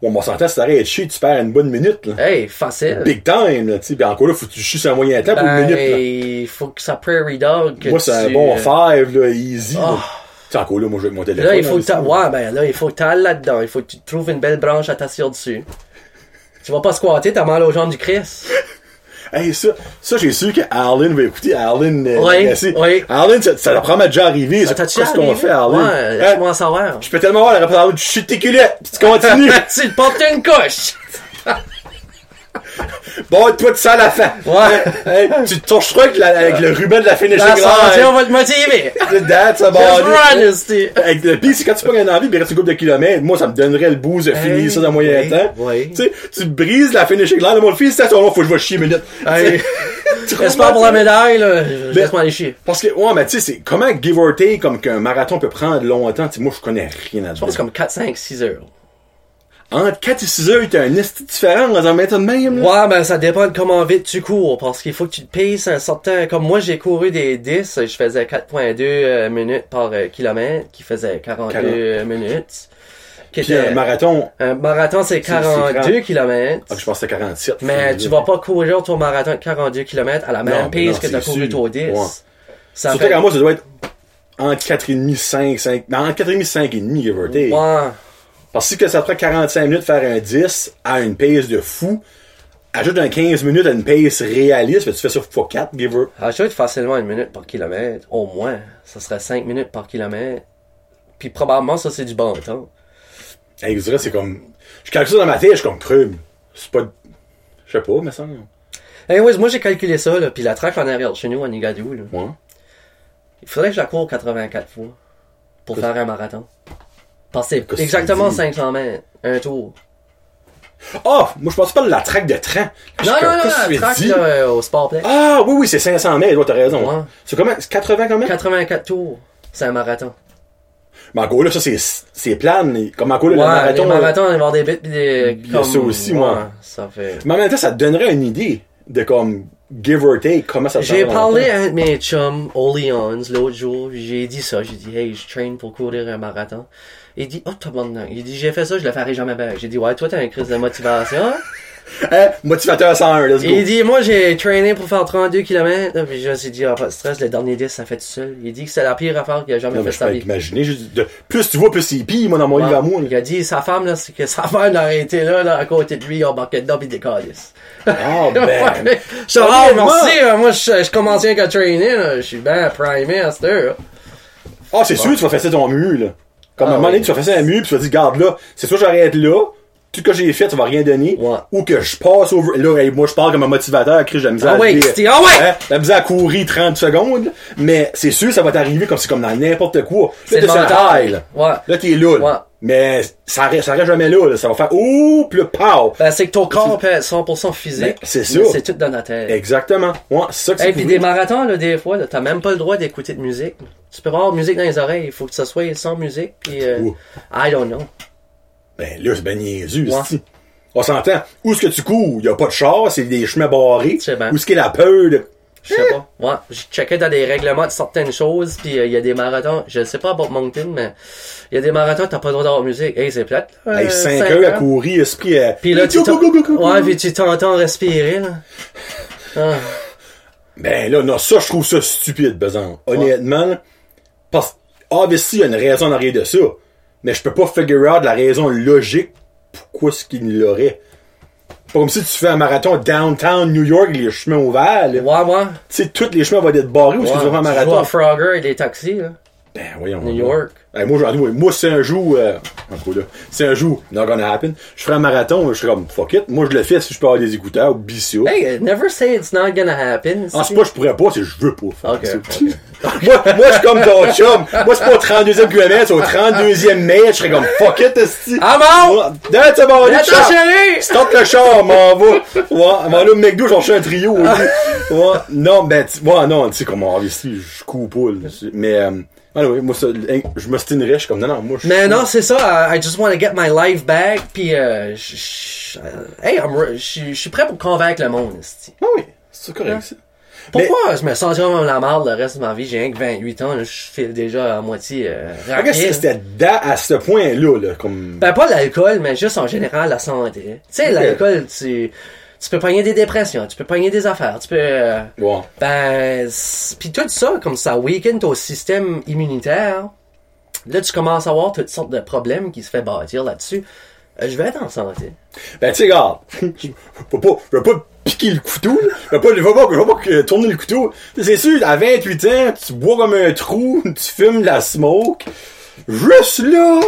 Speaker 1: Ouais, mais on s'entend, si t'arrêtes de chier, tu perds une bonne minute, là.
Speaker 2: Hey, facile.
Speaker 1: Big time, là, tu sais. Puis encore là, faut que tu chies sur un moyen temps pour une
Speaker 2: Ben,
Speaker 1: minute, là.
Speaker 2: il faut que ça prairie dog. Que
Speaker 1: Moi, c'est un
Speaker 2: tu- euh,
Speaker 1: bon five, là, easy.
Speaker 2: Ah.
Speaker 1: là. Tu sais, encore là, moi, je vais avec mon téléphone.
Speaker 2: Là, il faut
Speaker 1: hein,
Speaker 2: que t'a-
Speaker 1: mais
Speaker 2: ouais, ben là, il faut que t'ailles là-dedans. Il faut que tu trouves une belle branche à t'asseoir dessus. Tu vas pas squatter, t'as mal aux jambes du Christ.
Speaker 1: c'est- Hey, ça, ça, j'ai su que Arlen va écouter. Arlen, euh,
Speaker 2: Oui,
Speaker 1: Massé.
Speaker 2: oui. Ah.
Speaker 1: Arlen, ça, ça l'a probablement déjà arrivé. ça.
Speaker 2: T'as-tu
Speaker 1: Qu'est-ce qu'on
Speaker 2: arrivé?
Speaker 1: fait, Arlen?
Speaker 2: Ouais,
Speaker 1: Hein?
Speaker 2: laisse-moi en savoir.
Speaker 1: Je peux tellement voir la représentation du chute tes culottes, pis tu continues.
Speaker 2: Tu te portes une couche!
Speaker 1: bon, toi, tu sens la fin.
Speaker 2: Ouais.
Speaker 1: Hey, tu te torcheras avec, la- avec le ruban de la finishing
Speaker 2: La santé, on
Speaker 1: line.
Speaker 2: va te motiver!
Speaker 1: That's about
Speaker 2: Just
Speaker 1: it.
Speaker 2: run, esti.
Speaker 1: Avec le pire, c'est quand tu pognes un envie, pis il reste une couple de kilomètres, moi, ça me donnerait le boost de finir
Speaker 2: Hey,
Speaker 1: ça dans moyen
Speaker 2: oui,
Speaker 1: temps.
Speaker 2: oui.
Speaker 1: Tu sais, tu brises la finishing line. Mon fils, c'est ton nom, faut que je vais chier une minute.
Speaker 2: Hey.
Speaker 1: Tu comprends,
Speaker 2: J'espère pour la
Speaker 1: tu sais?
Speaker 2: médaille, là. je- je Laisse-moi aller chier.
Speaker 1: Parce que, ouais, mais tu sais, c'est comment give or take, comme qu'un marathon peut prendre longtemps. Tu sais, moi, je connais rien à
Speaker 2: Je
Speaker 1: dire.
Speaker 2: pense comme 4, 5, 6 heures.
Speaker 1: Entre 4 et 6 heures, t'as un esti différent dans un méthode même, là.
Speaker 2: Ouais, ben ça dépend de comment vite tu cours, parce qu'il faut que tu te paces un certain... Comme moi, j'ai couru des 10, je faisais 4.2 euh, minutes par euh, kilomètre, qui faisait 42
Speaker 1: Quarante.
Speaker 2: euh, minutes. qui
Speaker 1: Puis
Speaker 2: était.
Speaker 1: un marathon,
Speaker 2: Un marathon, c'est
Speaker 1: c'est
Speaker 2: 42 km.
Speaker 1: ah, je pense que c'est 47.
Speaker 2: Mais tu vas pas courir ton marathon de 42 km à
Speaker 1: Non,
Speaker 2: la même
Speaker 1: mais
Speaker 2: pace
Speaker 1: non,
Speaker 2: que t'as
Speaker 1: c'est
Speaker 2: couru
Speaker 1: sûr.
Speaker 2: ton 10.
Speaker 1: Ouais.
Speaker 2: Ça
Speaker 1: Surtout qu'en moi, ça doit être entre 4,5, 5, 5, non, entre 4,5 5 et demi, give or take.
Speaker 2: Ouais.
Speaker 1: Parce que ça te prend 45 minutes de faire un 10 à une pace de fou, ajoute un 15 minutes à une pace réaliste, mais tu fais ça x 4, give or
Speaker 2: Ajoute facilement une minute par kilomètre, au moins. Ça serait 5 minutes par kilomètre. Puis probablement, ça, c'est du bon temps.
Speaker 1: Hey, je dirais, c'est comme. Je calcule ça dans ma tête, je suis comme crème. C'est pas. Je sais pas, mais ça.
Speaker 2: Anyways, moi, j'ai calculé ça, là, puis la track en arrière de chez nous, à Nigadou, là,
Speaker 1: Ouais.
Speaker 2: il faudrait que je la cours 84 fois pour faire un marathon. Parce que
Speaker 1: Qu'est-ce
Speaker 2: c'est exactement
Speaker 1: que tu dis?
Speaker 2: 500 mètres, un tour.
Speaker 1: Ah! moi, je pense pas de la traque de train. Je
Speaker 2: Non,
Speaker 1: suis
Speaker 2: non,
Speaker 1: comme,
Speaker 2: non,
Speaker 1: qu'est-ce que
Speaker 2: la
Speaker 1: tu
Speaker 2: track
Speaker 1: dis?
Speaker 2: là, euh, au Sportplex.
Speaker 1: Ah, oui, oui, c'est 500 mètres, ouais, t'as raison.
Speaker 2: Ouais.
Speaker 1: C'est comment? C'est 80 quand même?
Speaker 2: 84 tours, c'est un marathon.
Speaker 1: Mais en gros, là, ça, c'est, c'est plane. mais Comme en gros, là,
Speaker 2: ouais,
Speaker 1: le marathon. euh,
Speaker 2: les marathons, on va avoir des bits pis des...
Speaker 1: Il y a ça aussi, moi.
Speaker 2: ouais, Ça fait...
Speaker 1: Mais en même temps, ça te donnerait une idée de comme give or take, comment ça te
Speaker 2: J'ai
Speaker 1: prend dans le
Speaker 2: parlé
Speaker 1: temps.
Speaker 2: à un de mes chums, Oleons, l'autre jour, j'ai dit ça, j'ai dit, hey, je train pour courir un marathon. Il dit, oh, t'as bon Il dit, j'ai fait ça, je le ferai jamais bien. J'ai dit, ouais, toi, t'as une crise de motivation.
Speaker 1: Hein? Motivateur 101, let's go.
Speaker 2: Il dit, moi, j'ai trainé pour faire 32 km. Puis je me suis dit, ah, pas de stress, le dernier 10, ça fait tout seul. Il dit que c'est la pire affaire qu'il a jamais
Speaker 1: Non, mais
Speaker 2: fait
Speaker 1: je
Speaker 2: de sa
Speaker 1: peux
Speaker 2: vie.
Speaker 1: imaginer. je- de- plus tu vois, plus c'est pire, moi, dans mon livre à moi.
Speaker 2: Il a dit, sa femme, là, c'est que sa femme l'aurait été là, là, à côté de lui, il embarquait dedans, pis il décalisse.
Speaker 1: Ah, ben.
Speaker 2: Ouais. Je te
Speaker 1: Ah,
Speaker 2: dis,
Speaker 1: moi-
Speaker 2: merci, euh, moi, je, je commence rien qu'à trainer, là. Je suis bien primé à cette heure, là.
Speaker 1: Ah, c'est sûr, tu vas faire ça ton mu, là. Comme à
Speaker 2: Ah,
Speaker 1: un moment donné,
Speaker 2: oui.
Speaker 1: tu vas faire ça un mu, puis tu vas dire, garde là, c'est soit j'arrête là, tout ce que j'ai fait, ça va rien donner.
Speaker 2: Ouais.
Speaker 1: Ou que je passe over. Là, hey, moi, je parle comme un motivateur, Chris, j'ai la misère
Speaker 2: Ah
Speaker 1: à
Speaker 2: ouais,
Speaker 1: dire-
Speaker 2: Christy, ah ouais!
Speaker 1: Hein, la misère à courir 30 secondes, là. mais c'est sûr, ça va t'arriver comme c'est comme dans n'importe quoi. Là,
Speaker 2: C'est
Speaker 1: t'es
Speaker 2: le
Speaker 1: sur la
Speaker 2: mental.
Speaker 1: taille, là.
Speaker 2: Ouais.
Speaker 1: Là, t'es là, là.
Speaker 2: Ouais.
Speaker 1: Mais ça reste, ça reste jamais là, là. Ça va faire, ouh, puis le pow.
Speaker 2: Ben, c'est que ton corps peut être 100% physique.
Speaker 1: Ben, c'est
Speaker 2: mais
Speaker 1: sûr.
Speaker 2: C'est tout dans ta tête. Et
Speaker 1: Exactement. Ouais, c'est ça que c'est.
Speaker 2: puis
Speaker 1: cool.
Speaker 2: des marathons, là, des fois, là, t'as même pas le droit d'écouter de musique. Tu peux avoir musique dans les oreilles. Il faut que ça soit sans musique. Puis, euh,
Speaker 1: Ouh.
Speaker 2: I don't know.
Speaker 1: Ben là, c'est ben niaisu,
Speaker 2: Ouais.
Speaker 1: esti. On s'entend. Où est-ce que tu cours? Y a pas de char, c'est des chemins barrés.
Speaker 2: C'est ben.
Speaker 1: Où est-ce qu'il y a la peur de...
Speaker 2: Je sais pas. Ouais, j'ai checké dans des règlements de certaines choses, puis euh, il y a des marathons, je sais pas about Mountain, mais il y a des marathons, t'as pas le droit d'avoir de musique. Hey, c'est plate. là,
Speaker 1: Hey,
Speaker 2: euh,
Speaker 1: 5
Speaker 2: cinq
Speaker 1: heures à
Speaker 2: heures.
Speaker 1: courir, esprit. euh,
Speaker 2: Puis là, tu
Speaker 1: go,
Speaker 2: t'en-
Speaker 1: go, go, go, go, go.
Speaker 2: Ouais, puis tu t'entends respirer, là. Ah.
Speaker 1: Ben là, non, ça, je trouve ça stupide, Besan. Honnêtement, là, parce obviously, il y a une raison en arrière de ça. Mais je peux pas figure out la raison logique pourquoi ce qu'il l'aurait. Pas comme si tu fais un marathon downtown New York, les chemins ouverts. là. Tu
Speaker 2: Ouais, ouais.
Speaker 1: sais, tous les chemins vont être barrés ou est-ce que tu vas faire un
Speaker 2: Ouais,
Speaker 1: marathon.
Speaker 2: vois Frogger et des taxis, là.
Speaker 1: Ben voyons.
Speaker 2: New York.
Speaker 1: Hey, moi, j'en moi, moi, c'est un jour. Euh, en gros, là. C'est un jour, not gonna happen. Je ferai un marathon, je serai comme fuck it. Moi, je le fais si je peux avoir des écouteurs ou bisous.
Speaker 2: Hey, never say it's not gonna happen.
Speaker 1: Ah, c'est pas je pourrais pas, c'est je veux pas faire
Speaker 2: Ok,
Speaker 1: ça.
Speaker 2: ok.
Speaker 1: moi, moi, je suis comme ton chum. Moi, c'est pas au 32e QMS, c'est au 32e mai, je serais comme fuck it, esti.
Speaker 2: I'm out!
Speaker 1: Ouais, That's c'est bon,
Speaker 2: Attends,
Speaker 1: ciao.
Speaker 2: chérie!
Speaker 1: Stop le char, m'en va. Ouais, m'en là, McDo, j'en fais un trio. au lieu. Ouais, non, ben, tu- ouais, non, tu sais, comme, ah, ici, je coupe pas, là, c'est- Mais, euh, anyway, moi, ça, hein, je m'ostinerais, je suis comme, non, non, moi, je
Speaker 2: Mais non, c'est ça. I, I just want to get my life back. Puis, euh, je- je- euh, hey, I'm re- je je suis prêt pour convaincre le monde. esti.
Speaker 1: Ah oui, c'est correct, ça.
Speaker 2: Pourquoi je me sens comme la marde le reste de ma vie? J'ai rien que 28 ans. là, Je file déjà à moitié euh,
Speaker 1: Mais, regarde,
Speaker 2: raqué.
Speaker 1: c'était dedans, à ce point-là, là, comme,
Speaker 2: Ben, pas l'alcool, mais juste en général la santé. Tu sais,
Speaker 1: Ok.
Speaker 2: l'alcool, tu, tu peux pogner des dépressions, tu peux pogner des affaires, tu peux... euh,
Speaker 1: ouais.
Speaker 2: Ben, c'est- puis tout ça, comme ça weaken ton système immunitaire. Là, tu commences à avoir toutes sortes de problèmes qui se fait bâtir là-dessus. Euh, je vais être en santé.
Speaker 1: Ben, tu sais, regarde, faut pas, je veux pas piquer le couteau, là. Je veux pas, je veux pas, je veux pas que- tourner le couteau. Tu sais, C'est sûr, à 28 ans, tu bois comme un trou, tu fumes de la smoke. Juste là,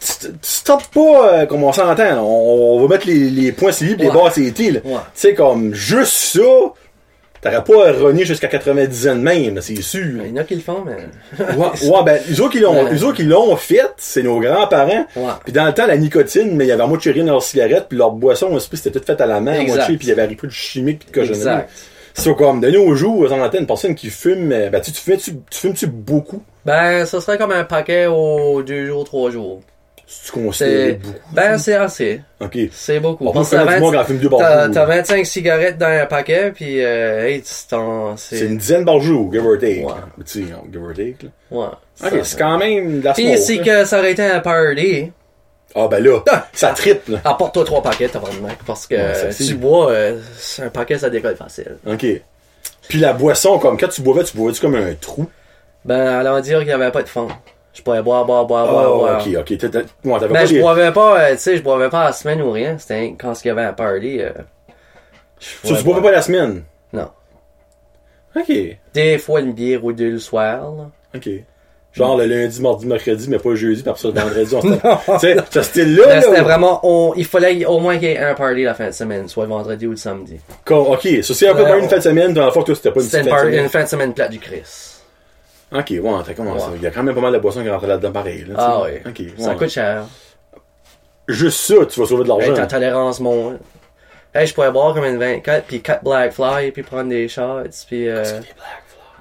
Speaker 1: tu tu stoppes pas, euh, comme on s'entend. On, on va mettre les, les points c'est libre, les
Speaker 2: Ouais.
Speaker 1: barres c'est été, là.
Speaker 2: Ouais.
Speaker 1: Tu sais, comme, juste ça, t'aurais pas rogné jusqu'à 90 ans de même, là, c'est sûr.
Speaker 2: Ben, Il y en a qui le font, mais...
Speaker 1: Ouais, ouais, ben, eux autres qui l'ont,
Speaker 2: Ouais.
Speaker 1: eux autres qui l'ont fait, c'est nos grands-parents.
Speaker 2: Ouais.
Speaker 1: Puis dans le temps, la nicotine, mais il y avait à moitié rien dans leurs cigarettes, puis leurs boissons, aussi, c'était tout fait à la main, à
Speaker 2: Exact.
Speaker 1: moitié, puis il y avait un peu de chimique, puis de cochonnerie.
Speaker 2: Exact.
Speaker 1: C'est comme, de nos jours, on entend une personne qui fume, euh, ben, tu, tu fumes-tu, tu fumes-tu beaucoup?
Speaker 2: Ben, ça serait comme un paquet aux deux jours, trois jours.
Speaker 1: Si tu considères
Speaker 2: C'est...
Speaker 1: beaucoup.
Speaker 2: Ben, c'est assez.
Speaker 1: Ok.
Speaker 2: C'est
Speaker 1: On
Speaker 2: beaucoup.
Speaker 1: peut
Speaker 2: Parce que
Speaker 1: faire
Speaker 2: t'as
Speaker 1: du monde
Speaker 2: 20
Speaker 1: quand on fume deux
Speaker 2: T'as
Speaker 1: par
Speaker 2: t'as
Speaker 1: jour.
Speaker 2: 25 cigarettes dans un paquet, puis euh, hey, tu t'en...
Speaker 1: C'est
Speaker 2: C'est...
Speaker 1: une dizaine par jour, give or take.
Speaker 2: Ouais.
Speaker 1: Tu sais, give or take, là.
Speaker 2: Ouais.
Speaker 1: Ok, c'est quand même hein. de la
Speaker 2: Puis
Speaker 1: smoke,
Speaker 2: c'est
Speaker 1: là.
Speaker 2: que ça aurait été un party.
Speaker 1: Ah, ben là, ça tripe, là.
Speaker 2: Apporte-toi trois paquets, tabarnak, parce que
Speaker 1: Ouais, ça,
Speaker 2: euh,
Speaker 1: c'est-
Speaker 2: tu bois, euh, c'est un paquet, ça décolle facile.
Speaker 1: OK. Puis la boisson, comme quand tu boivais, tu boivais-tu comme un trou?
Speaker 2: Ben, alors dire qu'il n'y avait pas de fond. Je pourrais boire, boire, boire, boire,
Speaker 1: Ah,
Speaker 2: boire.
Speaker 1: OK, OK. T'as- t'as- ouais, t'avais pas
Speaker 2: Ben, je
Speaker 1: les-
Speaker 2: boivais pas, euh, tu sais, je boivais pas la semaine ou rien. C'était quand il y avait un party. euh, je
Speaker 1: Ça, tu
Speaker 2: boivais
Speaker 1: boivais pas la semaine?
Speaker 2: Non.
Speaker 1: OK.
Speaker 2: Des fois, une bière ou deux le soir, là.
Speaker 1: OK. Genre le lundi, mardi, mercredi, mais pas jeudi, puis après ça, le vendredi, on s'était... Tu sais, ce style-là,
Speaker 2: Ben,
Speaker 1: là,
Speaker 2: c'était
Speaker 1: où-
Speaker 2: vraiment, on- il fallait au moins qu'il y ait un party la fin de semaine, soit le vendredi ou le samedi.
Speaker 1: Comme- OK, ça c'est un peu
Speaker 2: Ouais,
Speaker 1: comme
Speaker 2: on-
Speaker 1: une fin de semaine, dans la fois, toi, c'était pas une
Speaker 2: C'était
Speaker 1: petite
Speaker 2: une,
Speaker 1: fin de
Speaker 2: party-
Speaker 1: semaine.
Speaker 2: une fin de semaine plate du Christ.
Speaker 1: OK, ouais, t'as comment ça?
Speaker 2: Ouais.
Speaker 1: Il y a quand même pas mal de boissons qui rentrent là-dedans pareil, là, tu
Speaker 2: Ah
Speaker 1: sais.
Speaker 2: ouais.
Speaker 1: OK, ouais.
Speaker 2: Ça coûte cher.
Speaker 1: Juste ça, tu vas sauver de
Speaker 2: Hey, ta
Speaker 1: l'argent.
Speaker 2: tolérance monte. Hey, je pourrais boire comme une 24, puis 4 Black Fly, puis prendre des shots, puis... euh,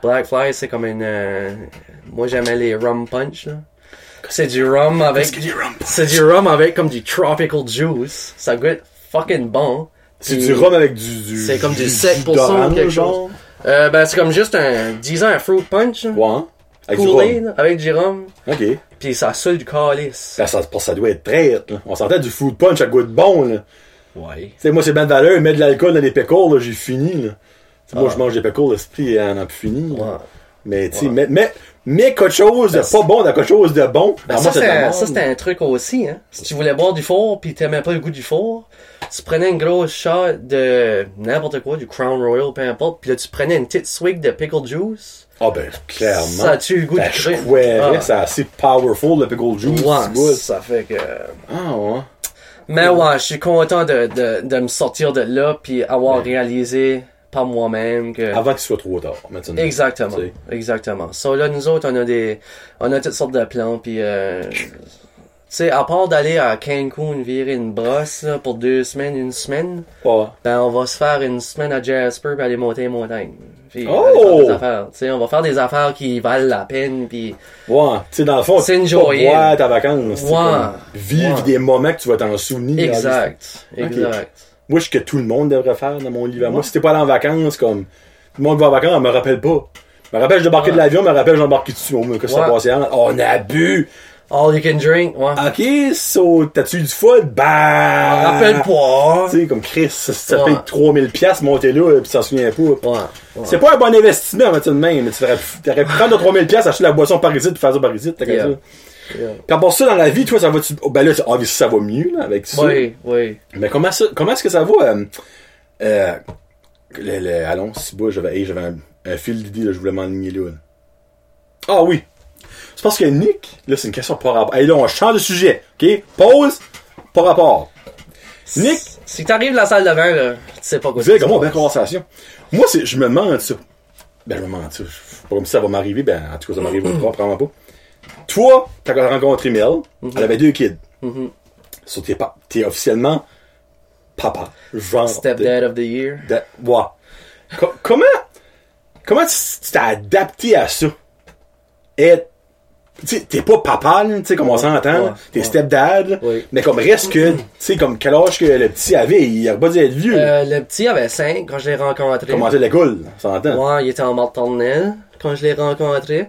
Speaker 2: Black Fly, c'est comme une... euh, Moi, j'aimais les rum punch, là. C'est du rum
Speaker 1: Qu'est-ce
Speaker 2: avec...
Speaker 1: que des rum punch?
Speaker 2: C'est du rum avec comme du tropical juice. Ça goûte fucking bon.
Speaker 1: C'est
Speaker 2: Puis-
Speaker 1: du rhum avec du... du-
Speaker 2: C'est comme du
Speaker 1: jus
Speaker 2: 7% ou
Speaker 1: d'orange,
Speaker 2: quelque chose.
Speaker 1: genre.
Speaker 2: Euh, ben, c'est comme juste un... Disons un fruit punch, là.
Speaker 1: Ouais, hein? Avec du
Speaker 2: Coulé,
Speaker 1: rhum.
Speaker 2: là, avec du rhum.
Speaker 1: OK.
Speaker 2: Puis ça saoule du calice.
Speaker 1: Ça, ça, ça doit être traite, là. On s'entend du food punch à goût de bon, là.
Speaker 2: Ouais.
Speaker 1: Tu sais, moi, c'est bien de valeur, mettre de l'alcool dans les pécoles, là, j'ai fini, là. Tu sais, Moi,
Speaker 2: Ah.
Speaker 1: je mange des pécoles, l'esprit, on a plus fini. là.
Speaker 2: Ouais.
Speaker 1: Mais, tu sais, mais, mais, mais quelque chose de pas bon dans quelque chose de bon.
Speaker 2: Ben,
Speaker 1: Alors, moi,
Speaker 2: ça, c'est
Speaker 1: de la
Speaker 2: un-
Speaker 1: merde.
Speaker 2: ça, c'était un truc aussi, hein. Si tu voulais boire du four pis t'aimais pas le goût du four, tu prenais une grosse shot de n'importe quoi, du Crown Royal, peu importe, pis là, tu prenais une petite swig de pickle juice.
Speaker 1: Ah, ben, clairement.
Speaker 2: Ça tue le goût
Speaker 1: Ben,
Speaker 2: du
Speaker 1: je
Speaker 2: truc.
Speaker 1: croirais,
Speaker 2: Ah.
Speaker 1: c'est assez powerful, le pickle juice. tu
Speaker 2: Ouais,
Speaker 1: goûtes.
Speaker 2: ça fait que...
Speaker 1: Ah, ouais.
Speaker 2: Mais ouais, je suis content de, de, de me sortir de là pis avoir réalisé par moi-même que...
Speaker 1: Avant qu'il soit trop tard, maintenant.
Speaker 2: Exactement,
Speaker 1: Tu sais.
Speaker 2: exactement. So là, nous autres, on a des, on a toutes sortes de plans, puis euh, tu sais, à part d'aller à Cancun virer une brosse là, pour deux semaines, une semaine,
Speaker 1: Ouais.
Speaker 2: ben on va se faire une semaine à Jasper puis aller monter les montagnes. Puis
Speaker 1: Oh!
Speaker 2: aller faire des affaires. Tu sais, on va faire des affaires qui valent la peine, puis
Speaker 1: Ouais. Tu sais, dans le fond,
Speaker 2: C'est
Speaker 1: tu peux pas
Speaker 2: enjoyable.
Speaker 1: boire ta vacance. tu sais,
Speaker 2: Ouais.
Speaker 1: comme Vivre
Speaker 2: Ouais.
Speaker 1: des moments que tu vas t'en souvenir.
Speaker 2: exact, exact.
Speaker 1: Moi, ce que tout le monde devrait faire dans mon livre à moi,
Speaker 2: Ouais.
Speaker 1: si t'es pas allé en vacances, comme tout le monde va en vacances, on me rappelle pas. Je me rappelle, j'ai débarqué
Speaker 2: Ouais.
Speaker 1: de l'avion, je me rappelle, j'ai embarqué dessus. Oh, mais qu'est-ce que ça
Speaker 2: Ouais.
Speaker 1: passait avant? Oh, On a bu!
Speaker 2: All you can drink, ouais.
Speaker 1: Ok, so, t'as-tu eu du fun? Bah!
Speaker 2: Rappelle-toi.
Speaker 1: Tu sais, comme Chris, ça, ça
Speaker 2: Ouais.
Speaker 1: fait 3000 pièces monter là, euh, pis t'en souviens pas.
Speaker 2: Ouais. ouais.
Speaker 1: C'est pas un bon investissement, mais tu sais, de même. mais Tu ferais- t'aurais pu prendre de 3000 pièces, acheter la boisson parisite, pis faire ça parisite, t'as qu'à
Speaker 2: Yeah.
Speaker 1: ça.
Speaker 2: Yeah.
Speaker 1: Puis à part ça, dans la vie, toi, ça va-tu... oh, ben là, c'est- ah, mais ça va mieux, là, avec ça.
Speaker 2: Oui, oui.
Speaker 1: Mais comment ça, comment est-ce que ça va euh, euh, le, le- allons, si bas, j'avais hey, j'avais un, un fil d'idée là, je voulais m'enligner là. Ah oui. C'est parce que Nick, là c'est une question par rapport. Hey là, on change de sujet. OK Pause par rapport. Nick,
Speaker 2: Si t'arrives à la salle de bain, là, tu sais pas quoi.
Speaker 1: vous savez
Speaker 2: tu
Speaker 1: comment on
Speaker 2: vas.
Speaker 1: a une conversation. Moi c'est je me demande ça. Ben je me demande ça. Je- Pas comme si ça va m'arriver, ben en tout cas ça m'arrive pas, probablement pas. Toi, t'as rencontré Mel, elle avait deux kids. So, t'es pas t'es officiellement papa. Genre de-
Speaker 2: Stepdad of the year.
Speaker 1: Da- ouais. Co- comment comment tu tu t'es adapté à ça? Être tu sais, t'es pas papa, là, tu sais, comme on s'entend,
Speaker 2: ouais,
Speaker 1: t'es
Speaker 2: ouais.
Speaker 1: stepdad, là,
Speaker 2: Oui.
Speaker 1: mais comme reste que, tu sais, comme quel âge que le petit avait, il a pas dû être vieux.
Speaker 2: Euh, le petit avait 5 quand je l'ai rencontré.
Speaker 1: Commencer l'école, on s'entend.
Speaker 2: Ouais, il était en maternelle quand je l'ai rencontré.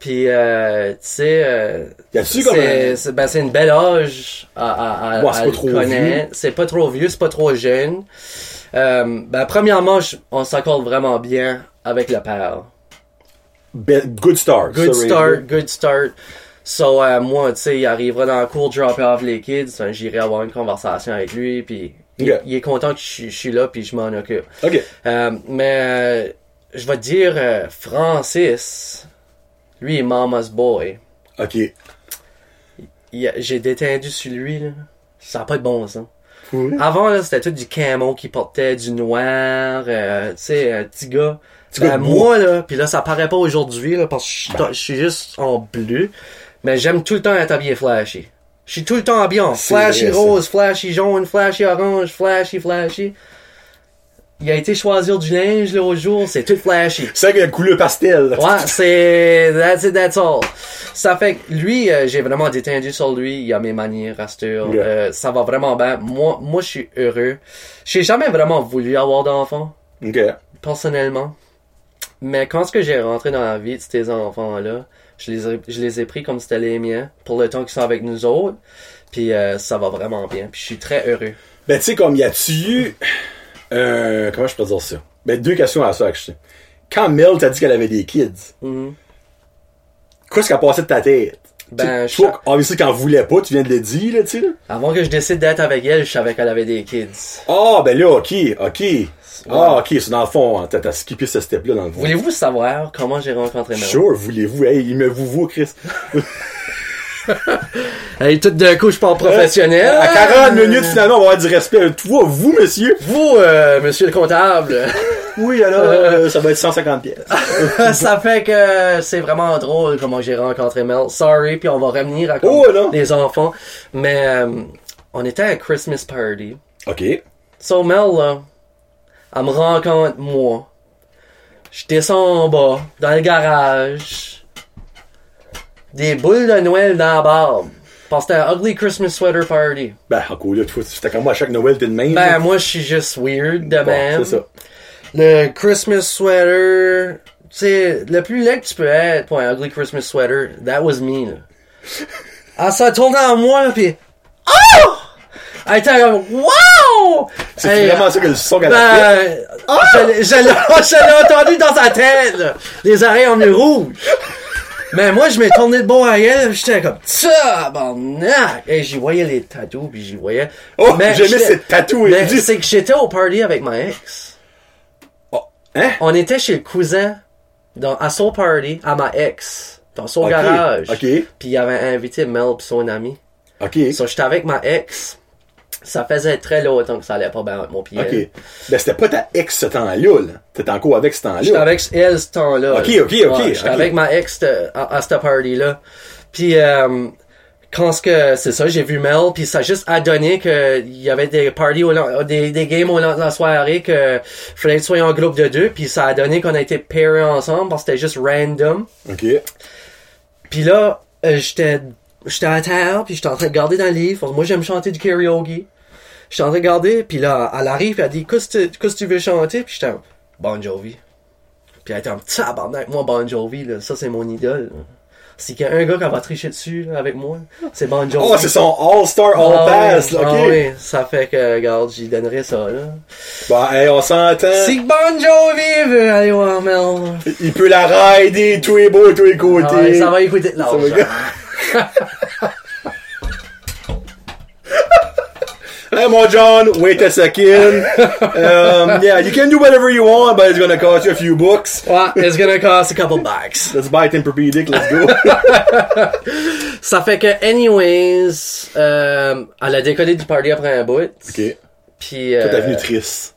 Speaker 2: Puis, euh, tu sais, euh,
Speaker 1: Y a-tu comme
Speaker 2: c'est
Speaker 1: un-
Speaker 2: c'est- ben, c'est une belle âge à, à, à,
Speaker 1: Ouais, c'est
Speaker 2: à
Speaker 1: pas
Speaker 2: le
Speaker 1: trop vieux.
Speaker 2: connaître. C'est pas trop vieux, c'est pas trop jeune. Euh, ben, premièrement, je- on s'accorde vraiment bien avec le père.
Speaker 1: Be- good start.
Speaker 2: Good
Speaker 1: ça,
Speaker 2: start,
Speaker 1: Ranger.
Speaker 2: good start. So, euh, moi, tu sais, il arrivera dans la cour, drop off les kids, hein, j'irai avoir une conversation avec lui, puis il-
Speaker 1: Ok.
Speaker 2: il, est content que je, suis- je suis là, puis je m'en occupe.
Speaker 1: OK.
Speaker 2: Euh, mais euh, je vais te dire, euh, Francis, lui est mama's boy.
Speaker 1: OK.
Speaker 2: Il a- J'ai détendu sur lui, là. Ça n'a pas de bon sens.
Speaker 1: Oui.
Speaker 2: Avant, là, c'était tout du camon qui portait, du noir, euh, tu sais, un petit gars.
Speaker 1: gars
Speaker 2: Ben,
Speaker 1: de Ben.
Speaker 2: moi, là, puis là, ça paraît pas aujourd'hui, là, parce que je suis to- je suis juste en bleu. Mais j'aime tout le temps être habillé flashy. Je suis tout le temps habillé en
Speaker 1: C'est
Speaker 2: flashy
Speaker 1: vrai, ça.
Speaker 2: rose, flashy jaune, flashy orange, flashy, flashy. Il a été choisir du linge, l'autre jour, c'est tout flashy.
Speaker 1: C'est vrai qu'il y a le couleur pastel. là.
Speaker 2: Ouais, c'est. That's it, that's all. Ça fait que lui, euh, j'ai vraiment détendu sur lui. Il a mes manières, Rastur.
Speaker 1: Yeah.
Speaker 2: Euh, ça va vraiment bien. Moi, moi je suis heureux. J'ai jamais vraiment voulu avoir d'enfants,
Speaker 1: OK.
Speaker 2: personnellement. Mais quand ce que j'ai rentré dans la vie de ces enfants-là, je les, ai, je les ai pris comme c'était les miens pour le temps qu'ils sont avec nous autres. Puis euh, ça va vraiment bien. Puis je suis très heureux.
Speaker 1: Ben, tu sais, comme, y a-tu eu. Euh, comment je peux dire ça? Ben, deux questions à ça, actually. Quand Mel t'a dit qu'elle avait des kids,
Speaker 2: Mhm.
Speaker 1: qu'est-ce qui a passé de ta tête?
Speaker 2: Ben,
Speaker 1: Tu-
Speaker 2: je-
Speaker 1: toi, obviously, quand voulais pas, tu viens de le dire, là, tu sais, là.
Speaker 2: Avant que je décide d'être avec elle, je savais qu'elle avait des kids.
Speaker 1: Ah, ben là, ok, ok. Ah, ok, c'est dans le fond, t'as t'as skippé ce step-là dans le fond.
Speaker 2: Voulez-vous savoir comment j'ai rencontré Mel?
Speaker 1: Sure, voulez-vous, hey, il me vous vous, Chris.
Speaker 2: Et tout d'un coup, je parle professionnel.
Speaker 1: Euh, À 40 minutes, finalement, on va avoir du respect. Toi, vous, monsieur.
Speaker 2: Vous, euh, monsieur le comptable,
Speaker 1: Oui, alors, euh, ça va être 150 pièces.
Speaker 2: ça fait que c'est vraiment drôle comment j'ai rencontré Mel. Sorry, puis on va revenir à comme
Speaker 1: Oh, non.
Speaker 2: les enfants. Mais euh, on était à un Christmas party.
Speaker 1: Ok.
Speaker 2: So Mel, là, elle me rencontre moi. Je descends en bas, dans le garage. Des boules de Noël dans la barbe. Parce que c'était un ugly Christmas sweater party.
Speaker 1: Ben, encore là, toi, c'était comme moi, à chaque Noël, t'es de même.
Speaker 2: Ben,
Speaker 1: là.
Speaker 2: moi, ben, je suis juste weird de
Speaker 1: Mm-hmm. Bon,
Speaker 2: même.
Speaker 1: c'est ça.
Speaker 2: Le Christmas sweater. Tu sais, le plus laid que tu peux être pour un ugly Christmas sweater, that was me, là. Ah, ça tourne en moi, là, pis. Oh! Elle était comme, wow!
Speaker 1: C'est
Speaker 2: Hey,
Speaker 1: vraiment ça que le son qu'elle a fait.
Speaker 2: Ben, je l'ai- je l'ai je l'ai entendu dans sa tête, là. Les oreilles en nez rouge. Mais moi, je m'ai tourné de bon à elle, pis j'étais comme, tabarnak! Et j'y voyais les tatous, pis j'y voyais.
Speaker 1: Oh,
Speaker 2: Mais
Speaker 1: j'aimais
Speaker 2: j'étais-
Speaker 1: cette tatou.
Speaker 2: Mais
Speaker 1: elle dit-
Speaker 2: c'est que j'étais au party avec ma ex.
Speaker 1: Oh, Hein?
Speaker 2: On était chez le cousin dans, à son party à ma ex dans son
Speaker 1: Ok,
Speaker 2: garage.
Speaker 1: ok.
Speaker 2: Puis il avait invité Mel pis son ami.
Speaker 1: Ok.
Speaker 2: So j'étais avec ma ex. Ça faisait très longtemps que ça allait pas bien avec mon pied.
Speaker 1: Ok. Ben, c'était pas ta ex ce temps-là, là. T'étais encore avec ce
Speaker 2: J'étais
Speaker 1: temps-là.
Speaker 2: avec elle ce temps-là.
Speaker 1: Ok, ok, ok,
Speaker 2: Ouais,
Speaker 1: ok.
Speaker 2: J'étais avec ma ex de- à, à ce party-là. Puis, euh, quand ce que, c'est ça, j'ai vu Mel, puis ça a juste a donné qu'il y avait des parties, au long- des, des games au long de la soirée, que fallait que tu sois en groupe de deux, puis ça a donné qu'on a été pairés ensemble, parce que c'était juste random.
Speaker 1: Ok.
Speaker 2: Ah Puis là, euh, j'étais j'étais à terre, puis j'étais en train de regarder dans le livre. Moi, j'aime chanter du karaoke. J'étais en train de regarder, puis là, elle arrive, puis elle dit Qu'est-ce que tu- qu'est-ce que tu veux chanter Puis j'étais en Bon Jovi. Puis elle était en tabarnak, moi, Bon Jovi, là, ça, c'est mon idole. là. S'il y a un gars qui va tricher dessus là, avec moi, c'est Bon Jovi.
Speaker 1: Oh, c'est son All-Star
Speaker 2: Ah
Speaker 1: All-Pass,
Speaker 2: oui,
Speaker 1: là, ok.
Speaker 2: ah oui, ça fait que, regarde, j'y donnerais ça, là.
Speaker 1: Bon, hey, on s'entend.
Speaker 2: Si Bon Jovi veut aller voir Mel,
Speaker 1: Il peut la rider, tout est beau, tout est côté.
Speaker 2: ah ouais, ça va écouter de
Speaker 1: Ça va,
Speaker 2: l'argent.
Speaker 1: gars. Hey, mon John, wait a second. um, yeah, you can do whatever you want, but it's gonna cost you a few bucks.
Speaker 2: Ouais, it's gonna cost a couple bucks.
Speaker 1: Let's buy Tempur-Pedic, let's go.
Speaker 2: Ça fait que, anyways, euh, elle a décollé du party après un bout.
Speaker 1: ok.
Speaker 2: Puis, euh,
Speaker 1: T'es venu triste.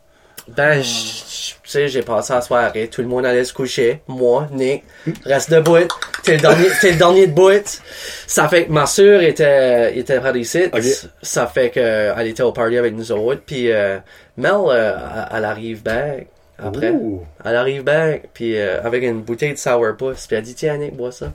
Speaker 2: ben, je- je- tu sais, j'ai passé la soirée, tout le monde allait se coucher. Moi, Nick, reste debout. T'es le dernier, t'es le dernier debout. Ça fait que ma sœur était, était par ici.
Speaker 1: Ok.
Speaker 2: Ça fait que, euh, elle était au party avec nous autres. Puis, euh, Mel, euh, elle- elle arrive back. Après,
Speaker 1: Ouh.
Speaker 2: elle arrive back, puis euh, avec une bouteille de sourpuss, puis elle dit tiens Nick bois ça.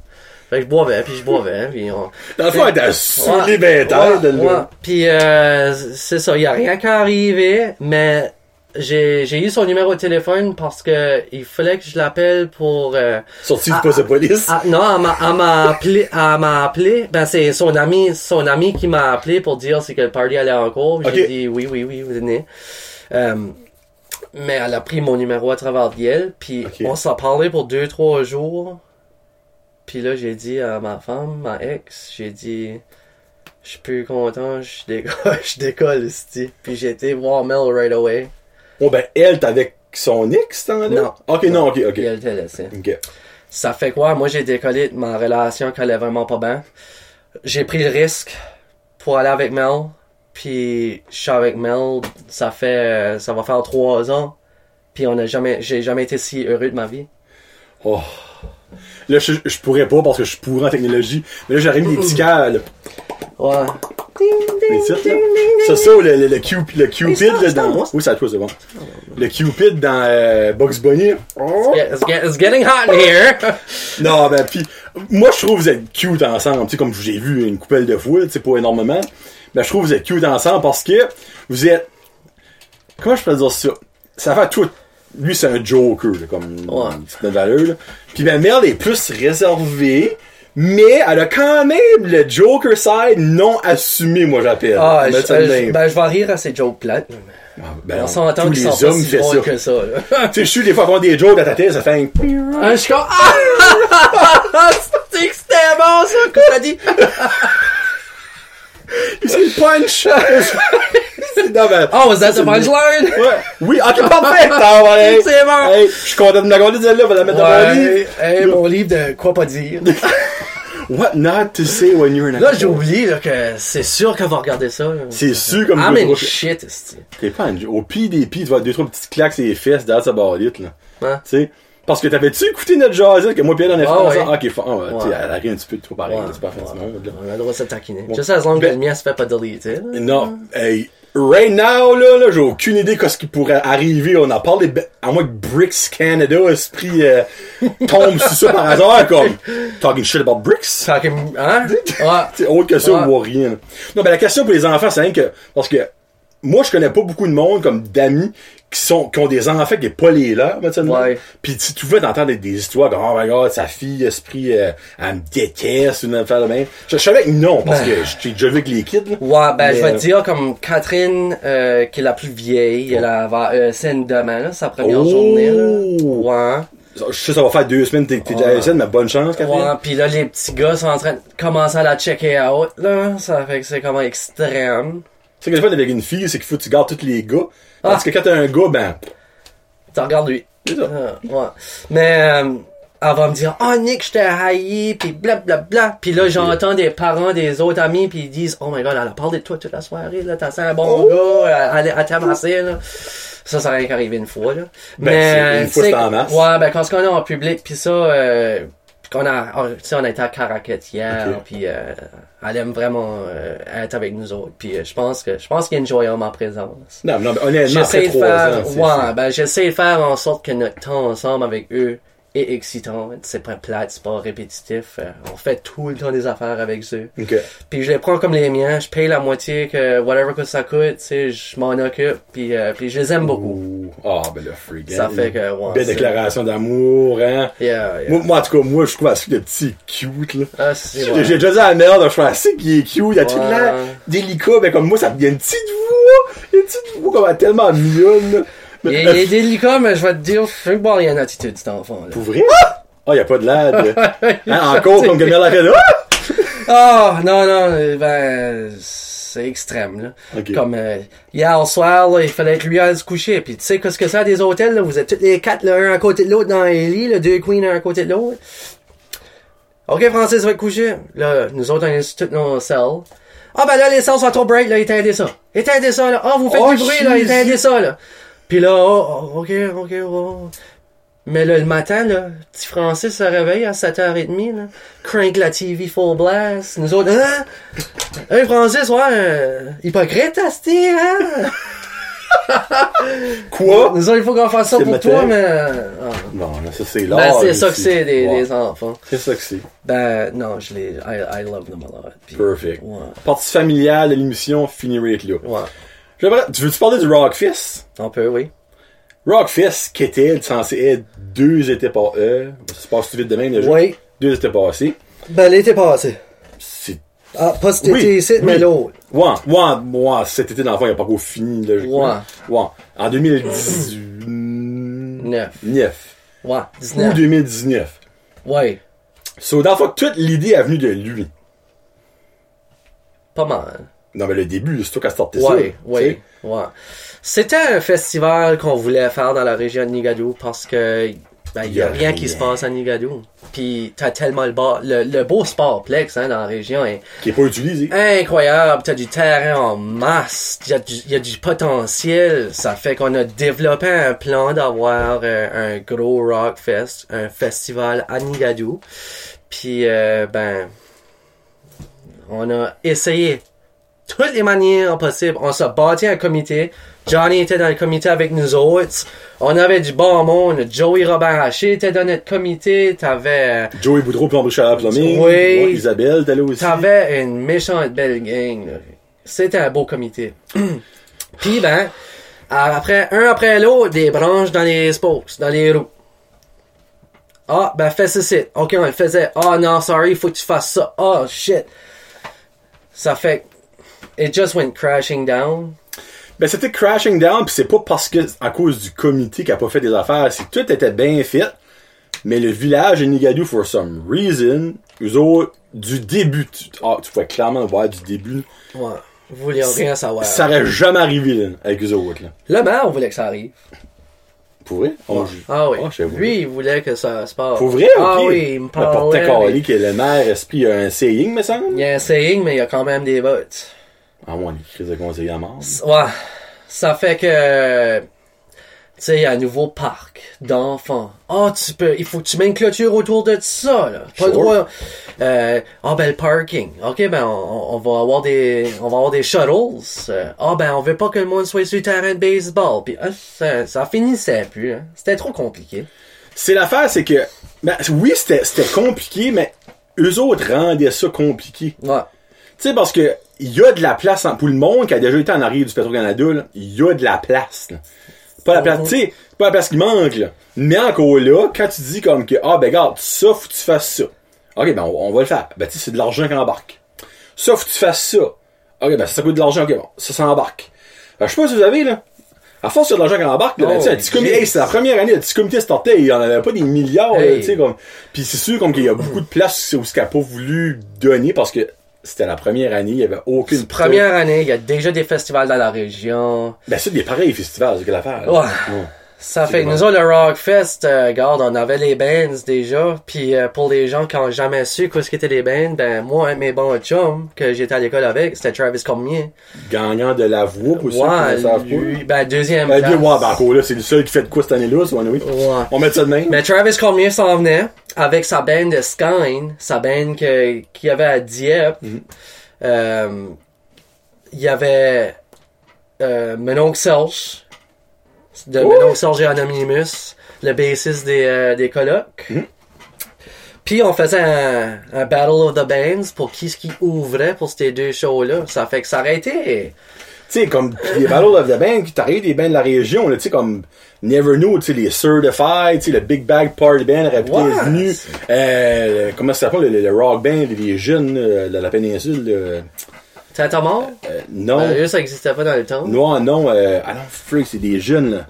Speaker 2: Fait que je boivais, puis je boivais, puis on,
Speaker 1: Dans le fond, elle t'a saoulé ben
Speaker 2: Ouais,
Speaker 1: tard, de
Speaker 2: ouais.
Speaker 1: le
Speaker 2: Puis euh, c'est ça, il y a rien qui est arrivé, mais j'ai j'ai eu son numéro de téléphone parce que il fallait que je l'appelle pour euh,
Speaker 1: Sorti du
Speaker 2: Ah,
Speaker 1: poste de police.
Speaker 2: ah, non, elle m'a- elle m'a appelé, elle m'a appelé. Ben c'est son ami, son ami qui m'a appelé pour dire c'est que le party allait en cours. J'ai
Speaker 1: Ok.
Speaker 2: dit oui, oui, oui, venez. Euh, mais elle a pris mon numéro à travers d'elle, puis
Speaker 1: Ok.
Speaker 2: on s'en parlait pour deux, trois jours. Puis là, j'ai dit à ma femme, ma ex, j'ai dit, je suis plus content, je décolle, je décolle, c'ti. Puis j'ai été voir Mel right away.
Speaker 1: Oh, ben, elle, t'es avec son ex, temps là
Speaker 2: Non.
Speaker 1: Ok, non, ok, ok.
Speaker 2: Puis elle était laissée.
Speaker 1: Ok.
Speaker 2: Ça fait quoi? Moi, j'ai décollé de ma relation qu'elle est vraiment pas bien. J'ai pris le risque pour aller avec Mel. Puis je suis avec Mel, ça fait, euh, ça va faire trois ans. Puis on a jamais, j'ai jamais été si heureux de ma vie.
Speaker 1: Oh. Là, je, je pourrais pas parce que je pourrais en technologie. Mais là, j'aurais mis des petits cœurs, le
Speaker 2: Ouais.
Speaker 1: Les titres, là. Ça, ça, ou le, le, le, Cup- le Cupid,
Speaker 2: ça,
Speaker 1: là,
Speaker 2: c'est à
Speaker 1: dans...
Speaker 2: moi.
Speaker 1: Oui, c'est à toi, c'est bon. Le Cupid dans euh, Bugs Bunny. Oh.
Speaker 2: Yeah, it's, get- it's getting hot in here.
Speaker 1: Non, ben, pis... Moi, je trouve que vous êtes cute ensemble. Tu sais, comme j'ai vu une coupelle de fois, là, tu sais, pas énormément. Mais je trouve que vous êtes cute ensemble parce que vous êtes... Comment je peux dire ça? Ça fait tout... Lui, c'est un joker, là, comme...
Speaker 2: Ouais.
Speaker 1: Une petite valeur, là. Pis ma mère, elle est plus réservée. mais elle a quand même le Joker side non assumé, moi j'appelle.
Speaker 2: Ah, je,
Speaker 1: Mettre ça de
Speaker 2: euh, je-
Speaker 1: même.
Speaker 2: ben, je vais en rire à ces jokes plates.
Speaker 1: Ah, ben,
Speaker 2: On s'entend
Speaker 1: tous
Speaker 2: qu'ils sont
Speaker 1: les
Speaker 2: pas
Speaker 1: hommes
Speaker 2: si
Speaker 1: font
Speaker 2: bons
Speaker 1: ça.
Speaker 2: que ça, là.
Speaker 1: Tu sais, je suis des fois quand des jokes dans ta tête, ça fait un...
Speaker 2: Ah, je suis comme, ah! Ah! C'est que c'était bon, ça, que t'as dit.
Speaker 1: C'est le punch!
Speaker 2: Ah,
Speaker 1: non, ben...
Speaker 2: Oh, was that the punchline?
Speaker 1: Ouais. Oui, ok, parfait! Ah, ouais, hey.
Speaker 2: C'est bon.
Speaker 1: Hey, je suis content de me la garder, celle-là, va la mettre dans mon
Speaker 2: Ouais,
Speaker 1: livre.
Speaker 2: hey, mon livre de quoi pas dire.
Speaker 1: What not to say when you're in a
Speaker 2: Là, j'ai oublié là, que c'est sûr qu'on va regarder ça. là.
Speaker 1: C'est sûr comme
Speaker 2: Ah,
Speaker 1: le
Speaker 2: mais
Speaker 1: gros-
Speaker 2: shit, esti.
Speaker 1: T'es pas un- Au pire des pires, tu vois, deux, trois petites claques sur les fesses derrière sa barrette, là.
Speaker 2: Hein?
Speaker 1: Tu sais. Parce que t'avais-tu écouté notre jazzette que moi pis elle en a fait
Speaker 2: Ah,
Speaker 1: ensemble?
Speaker 2: ouais.
Speaker 1: Ah, ok, fa- ah, ouais, tu sais,
Speaker 2: Ouais.
Speaker 1: elle arrive un petit peu trop pareil,
Speaker 2: Ouais,
Speaker 1: c'est pas fin du monde, là.
Speaker 2: On a le droit de se taquiner.
Speaker 1: Bon.
Speaker 2: Juste à la langue
Speaker 1: Ben-
Speaker 2: que le mien se fait pas deleter. là.
Speaker 1: Non, hey, right now, là, là j'ai aucune idée de ce qui pourrait arriver. On en parle, des be- à moins que BRICS Canada, esprit, euh, tombe sur ça par hasard, comme, talking shit about BRICS.
Speaker 2: Talking- Hein? Ouais.
Speaker 1: C'est autre que ça,
Speaker 2: Ouais.
Speaker 1: on voit rien. Non, mais la question pour les enfants, c'est rien que, parce que, moi, je connais pas beaucoup de monde, comme d'amis, qui sont, qui ont des enfants qui est pas les leurs, maintenant.
Speaker 2: Ouais.
Speaker 1: Puis si tu veux t'entendre des, des histoires, comme, oh my god, sa fille, esprit, euh, elle me déteste, ou une affaire de même. Je, je savais que non, parce que j'ai déjà vu avec les kids, là.
Speaker 2: Ben. Ouais, ben, je vais
Speaker 1: Mais- euh,
Speaker 2: te dire, comme Catherine, euh, qui est la plus vieille, elle a va- euh, scène demain, là, sa première
Speaker 1: Oh.
Speaker 2: journée, là.
Speaker 1: Je sais, ça va faire deux semaines que t'es t'es déjà à la scène, mais bonne chance,
Speaker 2: Ouais.
Speaker 1: Catherine.
Speaker 2: Ouais, pis là, les petits gars sont en train de commencer à la checker out, là. Ça fait que c'est comme extrême.
Speaker 1: C'est que le fun avec une fille, c'est qu'il faut que tu gardes tous les gars.
Speaker 2: Ah.
Speaker 1: Parce que quand t'as un gars, ben,
Speaker 2: T'en regardes lui.
Speaker 1: c'est ça.
Speaker 2: Euh, ouais. Mais euh, elle va me dire « Oh Nick, je t'ai haï, puis blablabla. » Puis là, j'entends des parents des autres amis, puis ils disent « Oh my God, elle a parlé de toi toute la soirée, là, t'as fait un
Speaker 1: Oh!
Speaker 2: bon gars, elle, elle, elle t'a amassé, là. » Ça, ça rien qu'arrivé une fois, là.
Speaker 1: Ben,
Speaker 2: euh,
Speaker 1: c'est- une fois,
Speaker 2: tu sais,
Speaker 1: c'est en masse.
Speaker 2: Ouais, ben quand on est en public, puis ça... Euh, qu'on a, on, tu sais, on était à Caracat hier,
Speaker 1: Ok.
Speaker 2: puis euh, elle aime vraiment euh, être avec nous autres. Puis euh, je pense que je pense qu'il enjoy ma présence.
Speaker 1: Non, non, mais honnêtement, après
Speaker 2: J'essaie de
Speaker 1: trois
Speaker 2: faire,
Speaker 1: ans, c'est-
Speaker 2: ouais, ben j'essaie de faire en sorte que notre temps ensemble avec eux est excitant. C'est pas plate, c'est pas répétitif. Euh, On fait tout le temps des affaires avec eux.
Speaker 1: c'est- ok.
Speaker 2: Puis je les prends comme les miens. Je paye la moitié que whatever que ça coûte, tu sais, je m'en occupe. Puis, euh, puis je les aime beaucoup.
Speaker 1: Ouh. Ah, ben le freak.
Speaker 2: Ça
Speaker 1: hein.
Speaker 2: fait que, ouais,
Speaker 1: Belle
Speaker 2: c'est-
Speaker 1: déclaration d'amour, hein.
Speaker 2: Yeah, yeah.
Speaker 1: Moi, moi, en tout cas, moi, je trouve assez le petit cute, là.
Speaker 2: Ah, c'est
Speaker 1: J'ai
Speaker 2: vrai.
Speaker 1: j'ai déjà dit à la merde, je suis assez qu'il est cute, il a tout
Speaker 2: Ouais.
Speaker 1: l'air délicat, mais comme moi, ça devient une petite voix, une petite voix comme elle est tellement mignonne, là.
Speaker 2: Il,
Speaker 1: Mais, euh,
Speaker 2: est- il est délicat, mais je vais te dire, je sais pas, il y a une attitude, cet enfant, là.
Speaker 1: pour vrai? Ah, y a pas de l'air de... Hein, encore, comme Gabriel l'a fait, là. Ah!
Speaker 2: Ah, non, non, euh, ben, c'est extrême, là.
Speaker 1: Ok.
Speaker 2: Comme, euh, hier soir, là, il fallait que lui aille se coucher. Puis, tu sais, qu'est-ce que c'est à des hôtels, là? Vous êtes toutes les quatre, là, un à côté de l'autre dans les lits, là, deux queens, un à côté de l'autre. OK, Francis va te coucher. Là, nous autres, on est sur toutes nos selles. Ah, ben là, les selles sont trop bright, là, éteindez ça. Éteindez ça, là. Ah, vous faites
Speaker 1: Oh,
Speaker 2: du bruit, là,
Speaker 1: Jésus.
Speaker 2: éteindez ça, là. Puis là, oh, oh, OK, OK, oh. Mais là, le matin, là, petit Francis se réveille à 7h30, là. Crank la TV full blast. Nous autres, hein? Hey, Francis, ouais, euh, hypocrite, Asti, hein?
Speaker 1: Quoi?
Speaker 2: Nous autres, il faut qu'on fasse ça
Speaker 1: Oh! C'est
Speaker 2: pour
Speaker 1: le
Speaker 2: toi,
Speaker 1: matin.
Speaker 2: mais... euh, ah.
Speaker 1: Non, là, ça, c'est l'art.
Speaker 2: Ben, c'est ça que
Speaker 1: ici.
Speaker 2: c'est, des,
Speaker 1: Ouais.
Speaker 2: des enfants.
Speaker 1: C'est ça que c'est.
Speaker 2: Ben, non, je les... I, I love them a lot. Puis-
Speaker 1: Perfect.
Speaker 2: Ouais.
Speaker 1: Partie familiale de l'émission, finirait avec là.
Speaker 2: Ouais.
Speaker 1: J'aimerais- Tu veux-tu parler du Rockfist?
Speaker 2: On peut, oui.
Speaker 1: Rockfest, qui était censé être deux étés par euh, ça se passe tout vite demain, le jeu.
Speaker 2: Oui.
Speaker 1: Deux étés passés.
Speaker 2: Ben, l'été passé.
Speaker 1: C'est.
Speaker 2: Ah, pas cet
Speaker 1: Oui,
Speaker 2: été ici,
Speaker 1: oui.
Speaker 2: mais oh. l'autre.
Speaker 1: Ouais, ouais, ouais, cet été, dans le fond, il n'y a pas encore fini, logiquement. Ouais. En 2019.
Speaker 2: Neuf. Ouais,
Speaker 1: Ou
Speaker 2: 19.
Speaker 1: 2019.
Speaker 2: Ouais,
Speaker 1: So, dans le fond, toute l'idée est venue de lui.
Speaker 2: pas mal.
Speaker 1: Non, mais le début, c'est toi qui as starté ça.
Speaker 2: Ouais,
Speaker 1: tu
Speaker 2: ouais,
Speaker 1: sais.
Speaker 2: ouais. C'était un festival qu'on voulait faire dans la région de Nigadou parce que ben, il y
Speaker 1: Y
Speaker 2: a,
Speaker 1: a
Speaker 2: rien, qui
Speaker 1: rien.
Speaker 2: se passe à Nigadou. Puis t'as tellement le, bar- le, le beau sportplex hein, dans la région est
Speaker 1: Qui n'est pas utilisé.
Speaker 2: incroyable. T'as du terrain en masse, il y, a du- y a du potentiel. Ça fait qu'on a développé un plan d'avoir euh, un gros rock fest, un festival à Nigadou. Puis euh, ben, on a essayé toutes les manières possibles. On s'est bâti un comité. Johnny était dans le comité avec nous autres. On avait du bon monde. Joey Robert Haché était dans notre comité. T'avais euh,
Speaker 1: Joey Boudreau, plomberie Chaleur Plumbing.
Speaker 2: Oui.
Speaker 1: Ouais, Isabelle, t'allais aussi.
Speaker 2: T'avais une méchante belle gang. là. C'était un beau comité. Puis ben, après un après l'autre, des branches dans les spokes, dans les roues. Ah, ben fais ceci. Ok, on le faisait. Ah non, sorry, faut que tu fasses ça. Oh shit. Ça fait. It just went crashing down.
Speaker 1: Ben, c'était crashing down, puis c'est pas parce que, à cause du comité qui a pas fait des affaires, c'est que tout était bien fait, mais le village de Nigadou, for some reason, eux autres, du début, tu, ah, tu pouvais clairement le voir du début,
Speaker 2: Ouais. Vous vouliez rien savoir.
Speaker 1: ça aurait jamais arrivé, là, avec eux autres, là.
Speaker 2: Le maire voulait que ça arrive.
Speaker 1: Pour vrai? Oh, je-
Speaker 2: Ah oui.
Speaker 1: je sais pas.
Speaker 2: Lui, il voulait que ça se passe.
Speaker 1: Pour vrai, ok.
Speaker 2: Ah oui, il me
Speaker 1: Le porte
Speaker 2: parlait. mais-
Speaker 1: qui est le maire, esprit, il y a un saying, me semble.
Speaker 2: Il y a un saying, mais il y a quand même des votes.
Speaker 1: Ah, moi, une crise de conseil à mort.
Speaker 2: Ouais. Ça fait que. Tu sais, il y a un nouveau parc d'enfants. Ah, tu peux. Il faut que tu mets une clôture autour de ça, là. Pas le
Speaker 1: Sure.
Speaker 2: droit. Euh, Ah, ben, le parking. Ok, ben, on, on va avoir des. On va avoir des shuttles. Euh, Ah, ben, on veut pas que le monde soit sur le terrain de baseball. Puis, ah, ça, ça finissait plus, hein. C'était trop compliqué.
Speaker 1: C'est l'affaire, c'est que, ben, oui, c'était c'était compliqué, mais eux autres rendaient ça compliqué.
Speaker 2: Ouais.
Speaker 1: Tu sais, parce que il y a de la place en- pour le monde qui a déjà été en arrière du Petro-Canada, là, il y a de la place. là. Pas la place, tu sais, c'est pas la place qui manque. Là. Mais encore là, quand tu dis comme que, ah ben regarde, ça, faut que tu fasses ça. Ok, ben on, on va le faire. Ben tu sais, c'est de l'argent qui embarque. Ça, faut que tu fasses ça. Ok, ben ça coûte de l'argent, ok, bon, ça, ça embarque. Ben, je sais pas si vous avez, là. À force de l'argent qui embarque, là, ben,
Speaker 2: Oh,
Speaker 1: tu sais, un petit comité,
Speaker 2: yes.
Speaker 1: hey, c'est la première année, le petit comité startait, il y en avait pas des milliards, là,
Speaker 2: Hey.
Speaker 1: tu sais, comme. Puis c'est sûr comme qu'il y a beaucoup de places où ce qu'elle a pas voulu donner parce que c'était la première année, il y avait aucune
Speaker 2: Première année, il y a déjà des festivals dans la région.
Speaker 1: Ben c'est des pareils festivals, c'est que l'affaire. là.
Speaker 2: Ouais.
Speaker 1: Ouais.
Speaker 2: Ça fait que
Speaker 1: bon.
Speaker 2: nous autres, le Rockfest, euh, regarde, on avait les bands déjà. Puis euh, pour les gens qui ont jamais su qu'est-ce qu'étaient les bands, ben moi, un de mes bons chums que j'étais à l'école avec, c'était Travis Cormier.
Speaker 1: Gagnant de la voix pour ceux qui
Speaker 2: Ouais,
Speaker 1: ne savent
Speaker 2: lui, ben deuxième
Speaker 1: pas. Ben,
Speaker 2: place.
Speaker 1: lui, ouais, ben, encore là, c'est le seul qui fait de quoi cette année-là, ce one-week.
Speaker 2: Ouais.
Speaker 1: On met ça de même.
Speaker 2: Mais Travis Cormier s'en venait avec sa band de Skyn, sa band que- qu'il y avait à Dieppe.
Speaker 1: Mhm.
Speaker 2: Euh, il y avait euh, Menon Selch, de Menon Selch et Anonymous, le bassiste des, euh, des colocs.
Speaker 1: Mhm.
Speaker 2: Puis on faisait un, un Battle of the Bands pour qui ce qui ouvrait pour ces deux shows-là. Ça fait que ça aurait été...
Speaker 1: Tu sais, comme pis les Battle of the Band, qui t'arrives des bands de la région, là, tu sais, comme Never Know, tu sais, les Certified, tu sais, le Big Bag Party Band, aurait pu
Speaker 2: Ouais.
Speaker 1: être venu, euh, comment ça s'appelle, le, le- le rock band, les jeunes euh, de la péninsule, euh,
Speaker 2: Tête à mort?
Speaker 1: euh, non.
Speaker 2: Ben, eux, ça n'existait pas dans le temps.
Speaker 1: Non, non, euh, ah non, freak, c'est des jeunes, là.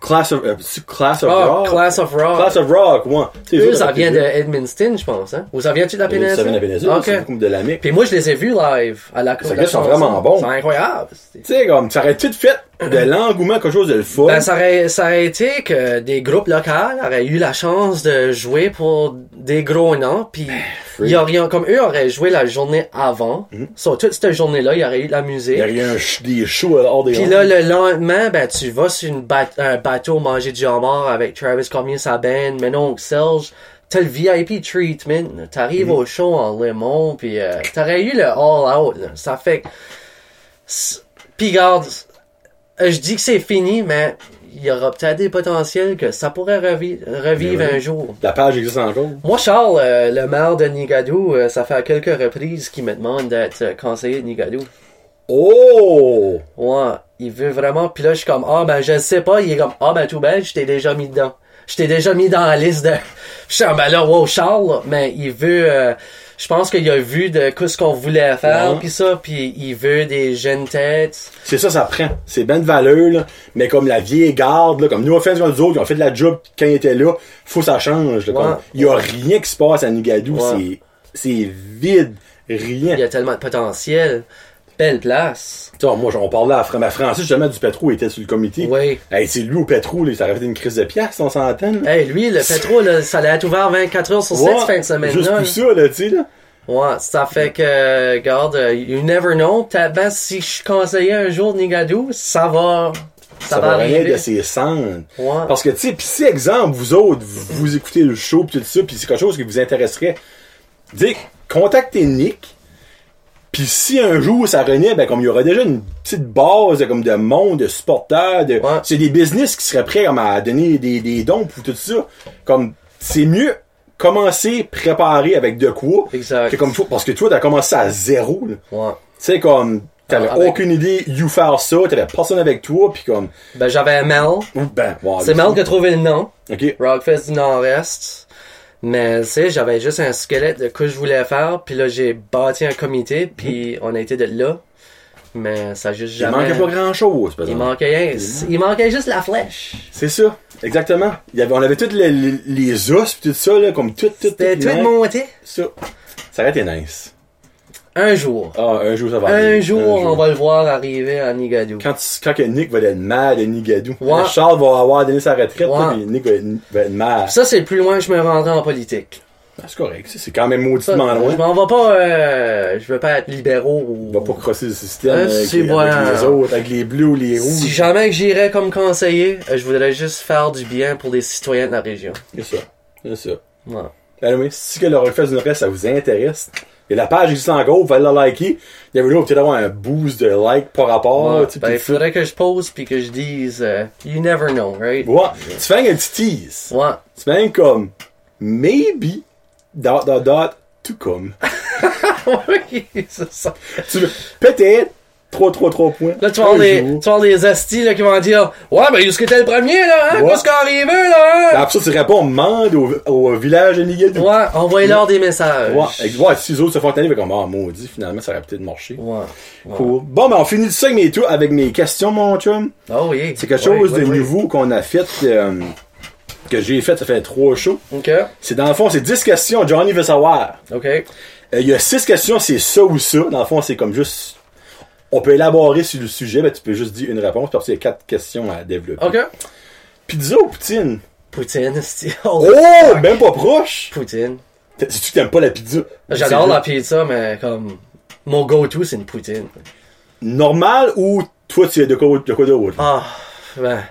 Speaker 1: Class of, euh, c'est Class of
Speaker 2: Ah,
Speaker 1: Rock.
Speaker 2: Class of Rock.
Speaker 1: Class of Rock, ouais. Tu sais,
Speaker 2: Eux,
Speaker 1: les
Speaker 2: ça
Speaker 1: autres,
Speaker 2: vient de
Speaker 1: les
Speaker 2: Edmundston, je pense, hein? Ou ça vient-tu de la
Speaker 1: jeunes,
Speaker 2: péninsule?
Speaker 1: E. Ça vient de la péninsule,
Speaker 2: Ok.
Speaker 1: c'est une coupe de la Mecque.
Speaker 2: Puis moi, je les ai vus live à la
Speaker 1: Les
Speaker 2: Cour de la
Speaker 1: gars sont
Speaker 2: Chanson.
Speaker 1: vraiment bons.
Speaker 2: C'est incroyable. C'est-
Speaker 1: Tu sais, comme, ça aurait tout fait de l'engouement, quelque chose de le fun.
Speaker 2: Ben, ça aurait, ça aurait été que des groupes locaux auraient eu la chance de jouer pour des gros noms, puis
Speaker 1: Ben,
Speaker 2: ils auraient, comme eux auraient joué la journée avant,
Speaker 1: Mhm.
Speaker 2: sur toute cette journée-là, il y aurait eu de la musique.
Speaker 1: Il y a eu un ch- des shows hors des
Speaker 2: Puis là, le lendemain, ben, tu vas sur une ba- un bateau manger du homard avec Travis Cormier, sa band, Menon, Serge. T'as le VIP treatment. T'arrives au show en limon, puis euh, t'aurais eu le all-out. Ça fait que... s- Puis garde, euh, je dis que c'est fini, mais il y aura peut-être des potentiels que ça pourrait revi- revivre
Speaker 1: Mais oui.
Speaker 2: un jour.
Speaker 1: La page existe encore.
Speaker 2: Moi, Charles, euh, le maire de Nigadou, euh, ça fait à quelques reprises qu'il me demande d'être euh, conseiller de Nigadou.
Speaker 1: Oh!
Speaker 2: Ouais, il veut vraiment. Puis là, je suis comme, ah, ben, je sais pas. Il est comme, ah, ben, tout belle, je t'ai déjà mis dedans. Je t'ai déjà mis dans la liste de. Je suis comme, ben là, wow, Charles, là. mais il veut. euh, je pense qu'il a vu de que ce qu'on voulait faire,
Speaker 1: Ouais.
Speaker 2: puis ça, puis il veut des jeunes têtes.
Speaker 1: C'est ça, ça prend. C'est ben de valeur, là. Mais comme la vieille garde, là, comme nous, on fait comme nous autres, ils ont fait de la job quand ils étaient là, faut que ça change, là.
Speaker 2: Ouais.
Speaker 1: Comme, il y a rien qui se passe à Nigadou,
Speaker 2: Ouais.
Speaker 1: c'est, c'est vide. Rien.
Speaker 2: Il y a tellement de potentiel. Belle place.
Speaker 1: Tu vois, moi, on parlait à Fran- ma Francis, justement, du Petrou, il était sur le comité.
Speaker 2: Oui.
Speaker 1: Hey, c'est lui au Petrou, là, ça aurait fait une crise de pièces, on s'entend, là.
Speaker 2: Hey, lui, le pétrole, là, ça allait être ouvert 24 heures sur 7
Speaker 1: Ouais,
Speaker 2: cette fin de semaine.
Speaker 1: Juste pour ça, là, tu sais, là.
Speaker 2: Ouais, ça fait que, euh, garde, euh, you never know. Peut-être ben, si je suis conseiller un jour de Nigadou, ça va, ça,
Speaker 1: Ça,
Speaker 2: va arriver.
Speaker 1: de ses cendres.
Speaker 2: Ouais.
Speaker 1: Parce que, tu sais, pis si, exemple, vous autres, vous, vous écoutez le show, pis tout ça, pis c'est quelque chose qui vous intéresserait, dites, contactez Nick, pis si un jour ça renaît, ben, comme il y aura déjà une petite base, comme de monde, de supporters, de,
Speaker 2: Ouais.
Speaker 1: c'est des business qui seraient prêts, comme, à donner des, des dons pour tout ça. Comme, c'est mieux commencer, préparer avec de quoi.
Speaker 2: Exact.
Speaker 1: Que comme, faut- parce que toi, t'as commencé à zéro, là.
Speaker 2: Ouais.
Speaker 1: Tu sais, comme, T'avais
Speaker 2: Ah, avec-
Speaker 1: aucune idée, you faire ça, t'avais personne avec toi, puis comme,
Speaker 2: Ben, j'avais Mel.
Speaker 1: ou ben, wow,
Speaker 2: C'est Mel qui a trouvé le nom.
Speaker 1: Ok.
Speaker 2: Rockfest du Nord-Est. Mais, tu sais, j'avais juste un squelette de quoi je voulais faire. Puis là, j'ai bâti un comité. Puis on a été de là. Mais ça a juste
Speaker 1: Mm-hmm. Il
Speaker 2: jamais...
Speaker 1: manquait pas grand chose, par
Speaker 2: Il
Speaker 1: exemple.
Speaker 2: manquait rien. Il manquait juste la flèche.
Speaker 1: C'est ça, exactement. Il y avait, on avait tous les, les, les os, pis tout ça, là, comme tout, tout, tout.
Speaker 2: C'était tout
Speaker 1: man-
Speaker 2: monté.
Speaker 1: Ça. Ça aurait été nice.
Speaker 2: Un jour.
Speaker 1: Ah, un jour, ça va
Speaker 2: Un
Speaker 1: arriver.
Speaker 2: jour, on va le voir arriver à Nigadou.
Speaker 1: Quand, tu- quand que Nick va être mad à Nigadou,
Speaker 2: Ouais.
Speaker 1: Charles va avoir donné sa retraite,
Speaker 2: Ouais.
Speaker 1: là, pis Nick va être, va être mad.
Speaker 2: Ça, c'est le plus loin que je me rendrai en politique.
Speaker 1: Ah, C'est correct, ça, c'est quand même
Speaker 2: Ça,
Speaker 1: mauditement
Speaker 2: je
Speaker 1: loin.
Speaker 2: m'en vais pas... euh, je veux pas être libéraux ou...
Speaker 1: On va pas crosser le système
Speaker 2: Ah,
Speaker 1: euh, avec,
Speaker 2: c'est hein. voilà.
Speaker 1: avec les autres, avec les bleus ou les rouges.
Speaker 2: Si jamais que j'irais comme conseiller, euh, je voudrais juste faire du bien pour les citoyens de la région.
Speaker 1: C'est ça. C'est ça.
Speaker 2: Ouais.
Speaker 1: Anyway, Ben si que le Rockfest du Nord-Est, ça vous intéresse, et la page existe encore, vous allez la liker. Il y avait peut-être avoir un boost de like par rapport.
Speaker 2: Ouais,
Speaker 1: Ah, tu sais,
Speaker 2: ben,
Speaker 1: pis
Speaker 2: il
Speaker 1: tout.
Speaker 2: faudrait que je pose puis que je dise euh, You never know, right?
Speaker 1: Ouais. Tu fais un petit tease.
Speaker 2: Ouais.
Speaker 1: Tu fais un comme maybe dot dot dot to come.
Speaker 2: Oui, c'est ça.
Speaker 1: tu veux peut-être 3 3 3 points.
Speaker 2: Là, tu vas avoir
Speaker 1: un
Speaker 2: des,
Speaker 1: jour.
Speaker 2: tu vas avoir des astis là, qui vont dire Ouais, ben, est-ce que t'es le premier, là, hein?
Speaker 1: Ouais.
Speaker 2: Qu'est-ce qui arrive, là, hein?
Speaker 1: Après Ben, ça, tu réponds mande au, au village de Nigadou.
Speaker 2: Ouais, envoyez-leur des messages.
Speaker 1: Ouais, ex- ouais, si les autres se font tanner, ils vont comme, ah, maudit, finalement, ça aurait peut-être marché.
Speaker 2: Ouais. ouais.
Speaker 1: Cool. Bon, ben, on finit ça avec mes tours, avec mes questions, mon chum.
Speaker 2: Ah oui.
Speaker 1: C'est quelque
Speaker 2: Ouais,
Speaker 1: chose
Speaker 2: ouais,
Speaker 1: de
Speaker 2: ouais.
Speaker 1: nouveau qu'on a fait, euh, que j'ai fait, ça fait trois shows.
Speaker 2: Ok.
Speaker 1: C'est dans le fond, c'est 10 questions, Johnny veut savoir.
Speaker 2: Ok.
Speaker 1: Euh, Il y a 6 questions, c'est ça ou ça. Dans le fond, c'est comme juste, on peut élaborer sur le sujet, mais tu peux juste dire une réponse parce qu'il y a 4 questions à développer.
Speaker 2: Ok.
Speaker 1: Pizza ou poutine?
Speaker 2: Poutine, asti.
Speaker 1: Oh,
Speaker 2: Oh,
Speaker 1: même pas proche!
Speaker 2: Poutine.
Speaker 1: T'as- Sais-tu que t'aimes pas la pizza?
Speaker 2: Ah, J'adore
Speaker 1: C'est
Speaker 2: la pizza, mais comme. Mon go-to, c'est une poutine.
Speaker 1: Normal ou toi, tu es de quoi, de quoi d'autre?
Speaker 2: Ah, ben.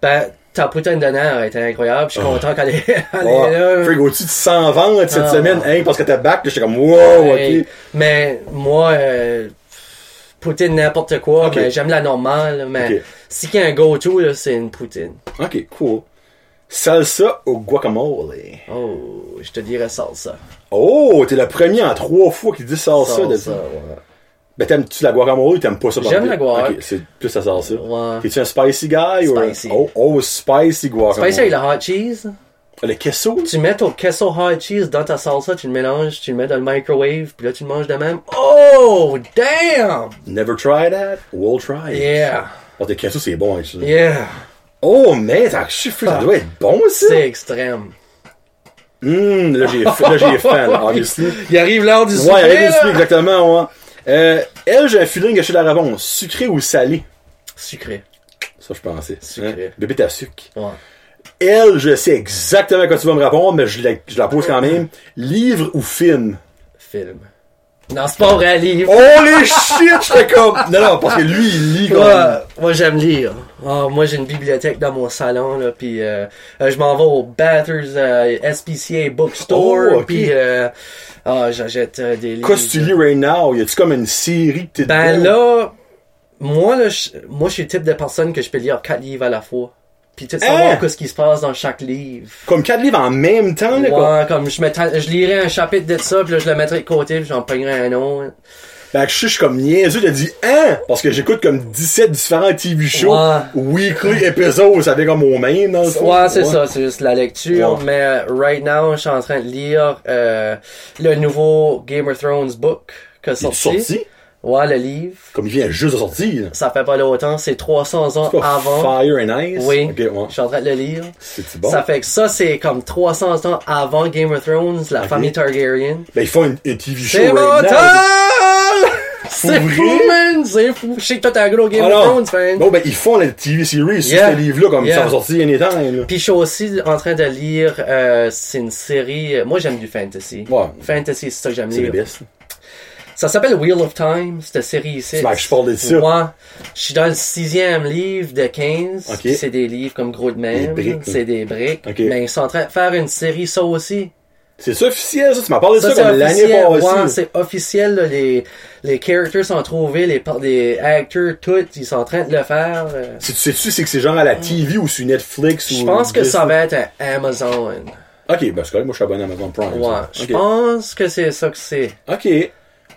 Speaker 2: Ben, ta poutine d'honneur était incroyable. Je suis content qu'elle est, elle
Speaker 1: Ouais.
Speaker 2: est là.
Speaker 1: Ah, Frigo, tu te s'en vendre cette
Speaker 2: euh, Ah.
Speaker 1: semaine, hein, parce que t'as back, là, j'étais comme, wow,
Speaker 2: Hey,
Speaker 1: ok.
Speaker 2: Ben, Mais moi, euh, poutine n'importe quoi,
Speaker 1: Ok.
Speaker 2: mais j'aime la normale. Mais
Speaker 1: Ok.
Speaker 2: si qu'il y a un go-to, là, c'est une poutine.
Speaker 1: Ok, cool. Salsa ou guacamole?
Speaker 2: Oh, je te dirais salsa.
Speaker 1: Oh, t'es le premier en trois fois qui dit salsa.
Speaker 2: Salsa,
Speaker 1: depuis.
Speaker 2: ouais.
Speaker 1: Ben, t'aimes-tu la guacamole ou t'aimes pas ça? par
Speaker 2: J'aime
Speaker 1: contre?
Speaker 2: la guac.
Speaker 1: Ok, c'est plus la salsa.
Speaker 2: Ouais.
Speaker 1: T'es-tu un spicy guy ou un-
Speaker 2: Spicy.
Speaker 1: Oh, oh, spicy guacamole.
Speaker 2: Fais ça avec le hot cheese.
Speaker 1: Le queso?
Speaker 2: Tu mets ton queso hot cheese dans ta salsa, tu le mélanges, tu le mets dans le microwave, puis là tu le manges de même. Oh, damn!
Speaker 1: Never tried that? We'll try it.
Speaker 2: Yeah,
Speaker 1: Oh, tes queso, c'est bon, hein, ça.
Speaker 2: yeah. Ah.
Speaker 1: Oh, mais t'as chiffré, ça doit être bon, ça.
Speaker 2: C'est extrême.
Speaker 1: Hum, là, j'ai, là, j'ai faim, là, obviously.
Speaker 2: Il arrive l'heure du souper,
Speaker 1: Ouais, avec
Speaker 2: là.
Speaker 1: le exactement, ouais. Euh, elle, j'ai un feeling que je sais la réponse. Sucré ou salé?
Speaker 2: Sucré.
Speaker 1: Ça, je pensais. Hein?
Speaker 2: Sucré.
Speaker 1: Bébé, t'as sucre.
Speaker 2: Ouais.
Speaker 1: Elle, je sais exactement quand tu vas me répondre, mais je la, je la pose quand même. Livre ou film?
Speaker 2: Film. Non, c'est pas vrai, livre.
Speaker 1: Oh Holy shit! J'étais comme... Non, non, parce que lui, il lit comme...
Speaker 2: Ouais, moi j'aime lire. Ah, moi j'ai une bibliothèque dans mon salon là, puis euh, euh, je m'en vais au Bathurst euh, SPCA Bookstore,
Speaker 1: Oh, ok.
Speaker 2: puis euh, ah, j'achète euh, des livres.
Speaker 1: Qu'est-ce que tu lis right now? Y a-tu comme une série que t'es
Speaker 2: Ben
Speaker 1: dedans?
Speaker 2: là, moi là, je, moi je suis le type de personne que je peux lire quatre livres à la fois, puis tout
Speaker 1: Hein?
Speaker 2: savoir qu'est-ce qui se passe dans chaque livre.
Speaker 1: Comme quatre livres en même temps, là, quoi.
Speaker 2: Ouais, comme je mettrais, je lirais un chapitre de ça, puis là je le mettrais de côté, puis j'en pognerais un autre.
Speaker 1: Fait que Ben, je sais, je suis comme niaiseux, j'ai dit « Hein? » Parce que j'écoute comme 17 différents TV shows,
Speaker 2: Ouais.
Speaker 1: weekly épisodes, ça fait comme au même, dans le fond.
Speaker 2: Ouais, c'est ça, c'est juste la lecture.
Speaker 1: Ouais.
Speaker 2: Mais euh, right now, je suis en train de lire euh, le nouveau Game of Thrones book qui
Speaker 1: Il
Speaker 2: a
Speaker 1: est
Speaker 2: sorti.
Speaker 1: sorti?
Speaker 2: Ouais, le livre.
Speaker 1: Comme il vient juste de sortir, là.
Speaker 2: Ça fait pas longtemps, c'est 300 ans
Speaker 1: C'est pas
Speaker 2: avant.
Speaker 1: Fire and Ice?
Speaker 2: Ah Oui,
Speaker 1: Ok, ouais.
Speaker 2: je suis en train de le lire.
Speaker 1: C'est-tu bon?
Speaker 2: Ça fait que ça, c'est comme 300 ans avant Game of Thrones, la famille Targaryen.
Speaker 1: Ben, ils font une, une TV show
Speaker 2: C'est
Speaker 1: right now.
Speaker 2: mental! C'est
Speaker 1: vrai?
Speaker 2: fou, man! C'est fou! Je sais que toi, t'es un gros
Speaker 1: Ah
Speaker 2: Game of
Speaker 1: non.
Speaker 2: Thrones fan.
Speaker 1: Bon, ben, ils font la TV series sur
Speaker 2: Yeah.
Speaker 1: ce livre-là, comme
Speaker 2: Yeah.
Speaker 1: ça va sortir any time, là.
Speaker 2: Puis je suis aussi en train de lire, euh, c'est une série, euh, moi j'aime du fantasy.
Speaker 1: Ouais.
Speaker 2: Fantasy, c'est ça que j'aime
Speaker 1: C'est le
Speaker 2: lire.
Speaker 1: best.
Speaker 2: Ça s'appelle Wheel of Time, cette série ici.
Speaker 1: Tu m'as que je parle de ça.
Speaker 2: Moi, je suis dans le sixième livre de 15.
Speaker 1: Ok.
Speaker 2: C'est des livres comme gros de même.
Speaker 1: Des briques.
Speaker 2: C'est des briques.
Speaker 1: Ok.
Speaker 2: Mais ils sont en train de faire une série, ça aussi.
Speaker 1: C'est ça officiel, ça? Tu m'as parlé de ça,
Speaker 2: Ça, c'est
Speaker 1: comme l'année
Speaker 2: officiel. Ouais,
Speaker 1: passée.
Speaker 2: c'est officiel. là, les, les characters sont trouvés, les, par- les acteurs, tout, ils sont en train de le faire. euh.
Speaker 1: Si tu sais-tu, c'est que c'est genre à la TV ou sur Netflix ou.
Speaker 2: Mm. Je pense que
Speaker 1: Disney?
Speaker 2: ça va être à Amazon.
Speaker 1: Ok, ben, c'est correct, moi, je suis abonné à Amazon Prime.
Speaker 2: Ouais.
Speaker 1: ça.
Speaker 2: Je
Speaker 1: Ok.
Speaker 2: pense que c'est ça que c'est.
Speaker 1: Ok.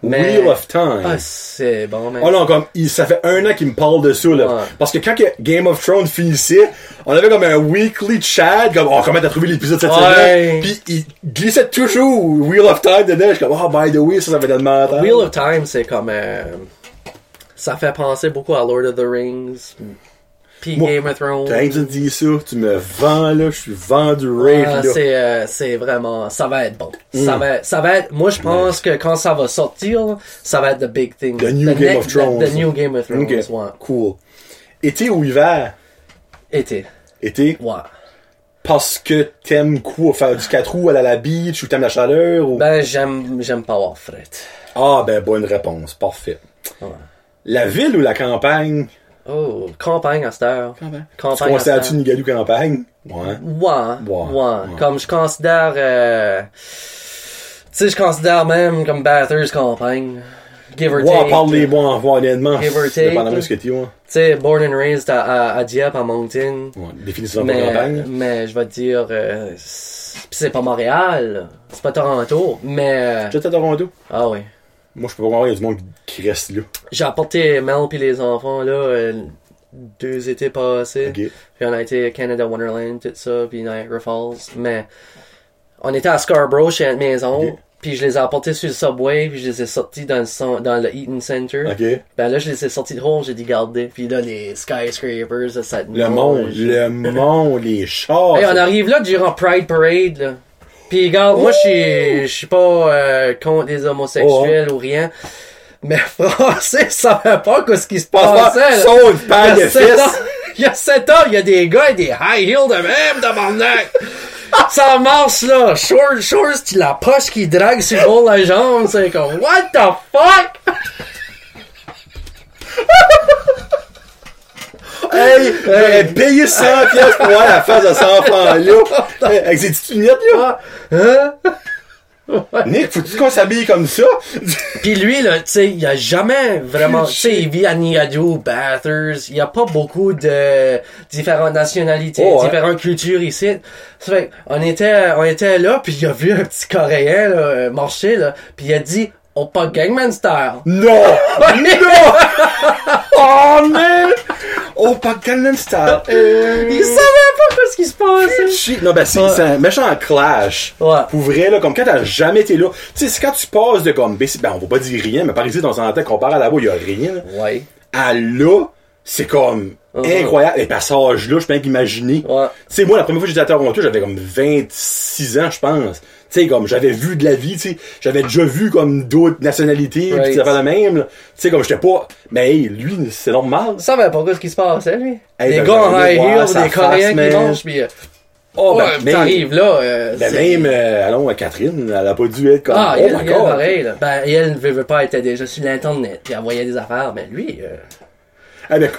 Speaker 2: Mais-
Speaker 1: Wheel of Time.
Speaker 2: Ah, c'est bon, mais.
Speaker 1: Oh non, comme, il- ça fait un an qu'il me parle de ça, là.
Speaker 2: Ouais.
Speaker 1: Parce que quand que Game of Thrones finissait, on avait comme un weekly chat, comme, oh, comment t'as trouvé l'épisode cette
Speaker 2: Ouais.
Speaker 1: semaine? Puis il glissait toujours Wheel of Time dedans. Je suis comme, oh, by the way, ça, ça fait tellement longtemps.
Speaker 2: Wheel of Time, c'est comme. euh, ça fait penser beaucoup à Lord of the Rings, puis
Speaker 1: Moi,
Speaker 2: Game of Thrones.
Speaker 1: T'as rien que tu me dis ça, tu me vends, là, je suis vendu
Speaker 2: Ah,
Speaker 1: rave, là. Mm.
Speaker 2: c'est euh, c'est vraiment ça va être bon. Ça va ça va être moi je pense que quand ça va sortir, là, ça va être the big thing.
Speaker 1: The new Game
Speaker 2: next-
Speaker 1: of Thrones.
Speaker 2: The, the new Game of Thrones.
Speaker 1: Ok,
Speaker 2: Ouais.
Speaker 1: cool. Été ou hiver?
Speaker 2: Été.
Speaker 1: Été?
Speaker 2: Ouais.
Speaker 1: Parce que t'aimes quoi? Faire du 4 roues, aller à la beach, ou t'aimes la chaleur, ou...
Speaker 2: Ben j'aime j'aime pas avoir frette.
Speaker 1: Ah, ben, bonne réponse. Parfait.
Speaker 2: Ouais.
Speaker 1: La ville ou la campagne?
Speaker 2: Oh, campagne à cette heure.
Speaker 1: Campagne. Tu
Speaker 2: Campagne à cette
Speaker 1: considères-tu
Speaker 2: heure.
Speaker 1: Nigalou campagne? Ouais.
Speaker 2: Ouais, ouais,
Speaker 1: Ouais.
Speaker 2: hein. Comme je considère euh, tu sais je considère même comme Bathurst campagne. Give or
Speaker 1: Ouais, on
Speaker 2: take.
Speaker 1: parle les bons en voir honnêtement.
Speaker 2: Give or take,
Speaker 1: Dépendamment de
Speaker 2: là.
Speaker 1: ce que tu ouais.
Speaker 2: Tu sais born and raised à, à, à Dieppe en Moncton.
Speaker 1: ouais. Définissons la
Speaker 2: Mais, euh,
Speaker 1: campagne.
Speaker 2: mais je vais te dire, euh, c'est- pis c'est pas Montréal, là. c'est pas Toronto, mais euh,
Speaker 1: J'étais à Toronto.
Speaker 2: ah oui,
Speaker 1: Moi, je peux pas comprendre, il y a du monde qui reste là.
Speaker 2: j'ai apporté Mel puis les enfants là euh, deux étés passés,
Speaker 1: Ok.
Speaker 2: puis on a été à Canada Wonderland tout ça, puis Niagara Falls, mais on était à Scarborough chez notre maison,
Speaker 1: Ok.
Speaker 2: puis je les ai apportés sur le subway, puis je les ai sortis dans le cen- dans le Eaton Center.
Speaker 1: Ok.
Speaker 2: Ben là je les ai sortis de rond, j'ai dit garder, puis là les skyscrapers, ça, ça
Speaker 1: Le monde, le monde, les chars.
Speaker 2: Hey, on arrive là durant Pride Parade, là. Pis regarde, moi, je suis- je suis pas euh, contre les homosexuels ou rien. Mais français, ça savait pas que ce qui se
Speaker 1: Passe
Speaker 2: passait. là.
Speaker 1: Sont une paire
Speaker 2: Il y
Speaker 1: de
Speaker 2: a sept ans,
Speaker 1: fils.
Speaker 2: il y a sept ans, il y a des gars et des high heels de même dans mon nez. Ça marche là, short shorts, tu la poche qui drague sur le bord de la jambe, c'est comme what the fuck.
Speaker 1: Hey, j'aurais payé 100 pièces pour voir la face de cet enfant-là. Hey, Avec ses petites lunettes, là.
Speaker 2: Hein?
Speaker 1: Nick, faut-tu qu'on s'habille comme ça?
Speaker 2: Puis lui, là, tu sais, il a jamais vraiment... Tu sais, il vit à Niagara, Bathurst. Il y a pas beaucoup de différentes nationalités,
Speaker 1: Oh, ouais.
Speaker 2: différentes cultures ici. Ça fait, on était, on était là, puis il a vu un petit Coréen là, euh, marcher, là. Puis il a dit, « On pas Gangman Style.
Speaker 1: non! non! Oh, man! Oh, pas Gangnam Style. » Euh.
Speaker 2: Il savait pas ce qui se passait.
Speaker 1: Shit. Non, ben, c'est
Speaker 2: Ouais.
Speaker 1: c'est un méchant clash.
Speaker 2: Ouais.
Speaker 1: Pour vrai, là, comme quand t'as jamais été là. Tu sais, c'est quand tu passes de comme, ben, c'est- ben, on va pas dire rien, mais par ici, dans un temps qu'on part à là-bas, il y a rien. là.
Speaker 2: Ouais.
Speaker 1: À là, c'est comme
Speaker 2: Uh-huh.
Speaker 1: incroyable. Les passages là, je peux même imaginer.
Speaker 2: Ouais.
Speaker 1: Tu sais, moi, la première fois que j'étais à Toronto, j'avais comme 26 ans, je pense. Tu sais, comme, j'avais vu de la vie, tu sais. J'avais déjà vu, comme, d'autres nationalités,
Speaker 2: Right.
Speaker 1: pis ça fait le même, là. Tu sais, comme, j'étais pas, mais, hey, lui, c'est normal.
Speaker 2: Il savait pas ce qui se passait, lui.
Speaker 1: Hey,
Speaker 2: des
Speaker 1: ben,
Speaker 2: gars en
Speaker 1: j'allais
Speaker 2: high
Speaker 1: voir
Speaker 2: heels,
Speaker 1: sa
Speaker 2: des Coréens
Speaker 1: face, man.
Speaker 2: qui marchent, puis... euh,
Speaker 1: Oh,
Speaker 2: ouais,
Speaker 1: ben, mais-
Speaker 2: t'arrives là... euh,
Speaker 1: Ben
Speaker 2: c'est-
Speaker 1: même, euh, allons, euh, Catherine, elle a pas dû être comme,
Speaker 2: Ah,
Speaker 1: oh
Speaker 2: elle,
Speaker 1: my
Speaker 2: elle,
Speaker 1: god.
Speaker 2: pareil, là. Ben, elle ne veut pas, elle était déjà sur l'Internet, puis elle voyait des affaires, mais lui, euh,
Speaker 1: Ah, ben,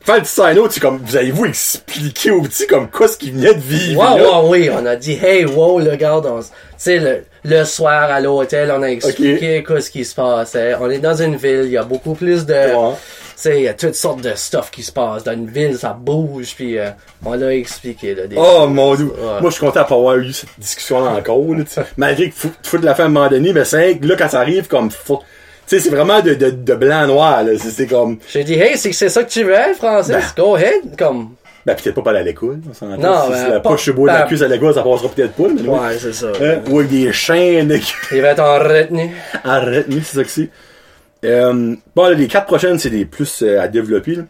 Speaker 1: faire le petit sign-out, c'est comme, vous allez-vous expliquer au petit comme quoi ce qu'il venait de vivre?
Speaker 2: wow,
Speaker 1: là?
Speaker 2: wow, oui, on a dit, hey, wow, le gars, on s- tu sais, le, le soir à l'hôtel, on a expliqué quoi ce qui se passait, on est dans une ville, il y a beaucoup plus de,
Speaker 1: Ouais.
Speaker 2: tu sais, il y a toutes sortes de stuff qui se passe, dans une ville, ça bouge, puis euh, on l'a expliqué, là, des-
Speaker 1: Oh mon dieu! Moi je suis content de pas avoir eu cette discussion-là encore, là, tu sais. Malgré que faut, faut de la fin à un moment donné, mais c'est que là quand ça arrive comme faut. Tu sais, c'est vraiment de, de, de blanc à noir, là. C'est- C'est comme.
Speaker 2: J'ai dit, hey, c'est c'est ça que tu veux, hein, Francis, go ahead, comme,
Speaker 1: Ben peut-être pas pas aller à l'école, on s'entend.
Speaker 2: Non,
Speaker 1: si
Speaker 2: ben,
Speaker 1: c'est la
Speaker 2: pas-
Speaker 1: poche beau de
Speaker 2: ben-
Speaker 1: la cuisse à l'école, ça passera peut-être pas, mais oui.
Speaker 2: ouais, c'est ça,
Speaker 1: Hein? Ou avec des chaînes qui-
Speaker 2: il va être en retenue,
Speaker 1: en retenue, c'est ça que c'est. Euh, bon, là, les quatre prochaines, c'est des plus euh, à développer. là.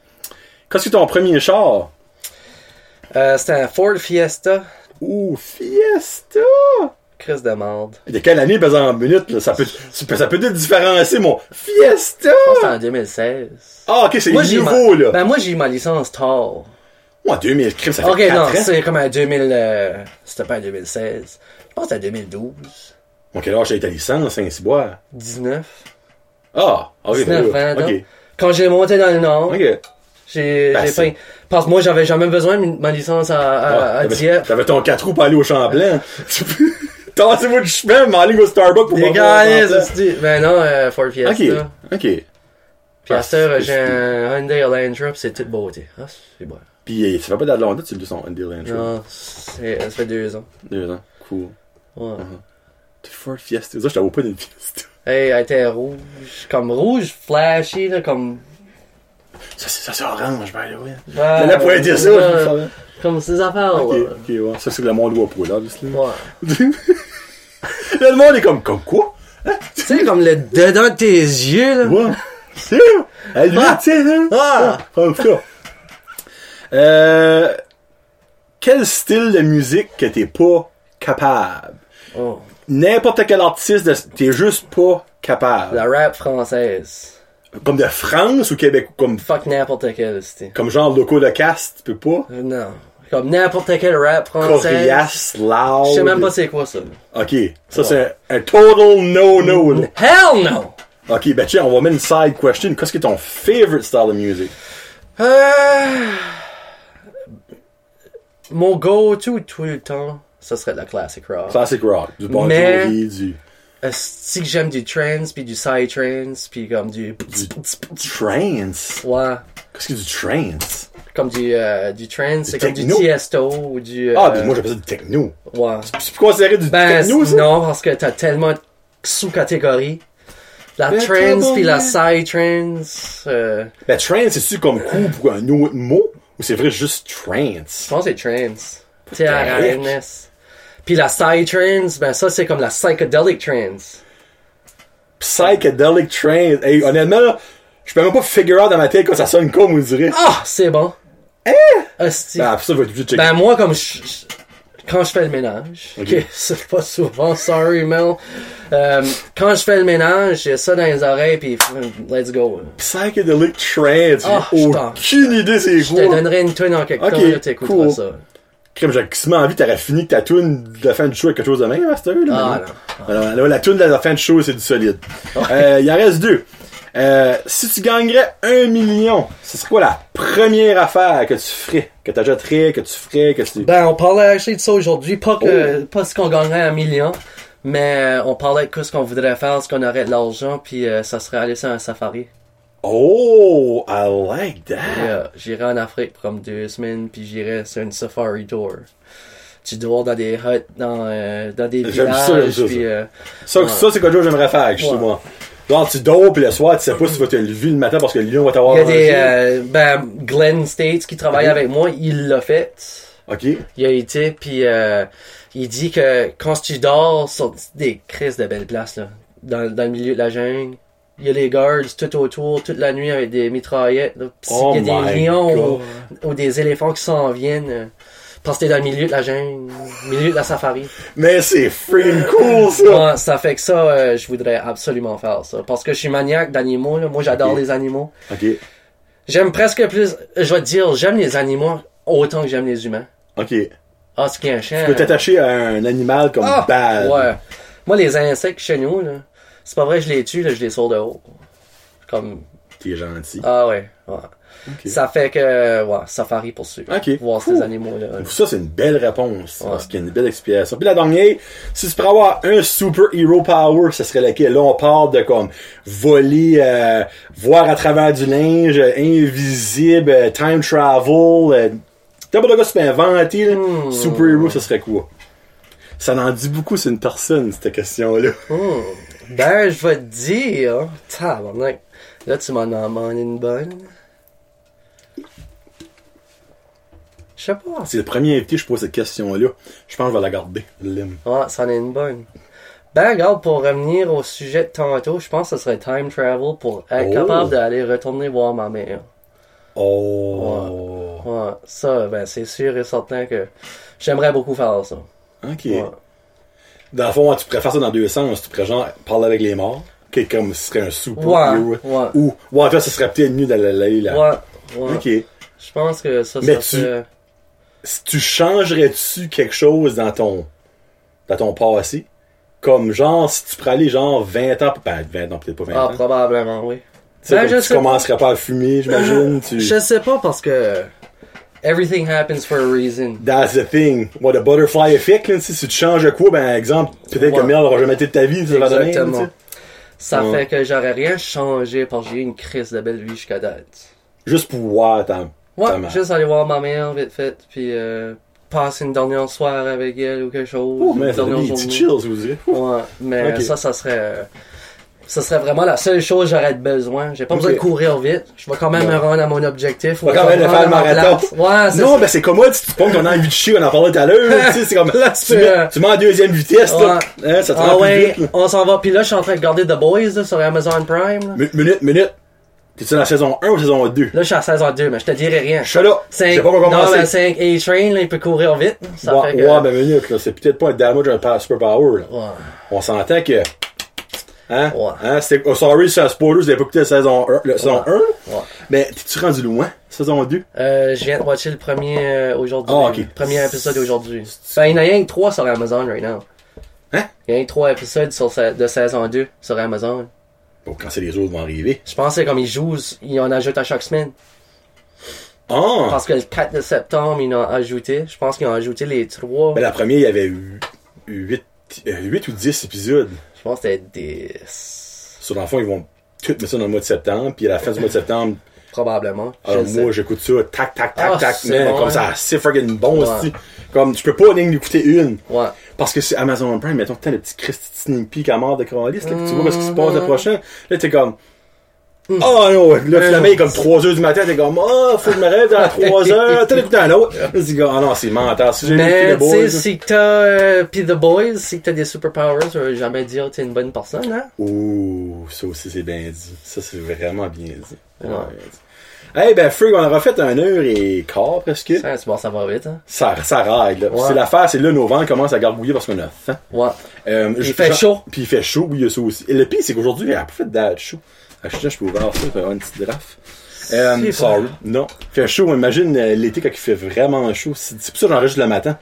Speaker 1: Qu'est-ce que ton premier char?
Speaker 2: euh, c'était un Ford Fiesta,
Speaker 1: Ouh, Fiesta!
Speaker 2: Chris de merde.
Speaker 1: De quelle année, par exemple, minute, là, ça peut, ça peut te différencier, mon Fiesta!
Speaker 2: Je pense que c'est en 2016.
Speaker 1: Ah, ok, c'est
Speaker 2: Moi, j'ai
Speaker 1: nouveau,
Speaker 2: ma...
Speaker 1: là.
Speaker 2: Ben, moi, j'ai eu ma licence tard.
Speaker 1: Moi, 2000 crimes, ça fait
Speaker 2: Ok,
Speaker 1: 4
Speaker 2: non,
Speaker 1: ans.
Speaker 2: c'est comme en 2000. euh, C'était pas en 2016. Je pense que c'était en 2012.
Speaker 1: Bon, quel âge t'as eu ta licence, Saint-Cyboire?
Speaker 2: 19.
Speaker 1: Ah, ok.
Speaker 2: 19, 20 ans.
Speaker 1: ok.
Speaker 2: Quand j'ai monté dans le Nord,
Speaker 1: Ok.
Speaker 2: j'ai
Speaker 1: Ben,
Speaker 2: j'ai
Speaker 1: c'est-
Speaker 2: pas. Parce que moi, j'avais jamais besoin de ma licence à, à, à
Speaker 1: Ah, t'avais-
Speaker 2: Dieppe.
Speaker 1: T'avais ton 4 roues pour aller au Champlain. Tassez-vous du chemin, m'enligne au Starbucks pour
Speaker 2: Les
Speaker 1: pas
Speaker 2: gars,
Speaker 1: boire au
Speaker 2: allez,
Speaker 1: Champlain.
Speaker 2: c'est dit. Ben non, euh, Ford Fiesta.
Speaker 1: Ok, ok.
Speaker 2: Puis à cette heure,
Speaker 1: Ah,
Speaker 2: j'ai un Hyundai Elantra, puis c'est toute beauté. Ah, c'est bon.
Speaker 1: Puis eh, ça fait pas de longtemps que tu le son Undeal Intro.
Speaker 2: Non, c'est- ça fait deux ans.
Speaker 1: Deux ans. Cool.
Speaker 2: Ouais.
Speaker 1: Mm-hmm. T'es Ford Fiesta. Ça, je t'avoue pas d'une Fiesta.
Speaker 2: Hey, elle était rouge. Comme rouge, flashy, là, comme.
Speaker 1: Ça, c'est ça, c'est orange, ben là, oui.
Speaker 2: Ah,
Speaker 1: là, pour dire ça,
Speaker 2: euh,
Speaker 1: je savais.
Speaker 2: Comme ces affaires,
Speaker 1: Ok,
Speaker 2: là.
Speaker 1: ok, ouais. Ça, c'est le monde voit pas, là, juste là.
Speaker 2: Ouais.
Speaker 1: Là, le monde est comme, comme quoi?
Speaker 2: tu sais, comme le dedans de tes yeux, là.
Speaker 1: Ouais. C'est Elle lui,
Speaker 2: Ah.
Speaker 1: tu sais, là.
Speaker 2: Ah!
Speaker 1: En tout cas. Euh, quel style de musique que t'es pas capable?
Speaker 2: Oh,
Speaker 1: N'importe quel artiste, de- t'es juste pas capable.
Speaker 2: la rap française.
Speaker 1: Comme de France ou Québec, ou comme,
Speaker 2: Fuck n'importe quel, c'était.
Speaker 1: comme genre Loco de Cast, tu peux pas.
Speaker 2: Euh, Non. Comme n'importe quel rap français.
Speaker 1: Coriace, loud.
Speaker 2: Je sais même pas c'est quoi ça.
Speaker 1: Ok, ça c'est un, un total no-no. là.
Speaker 2: Hell no!
Speaker 1: Ok, ben tiens, on va mettre une side question. Qu'est-ce que est ton favorite style de musique? Ah.
Speaker 2: Euh... Mon go-to tout le temps, ça serait de la classic rock.
Speaker 1: Classic rock, du bon
Speaker 2: Mais-
Speaker 1: Jovi, du,
Speaker 2: Si que j'aime du trance, puis du psy-trance, puis comme
Speaker 1: du,
Speaker 2: du...
Speaker 1: du trance.
Speaker 2: Ouais.
Speaker 1: Qu'est-ce que du trance?
Speaker 2: Comme du, euh, du trance, c'est comme du
Speaker 1: techno.
Speaker 2: Tiesto ou du... euh,
Speaker 1: Ah, ben moi j'appelle ça du techno.
Speaker 2: Ouais.
Speaker 1: C'est considéré du
Speaker 2: Ben,
Speaker 1: techno,
Speaker 2: c-
Speaker 1: ça?
Speaker 2: non, parce que t'as tellement de sous-catégories. La
Speaker 1: Ben,
Speaker 2: trance,
Speaker 1: t'as
Speaker 2: puis
Speaker 1: bon,
Speaker 2: la
Speaker 1: ouais.
Speaker 2: psy-trance. euh,
Speaker 1: Ben, trance, c'est-tu comme coup pour un autre mot? Ou c'est vrai juste trance?
Speaker 2: Je pense que c'est trance.
Speaker 1: heck?
Speaker 2: T-R-A-N-S. Puis la psy-trance, ben ça, c'est comme la psychedelic trance.
Speaker 1: Psychedelic trance. Hey, honnêtement, là, je peux même pas figure out dans ma tête quand ça sonne comme, on dirait.
Speaker 2: Ah, c'est bon.
Speaker 1: Eh?
Speaker 2: Hostie.
Speaker 1: Ah, pour ça, je vais être obligé de checker.
Speaker 2: Ben moi, comme je, je- quand je fais le ménage,
Speaker 1: Ok.
Speaker 2: que c'est pas souvent, sorry Mel, euh, quand je fais le ménage, j'ai ça dans les oreilles, puis let's go.
Speaker 1: Psychedelic trance.
Speaker 2: Ah,
Speaker 1: J'ai
Speaker 2: je t'en-
Speaker 1: aucune idée c'est
Speaker 2: Je te
Speaker 1: quoi.
Speaker 2: donnerai une tune en quelque
Speaker 1: Ok,
Speaker 2: temps, là, t'écouteras
Speaker 1: cool.
Speaker 2: ça.
Speaker 1: Crème, j'ai quasiment envie, t'aurais fini que ta tune de la fin du show avec quelque chose de même, Master. Là,
Speaker 2: Ah,
Speaker 1: maintenant. Alors, là, la tune de la fin du show, c'est du solide. Euh, il en reste deux. Euh, si tu gagnerais un million, ce serait quoi la première affaire que tu ferais, que t'achèterais, que tu ferais, que tu...
Speaker 2: Ben, on parlait acheter de ça aujourd'hui, pas
Speaker 1: Oh.
Speaker 2: que pas ce qu'on gagnerait un million, mais euh, on parlait de quoi, ce qu'on voudrait faire, ce qu'on aurait de l'argent, puis euh, ça serait aller sur un safari.
Speaker 1: Oh, I like
Speaker 2: Et,
Speaker 1: that.
Speaker 2: euh, j'irai en Afrique pour comme deux semaines, puis j'irai sur une safari tour. Tu dors dans des huttes, dans, euh, dans des
Speaker 1: J'aime ça, j'aime
Speaker 2: villages,
Speaker 1: ça,
Speaker 2: puis...
Speaker 1: ça.
Speaker 2: euh,
Speaker 1: Ça,
Speaker 2: ouais.
Speaker 1: ça c'est quelque chose que j'aimerais faire, justement. Genre, tu dors, puis le soir, tu sais pas si tu vas te lever le matin parce que le lion va t'avoir
Speaker 2: Il y a des...
Speaker 1: mangé.
Speaker 2: euh, ben, Glenn States qui travaille
Speaker 1: Mhm.
Speaker 2: avec moi, il l'a fait.
Speaker 1: Ok.
Speaker 2: Il a été, puis euh, il dit que quand tu dors sur des crises de belles places, là, dans, dans le milieu de la jungle, il y a les guards tout autour, toute la nuit avec des mitraillettes. là, pis
Speaker 1: Oh
Speaker 2: il y a des
Speaker 1: my
Speaker 2: lions
Speaker 1: God.
Speaker 2: ou, ou des éléphants qui s'en viennent. euh, Parce que t'es dans le milieu de la jungle, milieu de la safari.
Speaker 1: Mais c'est freaking cool, ça.
Speaker 2: Moi, ça fait que ça, euh, je voudrais absolument faire ça. Parce que je suis maniaque d'animaux, là. moi j'adore
Speaker 1: Ok.
Speaker 2: les animaux.
Speaker 1: Ok.
Speaker 2: J'aime presque plus, je vais te dire, j'aime les animaux autant que j'aime les humains.
Speaker 1: Ok.
Speaker 2: Ah, ce qui est un chien.
Speaker 1: Tu peux t'attacher à un animal comme
Speaker 2: Ah!
Speaker 1: bad.
Speaker 2: Ouais. Moi, les insectes chez nous, là, c'est pas vrai que je les tue, là, je les sors de haut. Comme.
Speaker 1: T'es gentil.
Speaker 2: Ah ouais. ouais. Ça fait que. Ouais, safari pour ceux.
Speaker 1: Ok.
Speaker 2: Voir ces
Speaker 1: Cool.
Speaker 2: animaux-là.
Speaker 1: Ça, c'est une belle réponse. Parce qu'il y a une belle explication. Puis la dernière, si tu pourrais avoir un super hero power, ce serait lequel? Là, on parle de comme voler, euh, voir à travers du linge, euh, invisible, euh, time travel. Euh, T'as pas de gars super inventé, là. Super hero, ce serait quoi? Ça en dit beaucoup sur une personne, cette question-là.
Speaker 2: Ben, je vais te dire. Tabarnak. Là, tu m'en as demandé une bonne. Je sais pas.
Speaker 1: C'est le premier invité, je pose cette question-là. Je pense que je vais la garder. Lim.
Speaker 2: Ouais, c'en est une bonne. Ben, regarde, pour revenir au sujet de tantôt, je pense que ce serait time travel pour être
Speaker 1: Oh.
Speaker 2: capable d'aller retourner voir ma mère.
Speaker 1: Oh.
Speaker 2: Ouais, ça, ben, c'est sûr et certain que j'aimerais beaucoup faire ça.
Speaker 1: Ok.
Speaker 2: Ouais.
Speaker 1: Dans le fond, tu pourrais faire ça dans deux sens. Tu pourrais genre parler avec les morts, qui est comme ce serait un super
Speaker 2: Ouais,
Speaker 1: hero.
Speaker 2: ouais.
Speaker 1: Ou, ouais, toi, ce serait peut-être mieux d'aller l'aller là.
Speaker 2: Ouais, ouais.
Speaker 1: Ok.
Speaker 2: Je pense que ça,
Speaker 1: Mais
Speaker 2: ça
Speaker 1: tu-
Speaker 2: serait-
Speaker 1: Si tu changerais-tu quelque chose dans ton, dans ton passé? Comme genre, si tu pourrais aller genre 20 ans, ben 20 ans, peut-être pas 20
Speaker 2: Ah,
Speaker 1: ans.
Speaker 2: probablement, oui.
Speaker 1: Tu sais,
Speaker 2: Ben,
Speaker 1: comme
Speaker 2: je
Speaker 1: tu
Speaker 2: sais
Speaker 1: commencerais pas à fumer, j'imagine. tu...
Speaker 2: Je sais pas parce que. Everything happens for a reason.
Speaker 1: That's the thing. Moi, the butterfly effect, là, tu sais, si tu changes de quoi, ben, exemple, peut-être
Speaker 2: Ouais.
Speaker 1: que Mel n'aura jamais été de ta vie, ça va donner, là, tu sais.
Speaker 2: Exactement. Ça
Speaker 1: Ouais.
Speaker 2: fait que j'aurais rien changé parce que j'ai eu une crise de belle vie jusqu'à date.
Speaker 1: Juste pour voir ta,
Speaker 2: Ouais,
Speaker 1: ta mère.
Speaker 2: juste aller voir ma mère vite fait, puis euh, passer une dernière soirée avec elle ou quelque chose.
Speaker 1: Oh,
Speaker 2: une
Speaker 1: man, ça
Speaker 2: dernière
Speaker 1: donne des
Speaker 2: journée.
Speaker 1: petits chills, vous direz.
Speaker 2: Ouais, mais
Speaker 1: Ok.
Speaker 2: ça, ça serait. euh, Ce serait vraiment la seule chose que j'aurais besoin. J'ai pas besoin de
Speaker 1: Ok.
Speaker 2: courir vite. Je vais quand même me rendre à mon objectif.
Speaker 1: On va
Speaker 2: ou
Speaker 1: quand
Speaker 2: je vais
Speaker 1: même le faire le
Speaker 2: prendre ma
Speaker 1: marathon.
Speaker 2: place. Ouais, c'est
Speaker 1: non,
Speaker 2: ça.
Speaker 1: ben c'est comme moi, tu te prends qu'on a envie de chier, on en parlait tout à l'heure. tu sais, c'est comme
Speaker 2: Là,
Speaker 1: tu,
Speaker 2: c'est, euh,
Speaker 1: mets, tu mets en deuxième vitesse, là. Hein, ça te
Speaker 2: Ah
Speaker 1: rend
Speaker 2: ouais,
Speaker 1: plus vite.
Speaker 2: on s'en va. Puis là, je suis en train de regarder The Boys là, sur Amazon Prime. Là,
Speaker 1: là. Mi- Minute, minute. T'es-tu dans la saison 1 ou saison 2?
Speaker 2: Là, je suis à 16 en 2, mais je te dirai rien.
Speaker 1: Je suis là. Je
Speaker 2: Cinq-
Speaker 1: sais pas comment
Speaker 2: Non,
Speaker 1: commencer.
Speaker 2: mais 5 A-Train, là, il peut courir vite. Ça
Speaker 1: ouais,
Speaker 2: fait que...
Speaker 1: ouais, ben minute, là. C'est peut-être pas un damage, un pa- superpower, là.
Speaker 2: Ouais.
Speaker 1: On s'entend que. Hein?
Speaker 2: Ouais.
Speaker 1: Hein? C'est, oh, sorry, c'est un spoiler, vous avez pas écouté la saison 1. La saison
Speaker 2: Ouais.
Speaker 1: 1?
Speaker 2: Ouais.
Speaker 1: Mais t'es-tu rendu loin? Saison 2?
Speaker 2: Euh, je viens de watcher le premier euh, aujourd'hui.
Speaker 1: Ah, ok.
Speaker 2: Le Premier épisode aujourd'hui. Ben, il y en a rien que 3 sur Amazon right now.
Speaker 1: Hein?
Speaker 2: Il y en a rien que 3 épisodes sur sa- de saison 2 sur Amazon.
Speaker 1: Bon, quand c'est les autres vont arriver.
Speaker 2: Je pense que comme ils jouent, ils en ajoutent à chaque semaine.
Speaker 1: Ah!
Speaker 2: Parce que le 4 de septembre, ils en ont ajouté. Je pense qu'ils ont ajouté les 3.
Speaker 1: Ben la première, il y avait 8, 8 ou 10 épisodes.
Speaker 2: Je pense que c'était 10.
Speaker 1: Sur l'enfant, ils vont tout mettre ça dans le mois de septembre. Puis à la fin du mois de septembre,
Speaker 2: Probablement. Je
Speaker 1: alors
Speaker 2: le sais.
Speaker 1: Ah, moi, j'écoute ça, tac, tac, tac,
Speaker 2: Ah,
Speaker 1: tac,
Speaker 2: c'est
Speaker 1: man,
Speaker 2: bon,
Speaker 1: comme
Speaker 2: hein.
Speaker 1: ça, c'est friggin' bon
Speaker 2: Ouais.
Speaker 1: aussi. Comme, tu peux pas en ligne d'écouter une.
Speaker 2: Ouais.
Speaker 1: Parce que c'est Amazon Prime, mettons, t'as le petit Christy Sneak Peek à mort de Coralis, là, puis tu vois qu'est-ce qui se passe le prochain. Là, t'es comme,
Speaker 2: Hmm.
Speaker 1: oh non, là, finalement, il est comme 3 heures du matin, t'es comme, oh, faut que je me réveille à 3 heures, t'as écouté un autre. Là, tu dis, oh non, c'est mental, si j'ai écouté
Speaker 2: Mais
Speaker 1: les
Speaker 2: tu
Speaker 1: boys. hein.
Speaker 2: sais,
Speaker 1: là.
Speaker 2: si que t'as euh, pis The Boys, si que t'as des superpowers, ça veut jamais dire que t'es une bonne personne, hein?
Speaker 1: Ouh, ça aussi, c'est bien dit. Ça, c'est vraiment bien dit. Vraiment
Speaker 2: Ouais.
Speaker 1: bien dit. Hey, ben, Frig, on aura fait un heure et quart, presque.
Speaker 2: Ça, c'est bon, ça va vite, hein?
Speaker 1: Ça, ça règle. là.
Speaker 2: Ouais.
Speaker 1: C'est l'affaire, c'est là, nos vents commencent à gargouiller parce qu'on a faim.
Speaker 2: Ouais.
Speaker 1: Euh, je-
Speaker 2: fait
Speaker 1: genre-
Speaker 2: chaud.
Speaker 1: Puis il fait chaud, oui, il y a ça aussi. Et le pire, c'est qu'aujourd'hui, il a pas fait d'âge chaud. Ah, je, je peux ouvrir ça, faire une petite draft. Euh,
Speaker 2: C'est
Speaker 1: sorry.
Speaker 2: vrai.
Speaker 1: Non. Il fait chaud, imagine euh, l'été quand il fait vraiment chaud. C'est c'est pour ça que j'enregistre le matin.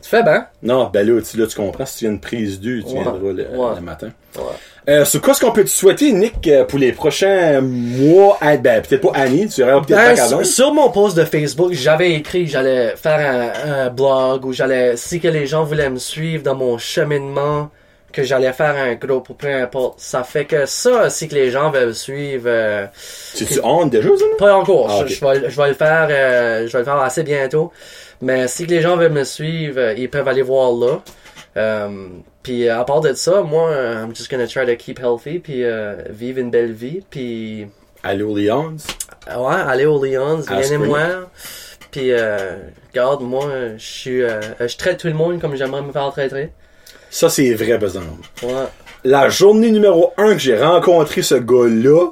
Speaker 2: Tu fais bien?
Speaker 1: Non, ben là, tu, là, tu comprends. Si tu viens de prise 2, tu
Speaker 2: Ouais.
Speaker 1: viendras le,
Speaker 2: Ouais.
Speaker 1: le matin.
Speaker 2: Ouais.
Speaker 1: Euh, sur quoi est-ce qu'on peut te souhaiter, Nick, euh, pour les prochains mois? Ah, ben, peut-être pas années, tu verras peut-être pas
Speaker 2: Ben,
Speaker 1: qu'avant.
Speaker 2: sur, sur mon post de Facebook, j'avais écrit que j'allais faire un, un blog où j'allais, si que les gens voulaient me suivre dans mon cheminement, que j'allais faire un groupe ou peu importe. Ça fait que ça, si que les gens veulent me suivre, euh,
Speaker 1: Tu honte déjà, ça, là?
Speaker 2: Pas encore.
Speaker 1: Ah,
Speaker 2: Je-
Speaker 1: ok.
Speaker 2: je, vais, le- je vais le faire. euh, je vais le faire assez bientôt. Mais si que les gens veulent me suivre, euh, ils peuvent aller voir là. Euh, puis euh, à part de ça, moi, euh, I'm just gonna try to keep healthy, puis euh, vivre une belle vie, puis
Speaker 1: Allô, Léon?
Speaker 2: euh, ouais, aller aux Lions, venez
Speaker 1: Spring.
Speaker 2: moi. Puis euh, regarde, moi, euh, je suis, euh, je traite tout le monde comme j'aimerais me faire traiter.
Speaker 1: Ça, c'est vrai, besoin.
Speaker 2: Ouais.
Speaker 1: La journée numéro 1 que j'ai rencontré ce gars-là,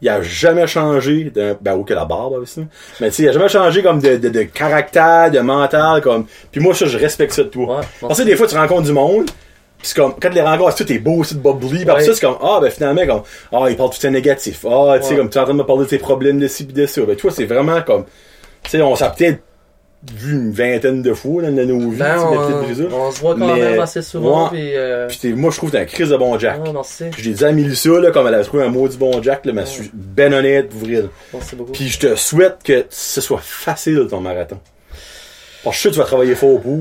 Speaker 1: il a jamais changé d'un, ben, ou que la barbe, aussi. Mais tu sais, il a jamais changé comme de, de, de caractère, de mental, comme. Puis moi, ça, je respecte ça de toi.
Speaker 2: Ouais,
Speaker 1: Parce que des fois, tu rencontres du monde, pis c'est comme, quand tu les rencontres, tout est beau, c'est bubbly, pis après
Speaker 2: Ouais.
Speaker 1: ça, c'est comme, ah, ben, finalement, comme, ah, il parle tout ça négatif. Ah, tu sais,
Speaker 2: Ouais.
Speaker 1: comme, tu es en train de me parler de tes problèmes de ci pis de ça. Ben, toi, c'est vraiment comme, tu sais, on s'est peut-être vu une vingtaine de fois, là, dans nos vies,
Speaker 2: Ben,
Speaker 1: tu sais, mais peut-être plus ça.
Speaker 2: on, on se voit quand
Speaker 1: Mais-
Speaker 2: même assez souvent.
Speaker 1: Ouais.
Speaker 2: Puis euh,
Speaker 1: Pis t'es- moi, je trouve que t'es un crise de bon Jack.
Speaker 2: ah, merci,
Speaker 1: Puis j'ai dit à Mélissa, là, comme elle a trouvé un mot du bon Jack, là, mais je suis ben honnête pour vrai. là.
Speaker 2: merci beaucoup.
Speaker 1: Puis je te souhaite que ce soit facile ton marathon. Parce que je sais que tu vas travailler fort pour.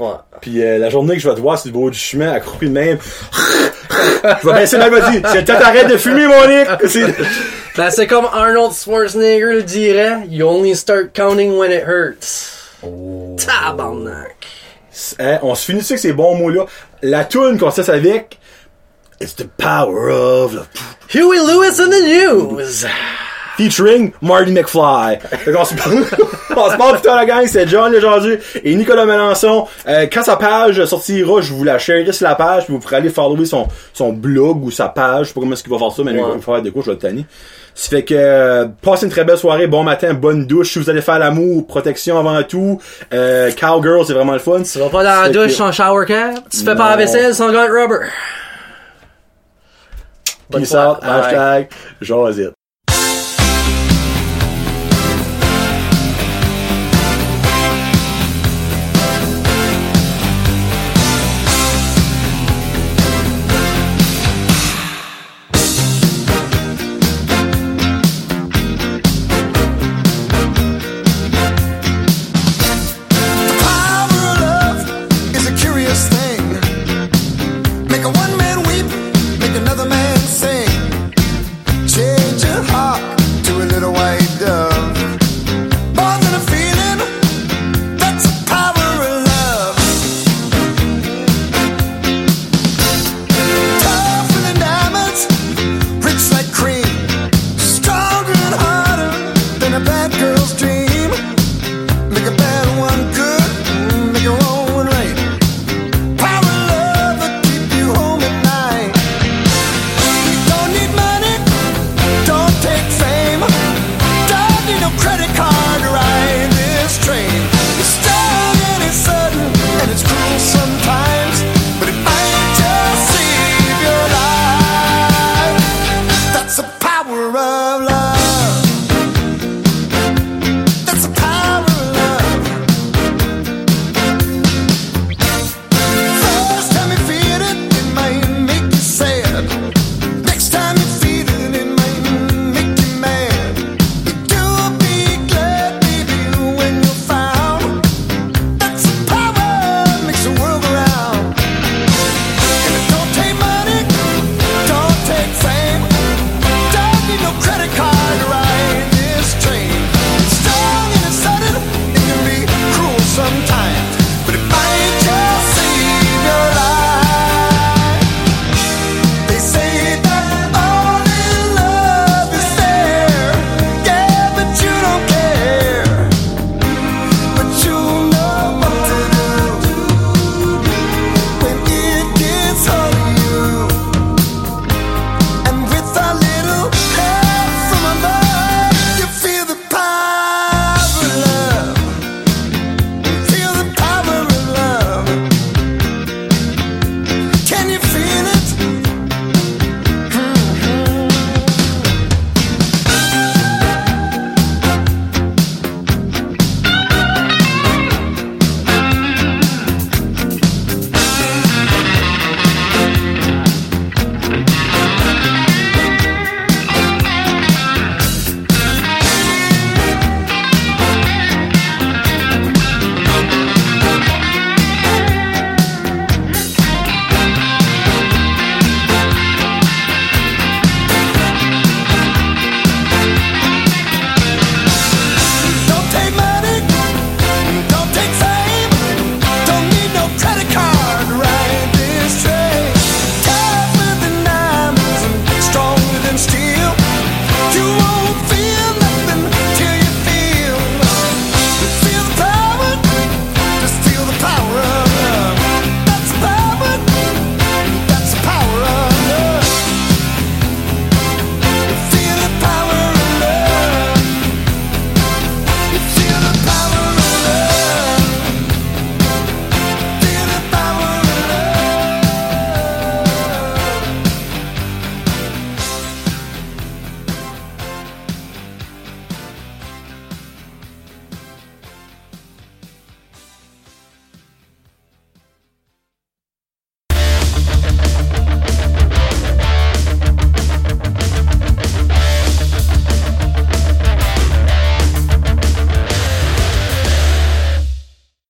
Speaker 2: Ouais.
Speaker 1: Puis euh, la journée que je vais te voir sur le bord du chemin, accroupi de même, je vais baisser ma body. C'est le temps t'arrêtes de fumer, mon Nick! C'est-
Speaker 2: Ben, c'est comme Arnold Schwarzenegger le dirait, you only start counting when it hurts.
Speaker 1: Oh.
Speaker 2: Tabarnak.
Speaker 1: Hein, on se finit avec ces bons mots-là. La toune qu'on cesse avec, it's the power of love.
Speaker 2: Huey Lewis in the news.
Speaker 1: featuring Marty McFly. Fait qu'on se parle, on se parle plus tard, la gang. C'est John aujourd'hui et Nicolas Mélenchon. Euh, quand sa page sortira, je vous la share sur la page, puis vous pourrez aller follower son, son blog ou sa page. Je sais pas comment est-ce qu'il va faire ça, mais lui,
Speaker 2: Ouais.
Speaker 1: il va faire des cours, je vais le tanner. Ça fait que, euh, passez une très belle soirée, bon matin, bonne douche. Si vous allez faire l'amour, protection avant tout. Euh, Cowgirl, c'est vraiment le fun.
Speaker 2: Tu vas pas dans la
Speaker 1: Fait
Speaker 2: douche hein.
Speaker 1: que-
Speaker 2: sans shower cap, tu fais pas la
Speaker 1: Non.
Speaker 2: vaisselle sans gant de rubber. Bonne
Speaker 1: Peace
Speaker 2: soirée.
Speaker 1: out,
Speaker 2: Bye.
Speaker 1: hashtag, jazz it.